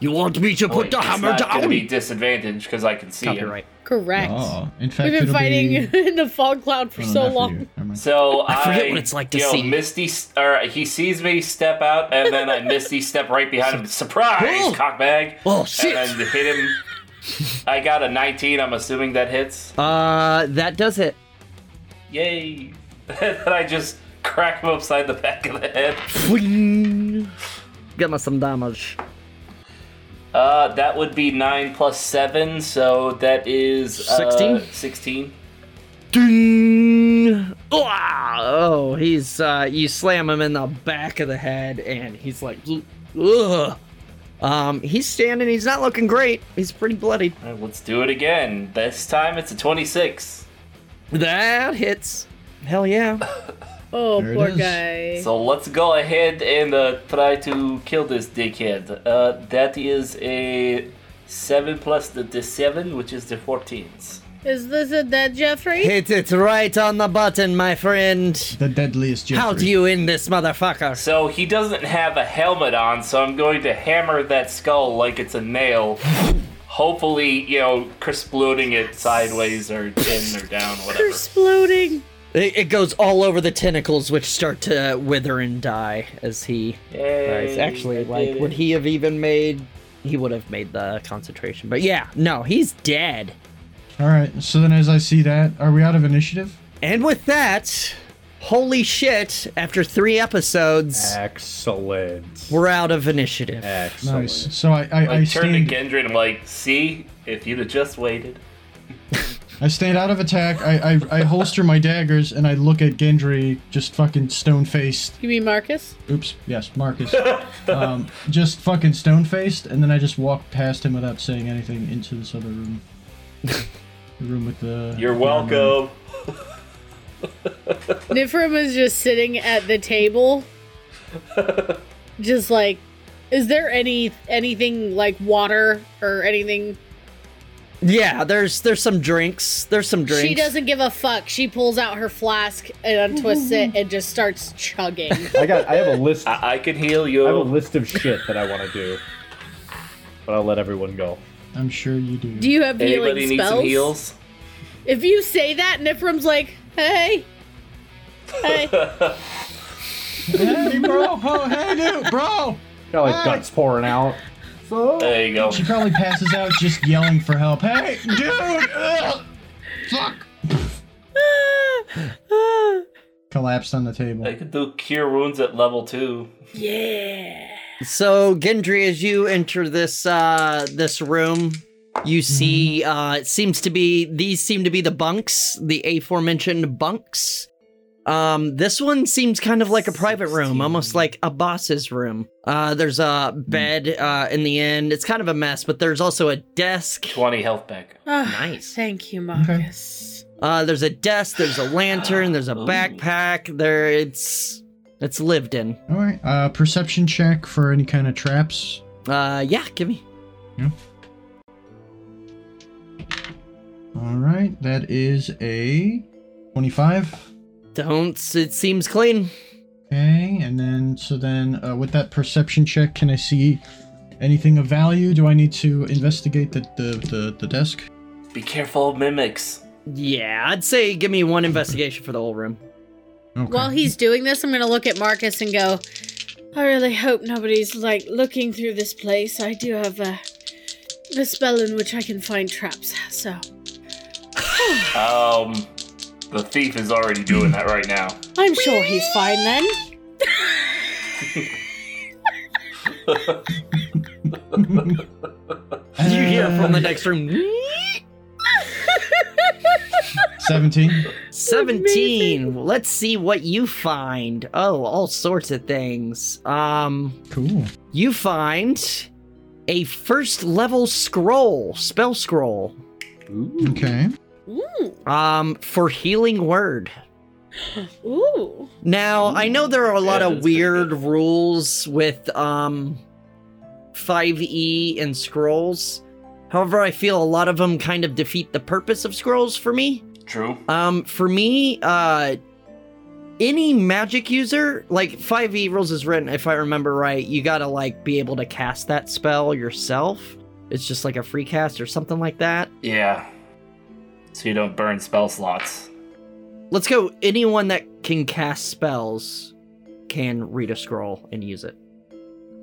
[SPEAKER 1] You want me to put
[SPEAKER 5] Oh, Wait,
[SPEAKER 1] the
[SPEAKER 5] it's
[SPEAKER 1] hammer
[SPEAKER 5] not gonna
[SPEAKER 1] down?
[SPEAKER 5] be disadvantaged because I can see him.
[SPEAKER 1] Copyright.
[SPEAKER 4] Correct.
[SPEAKER 3] Aw, in fact,
[SPEAKER 4] We've been
[SPEAKER 3] it'll
[SPEAKER 4] fighting
[SPEAKER 3] be-
[SPEAKER 4] in the fog cloud for
[SPEAKER 3] Oh, no,
[SPEAKER 4] so
[SPEAKER 3] not
[SPEAKER 4] long.
[SPEAKER 3] you. Never mind.
[SPEAKER 5] So I,
[SPEAKER 1] I forget what it's like to
[SPEAKER 5] you know,
[SPEAKER 1] see.
[SPEAKER 5] Misty, s- or he sees me step out, and then I Misty step right behind him. Surprise,
[SPEAKER 1] Oh.
[SPEAKER 5] cockbag!
[SPEAKER 1] Oh shit.
[SPEAKER 5] And then hit him. I got a 19. I'm assuming that hits.
[SPEAKER 1] Uh, that does it.
[SPEAKER 5] Yay! and then I just crack him upside the back of the head.
[SPEAKER 1] Fling. Give me some damage.
[SPEAKER 5] Uh, that would be nine plus seven, so that is uh,
[SPEAKER 1] 16?
[SPEAKER 5] Sixteen.
[SPEAKER 1] Ding! Wah! Oh, he's uh, you slam him in the back of the head, and he's like, ugh. Um, he's standing. He's not looking great. He's pretty bloodied.
[SPEAKER 5] All right, let's do it again. This time it's a twenty-six.
[SPEAKER 1] That hits. Hell yeah.
[SPEAKER 4] Oh,
[SPEAKER 3] There it
[SPEAKER 4] poor
[SPEAKER 3] is.
[SPEAKER 4] guy.
[SPEAKER 5] So let's go ahead and uh, try to kill this dickhead. Uh, that is a seven plus the, the seven, which is the fourteens.
[SPEAKER 4] Is this a dead Jeffrey?
[SPEAKER 1] Hit it right on the button, my friend.
[SPEAKER 3] The deadliest Jeffrey.
[SPEAKER 1] How do you end this motherfucker?
[SPEAKER 5] So he doesn't have a helmet on, so I'm going to hammer that skull like it's a nail. Hopefully, you know, exploding it sideways or in or down, whatever.
[SPEAKER 4] Exploding.
[SPEAKER 1] It, it goes all over the tentacles, which start to wither and die as he
[SPEAKER 5] Yay,
[SPEAKER 1] dies. Actually,
[SPEAKER 5] I
[SPEAKER 1] like,
[SPEAKER 5] did
[SPEAKER 1] would
[SPEAKER 5] it.
[SPEAKER 1] he have even made? He would have made the concentration. But yeah, no, he's dead.
[SPEAKER 3] All right. So then, as I see that, are we out of initiative?
[SPEAKER 1] And with that, holy shit! After three episodes,
[SPEAKER 2] Excellent.
[SPEAKER 1] we're out of initiative.
[SPEAKER 2] Excellent.
[SPEAKER 3] Nice. So I I,
[SPEAKER 5] I
[SPEAKER 3] I
[SPEAKER 5] turned
[SPEAKER 3] stand
[SPEAKER 5] to Gendry and I'm like, see, if you'd have just waited.
[SPEAKER 3] I stand out of attack. I, I I holster my daggers and I look at Gendry, just fucking stone faced.
[SPEAKER 4] You mean Marcus?
[SPEAKER 3] Oops. Yes, Marcus. um, just fucking stone faced, and then I just walk past him without saying anything into this other room. the room with the.
[SPEAKER 5] You're
[SPEAKER 3] the armor.
[SPEAKER 5] welcome.
[SPEAKER 4] Nifrim is just sitting at the table, just like, is there any anything like water or anything?
[SPEAKER 1] Yeah, there's there's some drinks. There's some drinks.
[SPEAKER 4] She doesn't give a fuck. She pulls out her flask and untwists it and just starts chugging.
[SPEAKER 2] I got. I have a list. I
[SPEAKER 5] I, I can heal
[SPEAKER 2] have a
[SPEAKER 5] you.
[SPEAKER 2] list of shit that I want to do, but I'll let everyone go.
[SPEAKER 3] I'm sure you do.
[SPEAKER 4] Do you have
[SPEAKER 5] Anybody
[SPEAKER 4] healing
[SPEAKER 5] need some
[SPEAKER 4] spells?
[SPEAKER 5] heals?
[SPEAKER 4] If you say that, Nifrim's like, hey, hey,
[SPEAKER 3] hey, bro. Oh, hey, dude, bro.
[SPEAKER 2] Got like
[SPEAKER 3] Hey.
[SPEAKER 2] guts pouring out. So
[SPEAKER 5] There you go.
[SPEAKER 3] She probably passes out just yelling for help. Hey, dude. Ugh, fuck. Collapsed on the table.
[SPEAKER 5] I could do cure wounds at level two.
[SPEAKER 4] yeah.
[SPEAKER 1] So Gendry, as you enter this uh this room, you see uh it seems to be these seem to be the bunks, the aforementioned bunks. Um this one seems kind of like a private room, almost like a boss's room. Uh there's a bed uh in the end. It's kind of a mess, but there's also a desk.
[SPEAKER 5] 20 health back.
[SPEAKER 4] Ah,
[SPEAKER 1] Nice.
[SPEAKER 4] Thank you, Marcus.
[SPEAKER 1] Uh there's a desk, there's a lantern, there's a
[SPEAKER 5] Ooh.
[SPEAKER 1] backpack. There it's it's lived in.
[SPEAKER 3] All right. Uh, perception check for any kind of traps.
[SPEAKER 1] Uh yeah, give me.
[SPEAKER 3] All right, that is a 25.
[SPEAKER 1] Don't it seems clean.
[SPEAKER 3] Okay, and then so then uh, with that perception check, can I see anything of value? Do I need to investigate the the, the, the desk?
[SPEAKER 5] Be careful of mimics.
[SPEAKER 1] Yeah, I'd say give me one investigation for the whole room.
[SPEAKER 3] Okay.
[SPEAKER 4] While he's doing this, I'm going to look at Marcus and go, I really hope nobody's like looking through this place. I do have a, a spell in which I can find traps. So
[SPEAKER 5] Um, the thief is already doing that right now.
[SPEAKER 4] I'm sure he's fine then.
[SPEAKER 1] You hear from the
[SPEAKER 3] Uh,
[SPEAKER 1] next room.
[SPEAKER 3] 17.
[SPEAKER 1] 17. Let's see what you find. Oh, all sorts of things. Um,
[SPEAKER 3] Cool.
[SPEAKER 1] you find a first level scroll, spell scroll,
[SPEAKER 2] Ooh.
[SPEAKER 3] Okay.
[SPEAKER 4] Ooh.
[SPEAKER 1] um, for healing word.
[SPEAKER 4] Ooh.
[SPEAKER 1] Now, I know there are a lot
[SPEAKER 5] Yeah,
[SPEAKER 1] of
[SPEAKER 5] that's pretty
[SPEAKER 1] weird
[SPEAKER 5] good.
[SPEAKER 1] rules with um 5e and scrolls. However, I feel a lot of them kind of defeat the purpose of scrolls for me.
[SPEAKER 5] True.
[SPEAKER 1] Um, for me, uh, any magic user, like 5e rules is written, if I remember right, you gotta like be able to cast that spell yourself. It's just like a free cast or something like that.
[SPEAKER 5] Yeah. So you don't burn spell slots.
[SPEAKER 1] Let's go. Anyone that can cast spells can read a scroll and use it.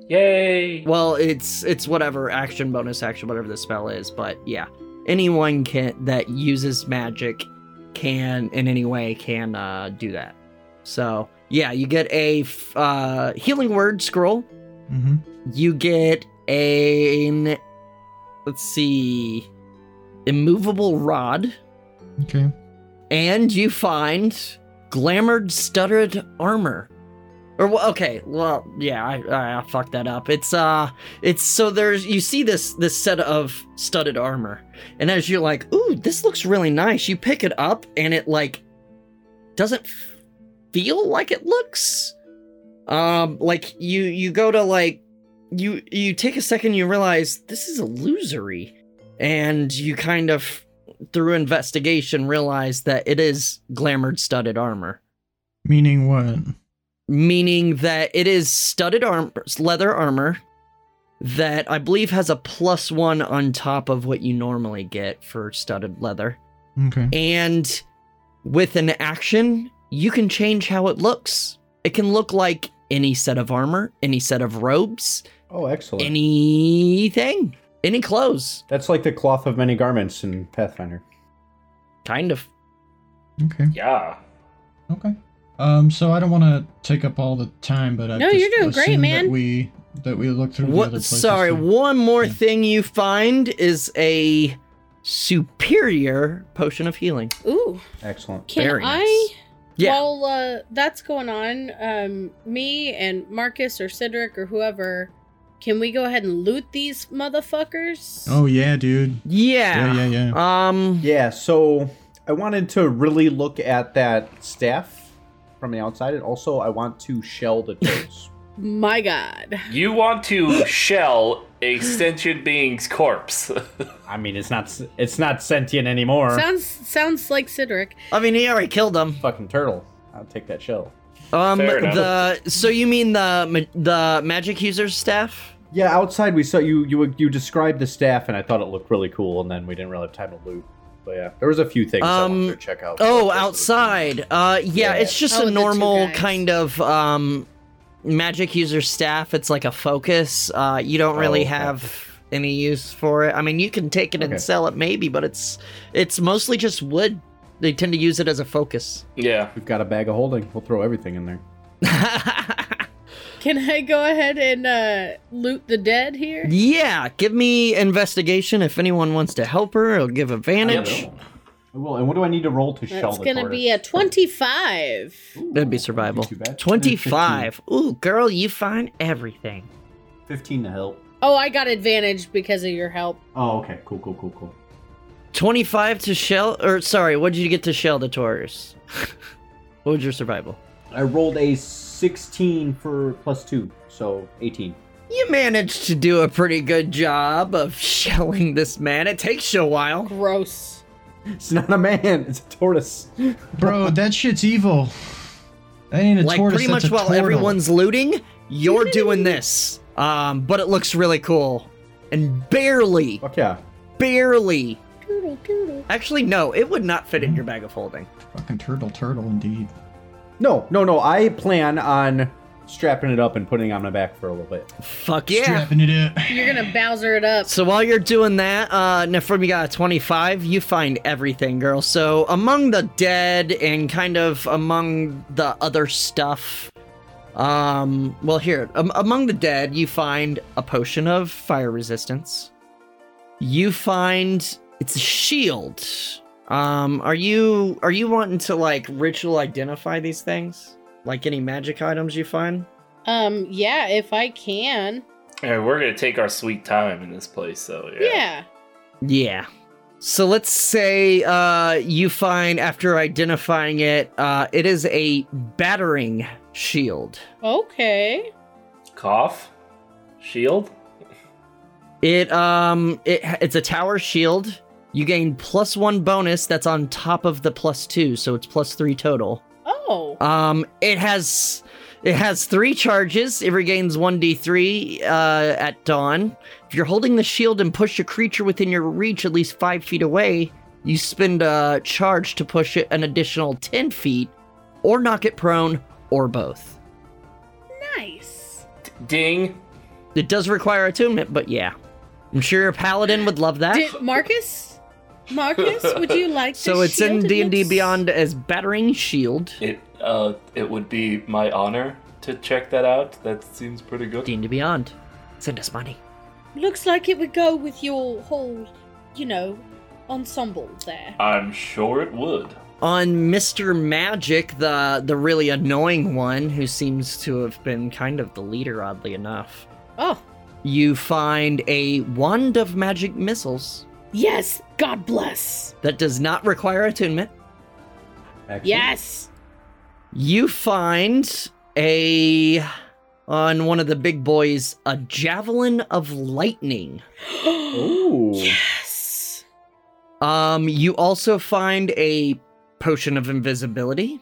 [SPEAKER 5] Yay!
[SPEAKER 1] Well, it's it's whatever action, bonus action, whatever the spell is, but yeah. Anyone can that uses magic can in any way can uh, do that. So yeah, you get a f- uh, healing word scroll.
[SPEAKER 3] Mm-hmm.
[SPEAKER 1] You get a an- let's see, immovable rod,
[SPEAKER 3] Okay.
[SPEAKER 1] and you find glamored stuttered armor. Or well, okay, well, yeah, I, I I fucked that up. It's uh, it's so there's you see this this set of studded armor, and as you're like, ooh, this looks really nice. You pick it up, and it like doesn't f- feel like it looks. Um, like you you go to like you you take a second, you realize this is illusory, and you kind of through investigation, realized that it is glamored studded armor,
[SPEAKER 3] Meaning what?
[SPEAKER 1] meaning that it is studded armor, leather armor that I believe has a plus one on top of what you normally get for studded leather.
[SPEAKER 3] Okay.
[SPEAKER 1] And with an action, you can change how it looks. It can look like any set of armor, any set of robes,
[SPEAKER 2] Oh, excellent.
[SPEAKER 1] anything, any clothes,
[SPEAKER 2] That's like the cloth of many garments in Pathfinder.
[SPEAKER 1] kind of.
[SPEAKER 3] Okay.
[SPEAKER 5] Yeah.
[SPEAKER 3] Okay. Um, so I don't want to take up all the time, but I
[SPEAKER 4] No,
[SPEAKER 3] just
[SPEAKER 4] you're doing great,
[SPEAKER 3] assume That
[SPEAKER 4] man.
[SPEAKER 3] we that we look through the other
[SPEAKER 1] What?
[SPEAKER 3] places
[SPEAKER 1] Sorry,
[SPEAKER 3] too.
[SPEAKER 1] one more
[SPEAKER 3] Yeah.
[SPEAKER 1] thing you find is a superior potion of healing.
[SPEAKER 4] Ooh,
[SPEAKER 2] Excellent.
[SPEAKER 4] can
[SPEAKER 1] Very
[SPEAKER 4] I?
[SPEAKER 1] nice. Yeah,
[SPEAKER 4] While uh, that's going on, um, me and Marcus or Cedric or whoever, can we go ahead and loot these motherfuckers?
[SPEAKER 3] Oh yeah, dude.
[SPEAKER 1] yeah,
[SPEAKER 3] Yeah, yeah, yeah.
[SPEAKER 1] Um,
[SPEAKER 2] Yeah, so I wanted to really look at that staff from the outside, and also I want to shell the toes.
[SPEAKER 4] my god!
[SPEAKER 5] You want to shell a sentient being's corpse.
[SPEAKER 2] I mean, it's not it's not sentient anymore.
[SPEAKER 4] Sounds sounds like Cedric.
[SPEAKER 1] I mean, he already killed him.
[SPEAKER 2] Fucking turtle. I'll take that shell.
[SPEAKER 1] Um,
[SPEAKER 5] Fair enough.
[SPEAKER 1] the so you mean the ma- the magic user's staff?
[SPEAKER 2] Yeah, outside we saw you you you described the staff, and I thought it looked really cool, and then we didn't really have time to loot. But yeah, there was a few things I wanted
[SPEAKER 1] Um,
[SPEAKER 2] to check out.
[SPEAKER 1] Oh, outside. Uh, yeah,
[SPEAKER 2] Yeah.
[SPEAKER 1] it's just
[SPEAKER 4] Oh,
[SPEAKER 1] a
[SPEAKER 4] with the two
[SPEAKER 1] normal
[SPEAKER 4] guys.
[SPEAKER 1] kind of um, magic user staff. It's like a focus. Uh, you don't really
[SPEAKER 2] Oh, okay.
[SPEAKER 1] have any use for it. I mean, you can take it
[SPEAKER 2] Okay.
[SPEAKER 1] and sell it maybe, but it's it's mostly just wood. They tend to use it as a focus.
[SPEAKER 5] yeah.
[SPEAKER 2] We've got a bag of holding. We'll throw everything in there.
[SPEAKER 4] Can I go ahead and uh, loot the dead here?
[SPEAKER 1] yeah, give me investigation if anyone wants to help her. I'll give
[SPEAKER 5] Yep.
[SPEAKER 1] advantage.
[SPEAKER 2] Well, and what do I need to roll to shell
[SPEAKER 4] That's
[SPEAKER 2] the
[SPEAKER 4] gonna
[SPEAKER 2] tortoise?
[SPEAKER 4] be a twenty-five.
[SPEAKER 2] Ooh,
[SPEAKER 1] That'd be
[SPEAKER 2] not
[SPEAKER 1] survival.
[SPEAKER 2] too bad.
[SPEAKER 1] 25. Ooh, girl, you find everything.
[SPEAKER 2] 15, 15 to help.
[SPEAKER 4] Oh, I got advantage because of your help.
[SPEAKER 2] Oh, okay. Cool, cool, cool, cool.
[SPEAKER 1] 25 to shell or sorry what did you get to shell the taurus what was your survival
[SPEAKER 2] I rolled a 16 for plus 2, so 18.
[SPEAKER 1] you managed to do a pretty good job of shelling this man it takes you a while
[SPEAKER 4] Gross.
[SPEAKER 2] It's not a man, it's a tortoise.
[SPEAKER 3] Bro, that shit's evil. That ain't a
[SPEAKER 1] like
[SPEAKER 3] tortoise.
[SPEAKER 1] pretty
[SPEAKER 3] that's
[SPEAKER 1] much
[SPEAKER 3] a
[SPEAKER 1] while
[SPEAKER 3] turtle.
[SPEAKER 1] everyone's looting you're doing this um but it looks really cool and barely
[SPEAKER 2] Fuck yeah.
[SPEAKER 1] barely
[SPEAKER 4] Doodle doodle.
[SPEAKER 1] actually no it would not fit in your bag of holding
[SPEAKER 3] fucking turtle, turtle indeed.
[SPEAKER 2] No, no, no. I plan on strapping it up and putting it on my back for a little bit.
[SPEAKER 1] fuck yeah
[SPEAKER 3] Strapping it up.
[SPEAKER 4] You're gonna Bowser it up.
[SPEAKER 1] So while you're doing that, uh, Nefrim, you got a 25. You find everything, girl. So among the dead and kind of among the other stuff, um, well, here, um, among the dead, you find a potion of fire resistance. You find it's a shield. Um, are you are you wanting to like ritual identify these things, like any magic items you find?
[SPEAKER 4] Um, yeah, if I can.
[SPEAKER 5] Yeah, we're gonna take our sweet time in this place, so yeah.
[SPEAKER 4] Yeah.
[SPEAKER 1] Yeah. So let's say uh, you find, after identifying it, uh, it is a battering shield.
[SPEAKER 4] Okay.
[SPEAKER 5] Cough? Shield?
[SPEAKER 1] It um, it it's a tower shield. You gain plus one bonus that's on top of the plus two, so it's plus three total.
[SPEAKER 4] Oh.
[SPEAKER 1] Um, it has it has three charges. It regains one d three uh, at dawn. If you're holding the shield and push a creature within your reach at least five feet away, you spend a charge to push it an additional ten feet, or knock it prone, or both.
[SPEAKER 4] Nice.
[SPEAKER 5] Ding.
[SPEAKER 1] It does require attunement, but yeah, I'm sure your paladin would love that.
[SPEAKER 4] Did Marcus? Marcus, would you like this
[SPEAKER 1] so it's in
[SPEAKER 4] shield? It
[SPEAKER 1] D and D
[SPEAKER 4] looks-
[SPEAKER 1] Beyond as battering shield.
[SPEAKER 5] It uh it would be my honor to check that out. That seems pretty
[SPEAKER 1] D
[SPEAKER 5] good.
[SPEAKER 1] and D Beyond, send us money.
[SPEAKER 4] Looks like it would go with your whole, you know, ensemble there.
[SPEAKER 5] I'm sure it would.
[SPEAKER 1] on Mr. Magic, the the really annoying one who seems to have been kind of the leader oddly enough.
[SPEAKER 4] Oh.
[SPEAKER 1] You find a wand of magic missiles
[SPEAKER 4] Yes. God bless.
[SPEAKER 1] that does not require attunement.
[SPEAKER 2] Excellent.
[SPEAKER 4] Yes.
[SPEAKER 1] You find a on one of the big boys a javelin of lightning.
[SPEAKER 2] Ooh.
[SPEAKER 4] yes.
[SPEAKER 1] Um, you also find a potion of invisibility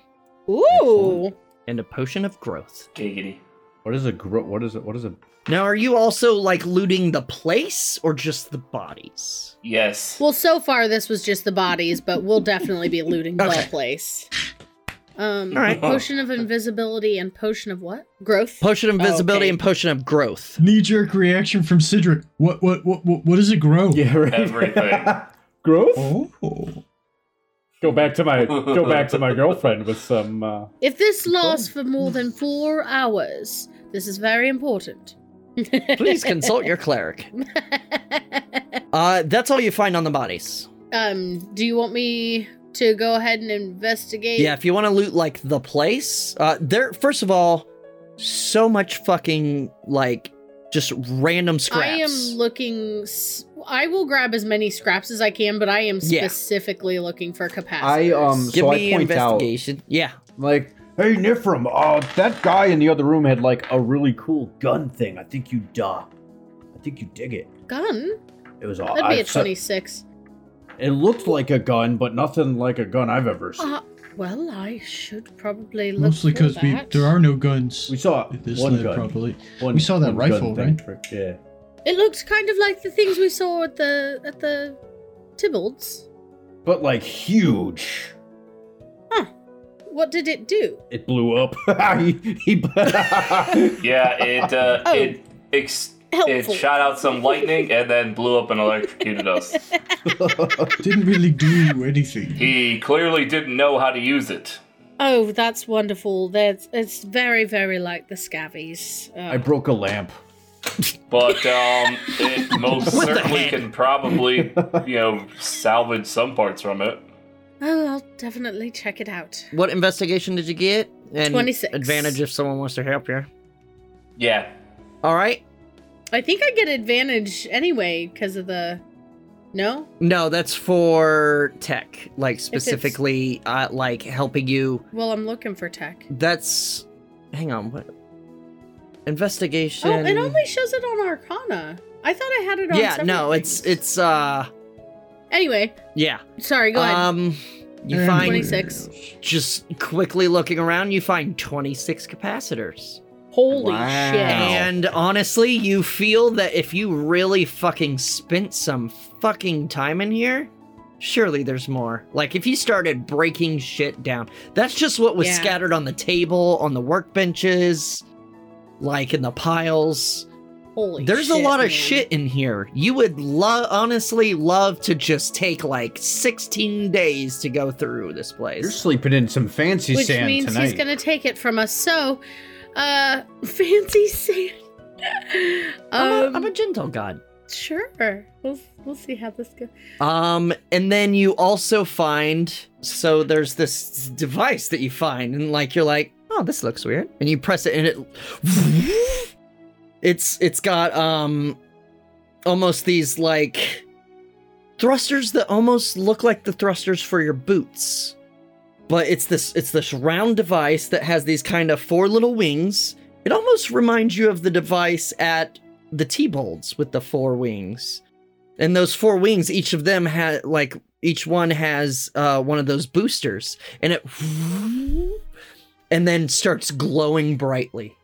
[SPEAKER 4] Ooh.
[SPEAKER 1] and a potion of growth.
[SPEAKER 5] Giggity.
[SPEAKER 2] What is a gro- what is it? What is it?
[SPEAKER 1] Now, are you also like looting the place or just the bodies?
[SPEAKER 5] Yes.
[SPEAKER 4] Well, so far this was just the bodies, but we'll definitely be looting the
[SPEAKER 1] Okay.
[SPEAKER 4] place. Um,
[SPEAKER 1] All right.
[SPEAKER 4] potion of invisibility and potion of what? Growth.
[SPEAKER 1] Potion of
[SPEAKER 4] Oh,
[SPEAKER 1] invisibility
[SPEAKER 4] okay.
[SPEAKER 1] and potion of growth.
[SPEAKER 3] Knee jerk reaction from Sidric. What, what, what, what, what does it grow?
[SPEAKER 2] Yeah, right.
[SPEAKER 5] Everything.
[SPEAKER 2] Growth.
[SPEAKER 3] Oh.
[SPEAKER 2] Go back to my go back to my girlfriend with some. Uh,
[SPEAKER 4] If this lasts for more than four hours, this is very important.
[SPEAKER 1] Please consult your cleric.
[SPEAKER 4] um,
[SPEAKER 1] Uh, that's all you find on the bodies.
[SPEAKER 4] do you want me to go ahead and investigate?
[SPEAKER 1] Yeah, if you want to loot like the place, uh, there. First of all, so much fucking like just random
[SPEAKER 4] I am
[SPEAKER 1] scraps.
[SPEAKER 4] looking. s- I will grab as many scraps as I can, but I am
[SPEAKER 1] Yeah.
[SPEAKER 4] specifically looking for
[SPEAKER 2] I
[SPEAKER 4] capacitors.
[SPEAKER 2] um.
[SPEAKER 1] Give
[SPEAKER 2] so
[SPEAKER 1] me
[SPEAKER 2] I point out
[SPEAKER 1] investigation. Yeah.
[SPEAKER 2] like, hey Nifrim, uh, that guy in the other room had like a really cool gun thing. I think you duh. I think you dig it.
[SPEAKER 4] gun.
[SPEAKER 2] It was all.
[SPEAKER 4] That'd be
[SPEAKER 2] I-
[SPEAKER 4] a twenty-six.
[SPEAKER 2] It looked like a gun, but nothing like a gun I've ever seen.
[SPEAKER 4] Uh, well, I should probably look
[SPEAKER 3] Mostly
[SPEAKER 4] because
[SPEAKER 3] because we there are no guns.
[SPEAKER 2] we saw
[SPEAKER 3] at this
[SPEAKER 2] one
[SPEAKER 3] lab,
[SPEAKER 2] gun.
[SPEAKER 3] probably.
[SPEAKER 2] one-
[SPEAKER 3] we saw that
[SPEAKER 2] one gun
[SPEAKER 3] rifle,
[SPEAKER 2] thing
[SPEAKER 3] right?
[SPEAKER 2] for- yeah.
[SPEAKER 4] It looks kind of like the things we saw at the at the Tybalds.
[SPEAKER 2] But like huge.
[SPEAKER 4] What did it do?
[SPEAKER 2] It blew up. he, he-
[SPEAKER 5] Yeah, it uh,
[SPEAKER 4] Oh.
[SPEAKER 5] it ex- it
[SPEAKER 4] Helpful.
[SPEAKER 5] shot out some lightning and then blew up and electrocuted us.
[SPEAKER 3] Didn't really do anything.
[SPEAKER 5] He clearly didn't know how to use it.
[SPEAKER 4] Oh, that's wonderful. That's it's very very like the scabbies.
[SPEAKER 2] I
[SPEAKER 4] Uh,
[SPEAKER 2] broke a lamp.
[SPEAKER 5] But um, it most
[SPEAKER 1] What the
[SPEAKER 5] certainly
[SPEAKER 1] heck?
[SPEAKER 5] can probably, you know, salvage some parts from it.
[SPEAKER 4] oh, I'll definitely check it out.
[SPEAKER 1] What investigation did you get? And
[SPEAKER 4] 26.
[SPEAKER 1] Advantage if someone wants to help you.
[SPEAKER 5] Yeah.
[SPEAKER 1] All right.
[SPEAKER 4] I think I get advantage anyway because of the. No,
[SPEAKER 1] No, that's for tech, like specifically, uh, like helping you.
[SPEAKER 4] well I'm looking for tech. Oh,
[SPEAKER 1] That's, hang on, what? Investigation.
[SPEAKER 4] Oh, it only shows it on Arcana. I thought I had it on.
[SPEAKER 1] yeah,
[SPEAKER 4] several
[SPEAKER 1] no, it's
[SPEAKER 4] things.
[SPEAKER 1] it's uh,
[SPEAKER 4] Anyway,
[SPEAKER 1] yeah.
[SPEAKER 4] sorry. Go ahead.
[SPEAKER 1] Um, you
[SPEAKER 3] And
[SPEAKER 1] find
[SPEAKER 4] 26.
[SPEAKER 1] just quickly looking around, you find twenty six capacitors,
[SPEAKER 4] Holy
[SPEAKER 2] Wow.
[SPEAKER 4] shit!
[SPEAKER 2] Ow.
[SPEAKER 1] and honestly, you feel that if you really fucking spent some fucking time in here. Surely there's more. Like if you started breaking shit down, that's just what was
[SPEAKER 4] Yeah.
[SPEAKER 1] scattered on the table, on the workbenches, like in the piles.
[SPEAKER 4] Holy.
[SPEAKER 1] There's a
[SPEAKER 4] shit,
[SPEAKER 1] lot of
[SPEAKER 4] man.
[SPEAKER 1] shit in here. You would lo- honestly love to just take like 16 days to go through this
[SPEAKER 2] You're
[SPEAKER 1] place.
[SPEAKER 2] sleeping in some fancy
[SPEAKER 4] Which
[SPEAKER 2] sand
[SPEAKER 4] means
[SPEAKER 2] tonight.
[SPEAKER 4] he's gonna take it from us. So, uh, fancy sand.
[SPEAKER 1] I'm,
[SPEAKER 4] um,
[SPEAKER 1] a, I'm a gentle god.
[SPEAKER 4] sure. We'll we'll see how this goes.
[SPEAKER 1] Um, and then you also find so there's this device that you find, and like you're like, oh, this looks weird, and you press it, and it, it's it's got um, almost these like thrusters that almost look like the thrusters for your boots, but it's this it's this round device that has these kind of four little wings. It almost reminds you of the device at the T-bolds with the four wings. And those four wings, each of them had like each one has uh, one of those boosters, and it and then starts glowing brightly.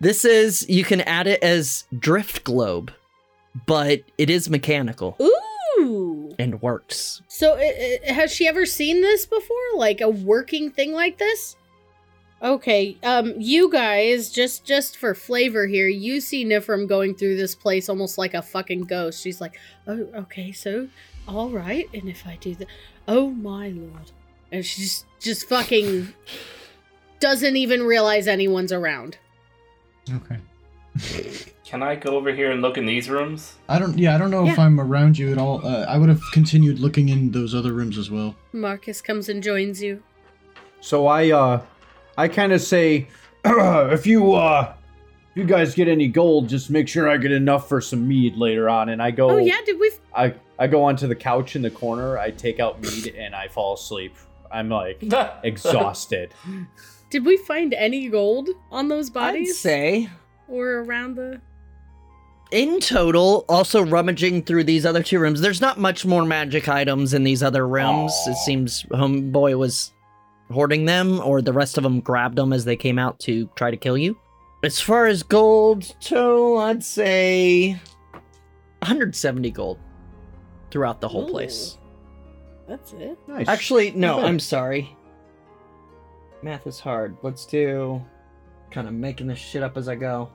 [SPEAKER 1] This is you can add it as drift globe, but it is mechanical
[SPEAKER 4] Ooh.
[SPEAKER 1] and works.
[SPEAKER 4] So, i i has she ever seen this before? Like a working thing like this? Okay, um, you guys, just just for flavor here, you see Nifrim going through this place almost like a fucking ghost. She's like, "Oh, okay, so, all right, and if I do that, oh my lord," and she just just fucking doesn't even realize anyone's around.
[SPEAKER 3] Okay.
[SPEAKER 5] Can I go over here and look in these rooms?
[SPEAKER 3] I don't. Yeah, I don't know if I'm around you at all. Uh, I would have continued looking in those other rooms as well.
[SPEAKER 4] Marcus comes and joins you.
[SPEAKER 2] So I uh I kind of say if you uh if you guys get any gold, just make sure I get enough for some mead later on and I go
[SPEAKER 4] Oh, yeah, did we? F-
[SPEAKER 2] I I go onto the couch in the corner, I take out mead and I fall asleep. I'm like exhausted.
[SPEAKER 4] did we find any gold on those bodies
[SPEAKER 1] I'd say
[SPEAKER 4] or around the?
[SPEAKER 1] in total, also rummaging through these other two rooms, there's not much more magic items in these other rooms. It seems Homeboy was hoarding them, or the rest of them grabbed them as they came out to try to kill you. As far as gold, total, I'd say 170 gold throughout the whole
[SPEAKER 4] Ooh.
[SPEAKER 1] place.
[SPEAKER 4] That's it.
[SPEAKER 2] Nice.
[SPEAKER 1] Actually, no,
[SPEAKER 2] Okay.
[SPEAKER 1] I'm sorry. Math is hard. Let's do kind of making this shit up as I go.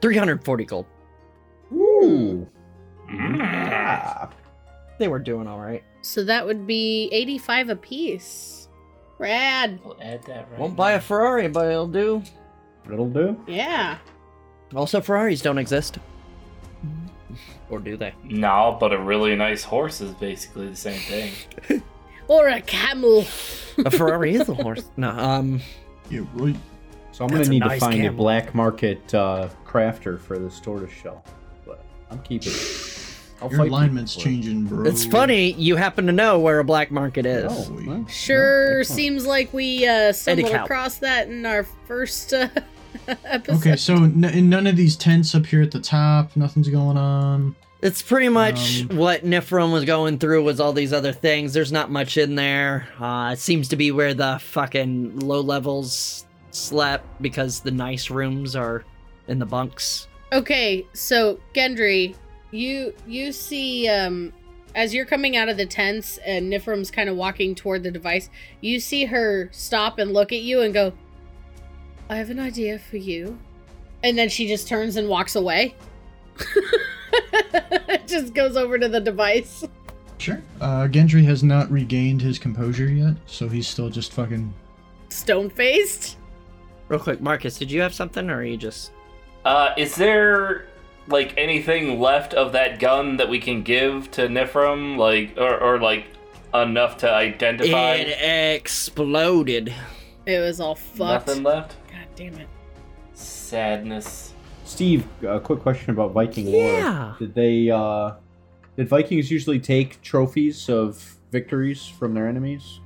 [SPEAKER 1] 340 gold.
[SPEAKER 2] Ooh.
[SPEAKER 5] Mm.
[SPEAKER 2] Ah.
[SPEAKER 1] They were doing all right.
[SPEAKER 4] So that would be 85 apiece. Rad.
[SPEAKER 5] We'll add that right
[SPEAKER 1] Won't buy a Ferrari, but it'll do.
[SPEAKER 2] It'll do.
[SPEAKER 4] Yeah.
[SPEAKER 1] Also, Ferraris don't exist. Or do they?
[SPEAKER 5] No, but a really nice horse is basically the same thing.
[SPEAKER 4] Or a camel.
[SPEAKER 1] A Ferrari is a horse. No, um,
[SPEAKER 3] Yeah, right.
[SPEAKER 2] So I'm gonna
[SPEAKER 1] That's a
[SPEAKER 2] need to
[SPEAKER 1] nice
[SPEAKER 2] find a
[SPEAKER 1] camel.
[SPEAKER 2] black market uh, crafter for this tortoise shell, but I'm keeping. it. I'll
[SPEAKER 3] Your
[SPEAKER 2] fight you
[SPEAKER 3] alignment's
[SPEAKER 2] for it.
[SPEAKER 3] changing, bro.
[SPEAKER 1] it's funny you happen to know where a black market is.
[SPEAKER 2] Oh, well,
[SPEAKER 4] Sure
[SPEAKER 2] well, excellent.
[SPEAKER 4] seems like we uh, stumbled
[SPEAKER 1] cow.
[SPEAKER 4] across that in our first uh, episode.
[SPEAKER 3] Okay, so n- in none of these tents up here at the top, nothing's going on.
[SPEAKER 1] It's pretty much
[SPEAKER 3] Um,
[SPEAKER 1] what Nifrim was going through was all these other things. There's not much in there. Uh, it seems to be where the fucking low levels slept because the nice rooms are in the bunks.
[SPEAKER 4] Okay, so Gendry, you you see um as you're coming out of the tents and Nifrim's kind of walking toward the device, you see her stop and look at you and go, "I have an idea for you." And then she just turns and walks away. just goes over to the device.
[SPEAKER 3] Sure. Uh, Gendry has not regained his composure yet, so he's still just fucking.
[SPEAKER 4] Stone faced.
[SPEAKER 1] Real quick, Marcus, did you have something or are you just.
[SPEAKER 5] Uh, is there like anything left of that gun that we can give to Nifrim, like, or, or like enough to identify
[SPEAKER 1] It exploded.
[SPEAKER 4] It was all fucked.
[SPEAKER 5] nothing left?
[SPEAKER 4] God damn it.
[SPEAKER 5] Sadness.
[SPEAKER 2] Steve, a quick question about Viking
[SPEAKER 1] Yeah.
[SPEAKER 2] War. Did they? Uh, did Vikings usually take trophies of victories from their enemies,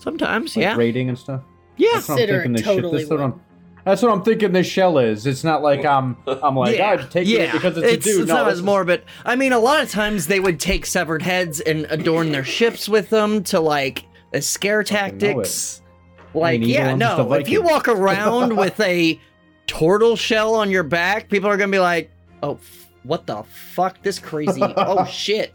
[SPEAKER 1] Sometimes,
[SPEAKER 2] like
[SPEAKER 1] yeah.
[SPEAKER 2] raiding and stuff?
[SPEAKER 1] yeah.
[SPEAKER 2] That's what I'm
[SPEAKER 4] Consider
[SPEAKER 2] thinking.
[SPEAKER 4] it
[SPEAKER 2] This shit.
[SPEAKER 4] totally
[SPEAKER 2] That's what
[SPEAKER 4] would.
[SPEAKER 2] I'm. That's what I'm thinking. This shell is. It's not like I'm. I'm like
[SPEAKER 1] yeah,
[SPEAKER 2] I'm taking
[SPEAKER 1] yeah.
[SPEAKER 2] it because it's, a dude.
[SPEAKER 1] It's
[SPEAKER 2] no,
[SPEAKER 1] not
[SPEAKER 2] this
[SPEAKER 1] as
[SPEAKER 2] is-
[SPEAKER 1] morbid. I mean, a lot of times they would take severed heads and adorn their ships with them to like as scare
[SPEAKER 2] Fucking know it.
[SPEAKER 1] tactics. Like,
[SPEAKER 2] mean, evil
[SPEAKER 1] yeah,
[SPEAKER 2] arms to
[SPEAKER 1] no. If you
[SPEAKER 2] Vikings.
[SPEAKER 1] walk around with a turtle shell on your back, people are gonna be like, "Oh, f- what the fuck? This crazy? oh shit!"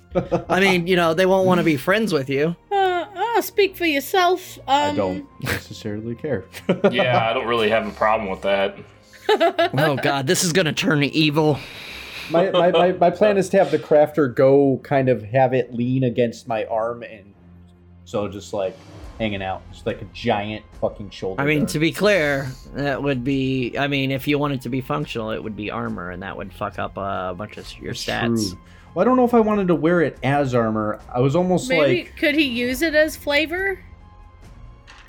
[SPEAKER 1] I mean, you know, they won't want to be friends with you.
[SPEAKER 4] Uh, uh speak for yourself. Um,
[SPEAKER 2] I don't necessarily care.
[SPEAKER 5] Yeah, I don't really have a problem with that.
[SPEAKER 1] Oh god, this is gonna turn evil.
[SPEAKER 2] my, my, my, my plan is to have the crafter go kind of have it lean against my arm and so just like hanging out just like a giant fucking shoulder
[SPEAKER 1] I mean,
[SPEAKER 2] guard.
[SPEAKER 1] to be clear, that would be. I mean, if you wanted to be functional, it would be armor, and that would fuck up uh, a bunch of your stats.
[SPEAKER 2] True. well i don't know if i wanted to wear it as armor i was almost
[SPEAKER 4] Maybe
[SPEAKER 2] like
[SPEAKER 4] could he use it as flavor?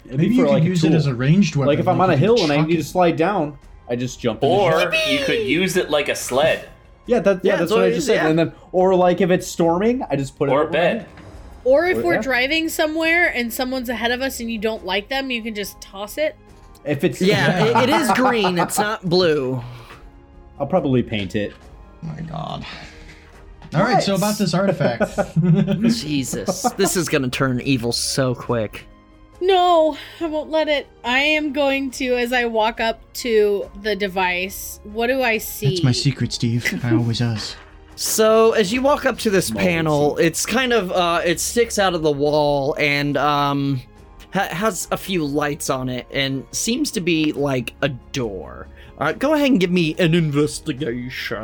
[SPEAKER 2] it'd be
[SPEAKER 3] Maybe you
[SPEAKER 2] for,
[SPEAKER 3] can
[SPEAKER 2] like,
[SPEAKER 3] use it as a
[SPEAKER 2] tool.
[SPEAKER 3] ranged weapon.
[SPEAKER 2] like if i'm
[SPEAKER 3] you
[SPEAKER 2] on a
[SPEAKER 3] can
[SPEAKER 2] hill and i
[SPEAKER 3] chuck
[SPEAKER 2] need
[SPEAKER 3] it.
[SPEAKER 2] to slide down i just jump in the-
[SPEAKER 5] Or you could use it like a sled
[SPEAKER 2] yeah that, yeah,
[SPEAKER 1] Yeah,
[SPEAKER 2] that's
[SPEAKER 1] so
[SPEAKER 2] what i
[SPEAKER 1] it
[SPEAKER 2] just
[SPEAKER 1] is,
[SPEAKER 2] said
[SPEAKER 1] yeah.
[SPEAKER 2] and then or like if it's storming i just put it
[SPEAKER 5] or
[SPEAKER 2] over
[SPEAKER 5] a
[SPEAKER 2] my
[SPEAKER 5] bed.
[SPEAKER 2] head.
[SPEAKER 4] Or if
[SPEAKER 2] Or-
[SPEAKER 4] we're
[SPEAKER 2] yeah.
[SPEAKER 4] driving somewhere and someone's ahead of us and you don't like them, you can just toss it.
[SPEAKER 2] if it's
[SPEAKER 1] Yeah, it, it is green. It's not blue.
[SPEAKER 2] i'll probably paint it
[SPEAKER 3] My god. All right, so about this artifact.
[SPEAKER 1] Jesus, this is gonna turn evil so quick.
[SPEAKER 4] No, I won't let it. I am going to, as I walk up to the device, what do I see?
[SPEAKER 3] That's my secret, Steve. I always does.
[SPEAKER 1] So as you walk up to this panel, it's kind of uh, it sticks out of the wall and um, ha- has a few lights on it and seems to be like a door. All right, go ahead and give me an investigation.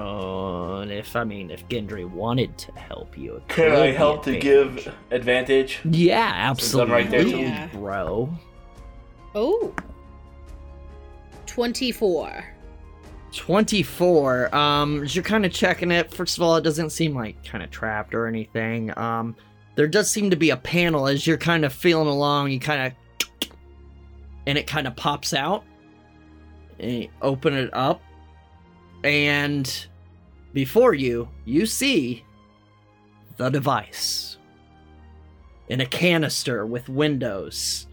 [SPEAKER 1] If I mean, if Gendry wanted to help you, it
[SPEAKER 5] Can
[SPEAKER 1] could
[SPEAKER 5] I
[SPEAKER 1] be
[SPEAKER 5] help to
[SPEAKER 1] advantage.
[SPEAKER 5] give advantage?
[SPEAKER 1] Yeah,
[SPEAKER 5] So done
[SPEAKER 1] absolutely,
[SPEAKER 5] right there,
[SPEAKER 4] too. Yeah.
[SPEAKER 1] bro.
[SPEAKER 4] Oh. 24.
[SPEAKER 1] 24 um as you're kind of checking it first of all it doesn't seem like kind of trapped or anything um there does seem to be a panel as you're kind of feeling along you kind of and it kind of pops out and you open it up and before you you see the device in a canister with windows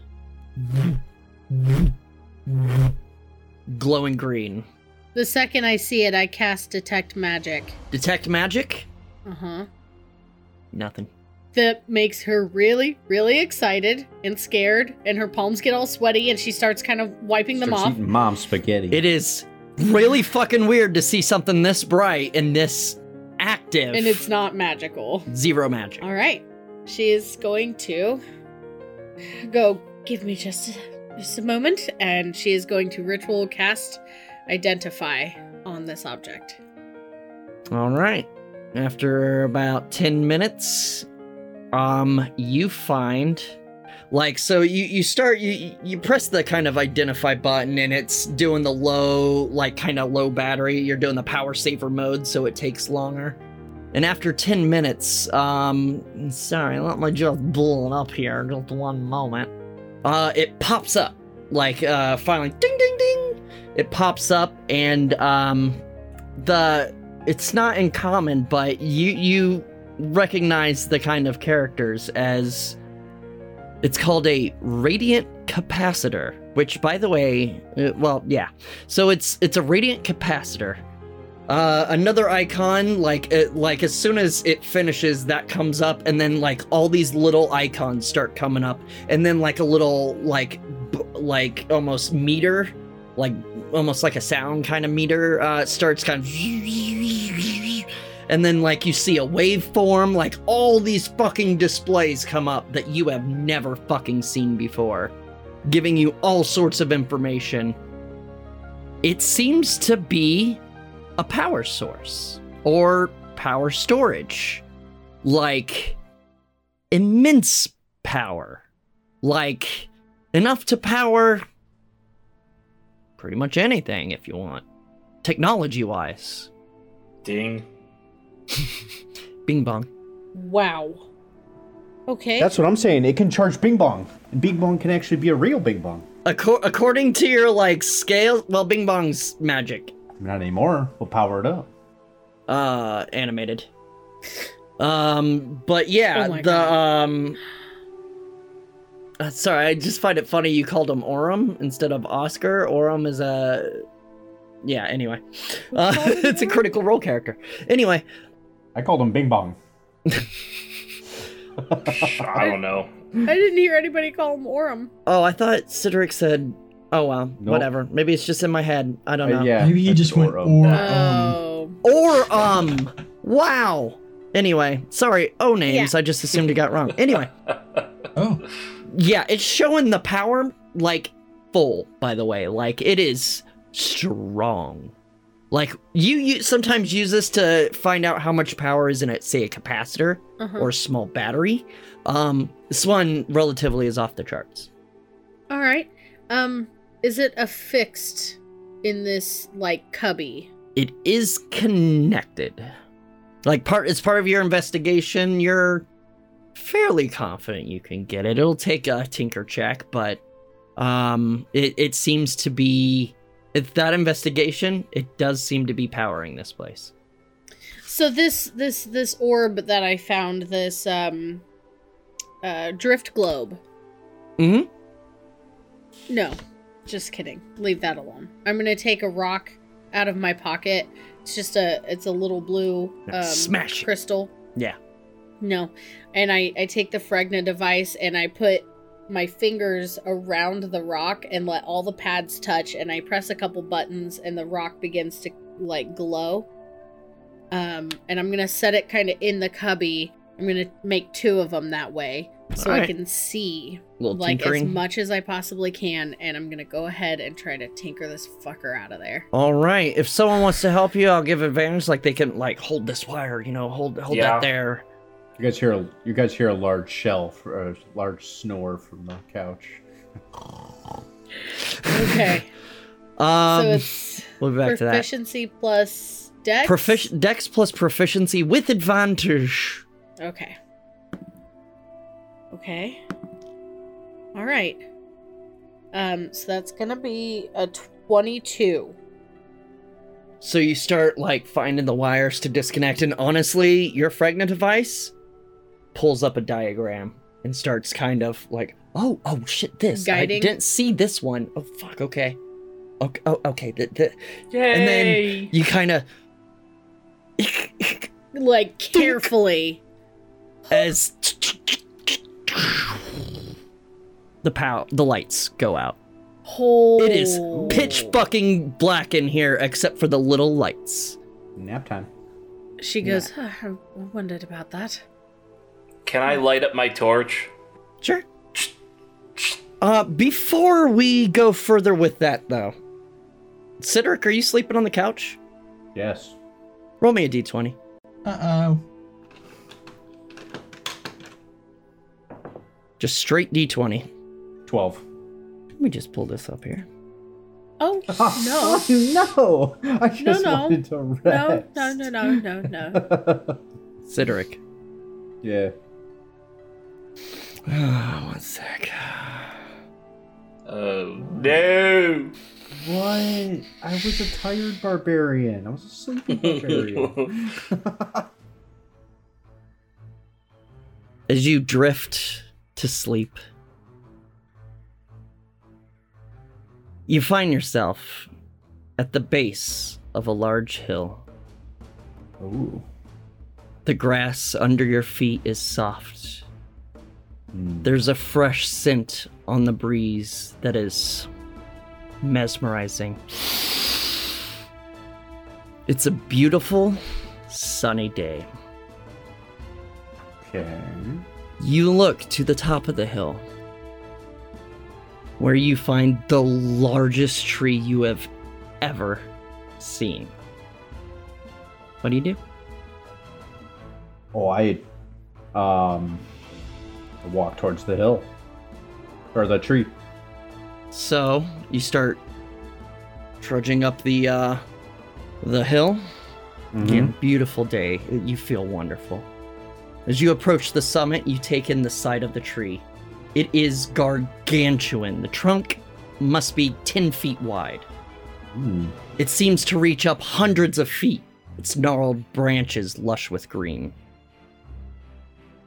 [SPEAKER 1] glowing green
[SPEAKER 4] The second I see it, I cast detect magic.
[SPEAKER 1] Detect magic?
[SPEAKER 4] Uh huh.
[SPEAKER 1] Nothing.
[SPEAKER 4] That makes her really, really excited and scared, and her palms get all sweaty, and she starts kind of wiping them
[SPEAKER 6] Starts
[SPEAKER 4] off.
[SPEAKER 6] eating mom spaghetti.
[SPEAKER 1] It is really fucking weird to see something this bright and this active.
[SPEAKER 4] And it's not magical.
[SPEAKER 1] zero magic.
[SPEAKER 4] All right. She is going to go. Give me just just a moment, and she is going to ritual cast identify on this object.
[SPEAKER 1] All right. After about 10 minutes, um you find like so you you start you you press the kind of identify button and it's doing the low like kind of low battery. You're doing the power saver mode so it takes longer. And after 10 minutes, um sorry, let me just blow it up here just one moment. Uh it pops up like uh finally ding ding ding. It pops up and um the it's not in common, but you you recognize the kind of characters as it's called a radiant capacitor, which by the way, uh, well, yeah. So it's it's a radiant capacitor. Uh, another icon, like it, like as soon as it finishes, that comes up, and then like all these little icons start coming up, and then like a little like b- like almost meter, like almost like a sound kind of meter uh, starts kind of and then like you see a waveform like all these fucking displays come up that you have never fucking seen before giving you all sorts of information it seems to be a power source or power storage like immense power like enough to power pretty much anything if you want. Technology wise.
[SPEAKER 5] Ding.
[SPEAKER 1] Bing bong.
[SPEAKER 4] Wow. Okay.
[SPEAKER 2] That's what I'm saying. It can charge Bing Bong.
[SPEAKER 6] And Big Bong can actually be a real Big Bong.
[SPEAKER 1] Acor- according to your like scale, well, Bing bong's magic.
[SPEAKER 6] Not anymore. We'll power it up.
[SPEAKER 1] Uh, animated. Um, but yeah,
[SPEAKER 4] Oh my
[SPEAKER 1] the
[SPEAKER 4] God.
[SPEAKER 1] um. uh, Sorry, I just find it funny you called him Orem instead of Oscar. Orem is a, yeah. Anyway, uh, it's a critical role character. Anyway,
[SPEAKER 2] I called him Bing Bong.
[SPEAKER 5] I don't know.
[SPEAKER 4] I didn't hear anybody call him Orem.
[SPEAKER 1] oh, I thought Cedric said, oh well,
[SPEAKER 2] Nope.
[SPEAKER 1] whatever. Maybe it's just in my head. I don't know.
[SPEAKER 2] Uh, yeah,
[SPEAKER 3] Maybe he
[SPEAKER 2] that's
[SPEAKER 3] just went
[SPEAKER 2] Oro.
[SPEAKER 3] or um,
[SPEAKER 4] Oh.
[SPEAKER 1] Or um. Wow. Anyway, sorry. Oh names. I just assumed you got wrong. Anyway,
[SPEAKER 3] oh
[SPEAKER 1] yeah, it's showing the power like full. By the way, like it is strong. Like you, you sometimes use this to find out how much power is in it, say a capacitor
[SPEAKER 4] Uh-huh.
[SPEAKER 1] or a small battery. Um, this one relatively is off the charts.
[SPEAKER 4] All right. Um, is it affixed in this like cubby?
[SPEAKER 1] It is connected. Like part as part of your investigation, you're fairly confident you can get it. It'll take a tinker check, but um it, it seems to be if that investigation, it does seem to be powering this place.
[SPEAKER 4] So this this this orb that I found this um uh drift globe.
[SPEAKER 1] Mhm.
[SPEAKER 4] No. Just kidding. Leave that alone. I'm going to take a rock out of my pocket. It's just a it's a little blue
[SPEAKER 1] Now
[SPEAKER 4] um
[SPEAKER 1] smash it.
[SPEAKER 4] crystal.
[SPEAKER 1] Yeah.
[SPEAKER 4] No. And I I take the Fregna device and I put my fingers around the rock and let all the pads touch and I press a couple buttons and the rock begins to like glow. Um and I'm going to set it kind of in the cubby. I'm going to make two of them that way so I
[SPEAKER 1] Alright.
[SPEAKER 4] can see
[SPEAKER 1] little
[SPEAKER 4] like
[SPEAKER 1] tinkering.
[SPEAKER 4] as much as I possibly can and I'm going to go ahead and try to tinker this fucker out of there.
[SPEAKER 1] All right. If someone wants to help you, I'll give advantage. Like they can like hold this wire, you know, hold hold
[SPEAKER 5] Yeah.
[SPEAKER 1] that there.
[SPEAKER 2] You guys hear a you guys hear a large shell for a large snore from the couch.
[SPEAKER 4] Okay.
[SPEAKER 1] Um,
[SPEAKER 4] so it's
[SPEAKER 1] we'll be back to that.
[SPEAKER 4] proficiency plus dex.
[SPEAKER 1] Profici- Dex plus proficiency with advantage.
[SPEAKER 4] Okay. Okay. All right. Um, so that's gonna be a twenty-two.
[SPEAKER 1] So you start like finding the wires to disconnect, and honestly, your Fregna device pulls up a diagram and starts kind of like, oh, oh shit, this I
[SPEAKER 4] Guiding?
[SPEAKER 1] didn't see this one. Oh fuck, okay. okay, oh, okay. th- th-
[SPEAKER 5] Yay!
[SPEAKER 1] and then you kind of
[SPEAKER 4] Like carefully.
[SPEAKER 1] as the pow the lights go out.
[SPEAKER 4] Whole.
[SPEAKER 1] It is
[SPEAKER 4] Oh.
[SPEAKER 1] pitch fucking black in here except for the little lights.
[SPEAKER 6] Nap time.
[SPEAKER 4] She goes, "Huh, I wondered about that.
[SPEAKER 5] Can I light up my torch?
[SPEAKER 1] Sure. Uh, before we go further with that, though, Cedric, are you sleeping on the couch?
[SPEAKER 6] Yes.
[SPEAKER 1] Roll me a d20.
[SPEAKER 3] Uh oh.
[SPEAKER 1] Just straight d20.
[SPEAKER 6] 12.
[SPEAKER 1] Let me just pull this up here.
[SPEAKER 4] Oh, no.
[SPEAKER 6] no. I just
[SPEAKER 4] no.
[SPEAKER 6] wanted to
[SPEAKER 4] No,
[SPEAKER 6] rest.
[SPEAKER 4] no, no, no, no, no.
[SPEAKER 1] Cedric.
[SPEAKER 6] Yeah.
[SPEAKER 1] One sec.
[SPEAKER 5] Oh no!
[SPEAKER 6] What? I was a tired barbarian. I was a sleepy barbarian.
[SPEAKER 1] As you drift to sleep, you find yourself at the base of a large hill.
[SPEAKER 6] Ooh.
[SPEAKER 1] The grass under your feet is soft.
[SPEAKER 6] Mm.
[SPEAKER 1] There's a fresh scent on the breeze that is mesmerizing. It's a beautiful, sunny day.
[SPEAKER 6] Okay.
[SPEAKER 1] You look to the top of the hill, where you find the largest tree you have ever seen. What do you do?
[SPEAKER 6] Oh, I, um, I walk towards the hill or the tree.
[SPEAKER 1] So you start trudging up the uh, the hill.
[SPEAKER 6] Mm-hmm.
[SPEAKER 1] Again, beautiful day. You feel wonderful. As you approach the summit, you take in the side of the tree. It is gargantuan. The trunk must be 10 feet wide.
[SPEAKER 6] Mm.
[SPEAKER 1] It seems to reach up hundreds of feet, its gnarled branches lush with green.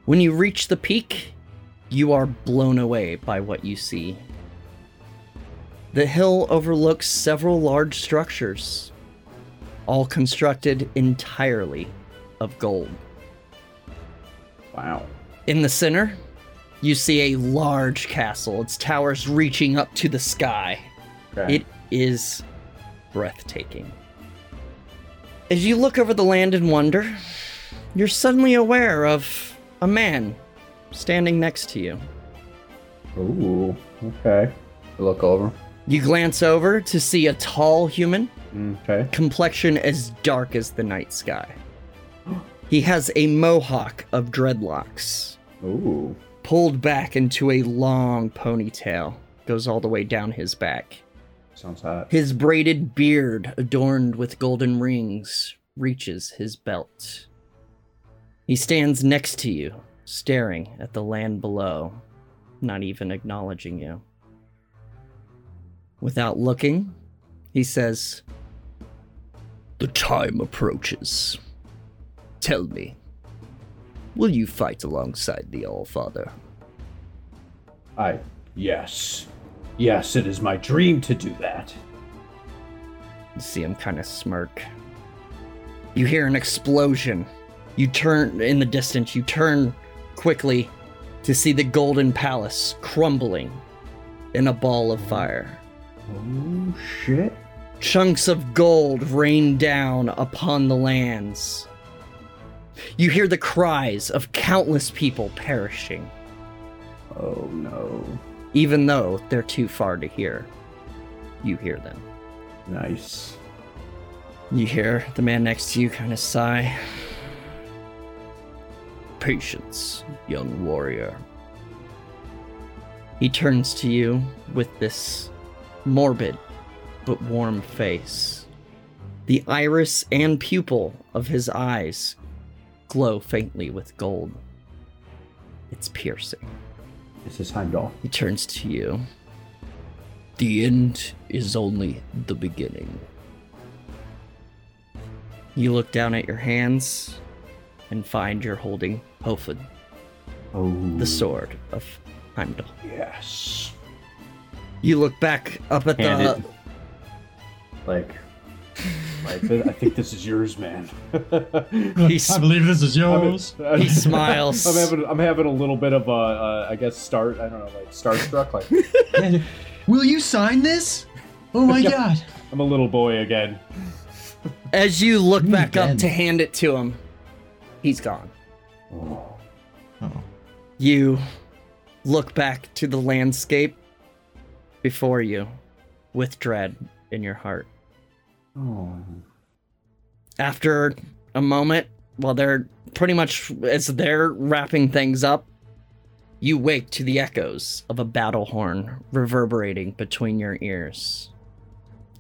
[SPEAKER 1] When you reach the peak, you are blown away by what you see. The hill overlooks several large structures, all constructed entirely of gold.
[SPEAKER 6] Wow.
[SPEAKER 1] In the center, you see a large castle, its towers reaching up to the sky.
[SPEAKER 6] Okay.
[SPEAKER 1] It is breathtaking. As you look over the land in wonder, you're suddenly aware of a man standing next to you.
[SPEAKER 6] Ooh. Okay. I look over.
[SPEAKER 1] You glance over to see a tall human,
[SPEAKER 6] Mm, Okay.
[SPEAKER 1] complexion as dark as the night sky. He has a mohawk of dreadlocks,
[SPEAKER 6] Ooh.
[SPEAKER 1] pulled back into a long ponytail, goes all the way down his back.
[SPEAKER 6] Sounds hot.
[SPEAKER 1] His braided beard, adorned with golden rings, reaches his belt. He stands next to you, staring at the land below, not even acknowledging you. Without looking, he says, The time approaches. Tell me, will you fight alongside the Allfather?
[SPEAKER 6] I. Yes. Yes, it is my dream to do that.
[SPEAKER 1] You see him kind of smirk. You hear an explosion. You turn in the distance, you turn quickly to see the Golden Palace crumbling in a ball of fire.
[SPEAKER 6] Oh shit.
[SPEAKER 1] Chunks of gold rain down upon the lands. You hear the cries of countless people perishing,
[SPEAKER 6] Oh no.
[SPEAKER 1] even though they're too far to hear. You hear them.
[SPEAKER 6] Nice.
[SPEAKER 1] You hear the man next to you kind of sigh. Patience, young warrior. He turns to you with this morbid but warm face. The iris and pupil of his eyes glow faintly with gold. It's piercing.
[SPEAKER 6] This is Heimdall.
[SPEAKER 1] He turns to you. The end is only the beginning. You look down at your hands and find you're holding Hofud,
[SPEAKER 6] Oh.
[SPEAKER 1] the sword of Heimdall.
[SPEAKER 6] Yes.
[SPEAKER 1] You look back up at Uh,
[SPEAKER 6] Hand
[SPEAKER 1] the
[SPEAKER 6] it.
[SPEAKER 2] Like,
[SPEAKER 6] Like, I think this is yours, man.
[SPEAKER 1] He's-
[SPEAKER 3] I believe this is yours.
[SPEAKER 1] He smiles.
[SPEAKER 2] I'm having I'm having a little bit of a, uh, I guess start I don't know like starstruck like
[SPEAKER 3] Will you sign this? Oh my god.
[SPEAKER 2] I'm a little boy again.
[SPEAKER 1] As you look
[SPEAKER 3] Me
[SPEAKER 1] back up
[SPEAKER 3] again.
[SPEAKER 1] to hand it to him, he's gone.
[SPEAKER 3] Oh.
[SPEAKER 1] You look back to the landscape before you with dread in your heart. After a moment, while they're pretty much as they're wrapping things up, you wake to the echoes of a battle horn reverberating between your ears.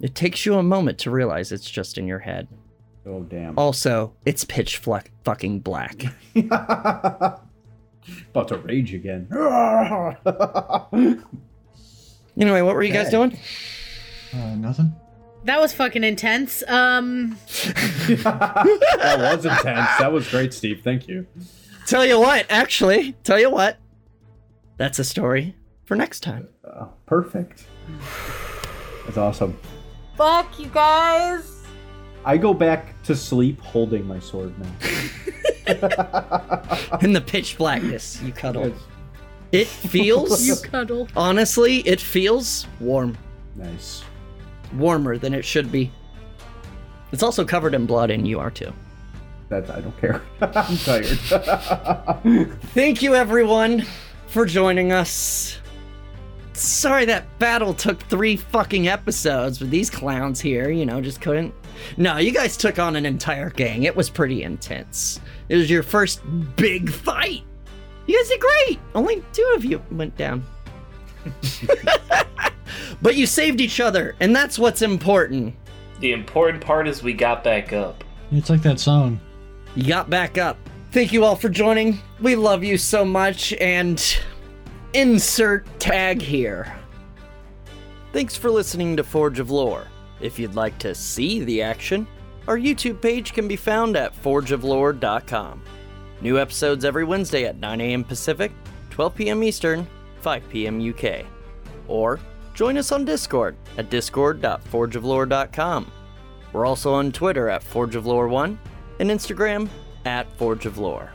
[SPEAKER 1] It takes you a moment to realize it's just in your head.
[SPEAKER 6] Oh damn.
[SPEAKER 1] Also, it's pitch fleck fucking black.
[SPEAKER 6] About to rage again.
[SPEAKER 1] Anyway, what were you guys
[SPEAKER 6] Okay.
[SPEAKER 1] doing?
[SPEAKER 3] Uh, nothing.
[SPEAKER 4] That was fucking intense. Um,
[SPEAKER 2] that was intense. That was great, Steve. Thank you.
[SPEAKER 1] Tell you what, actually, tell you what. That's a story for next time.
[SPEAKER 6] Perfect.
[SPEAKER 2] That's awesome.
[SPEAKER 7] Fuck you guys.
[SPEAKER 2] I go back to sleep holding my sword now.
[SPEAKER 1] In the pitch blackness, you cuddle. It
[SPEAKER 4] you
[SPEAKER 1] feels,
[SPEAKER 4] cuddle.
[SPEAKER 1] honestly, it feels warm.
[SPEAKER 6] Nice.
[SPEAKER 1] Warmer than it should be. It's also covered in blood, and you are too.
[SPEAKER 2] That I don't care. I'm tired.
[SPEAKER 1] Thank you, everyone, for joining us. Sorry that battle took three fucking episodes, but these clowns here, you know, just couldn't. No, you guys took on an entire gang. It was pretty intense. It was your first big fight. You guys did great. Only two of you went down. but you saved each other, and that's what's important.
[SPEAKER 5] The important part is we got back up.
[SPEAKER 3] It's like that song.
[SPEAKER 1] you got back up. Thank you all for joining. We love you so much, and insert tag here. Thanks for listening to Forge of Lore. If you'd like to see the action, our YouTube page can be found at forgeoflore.com. New episodes every Wednesday at 9 a.m. Pacific, 12 p.m. Eastern, 5 p.m. UK. Or join us on Discord at discord.forgeoflore.com. We're also on Twitter at Forge of Lore 1 and Instagram at Forge of Lore.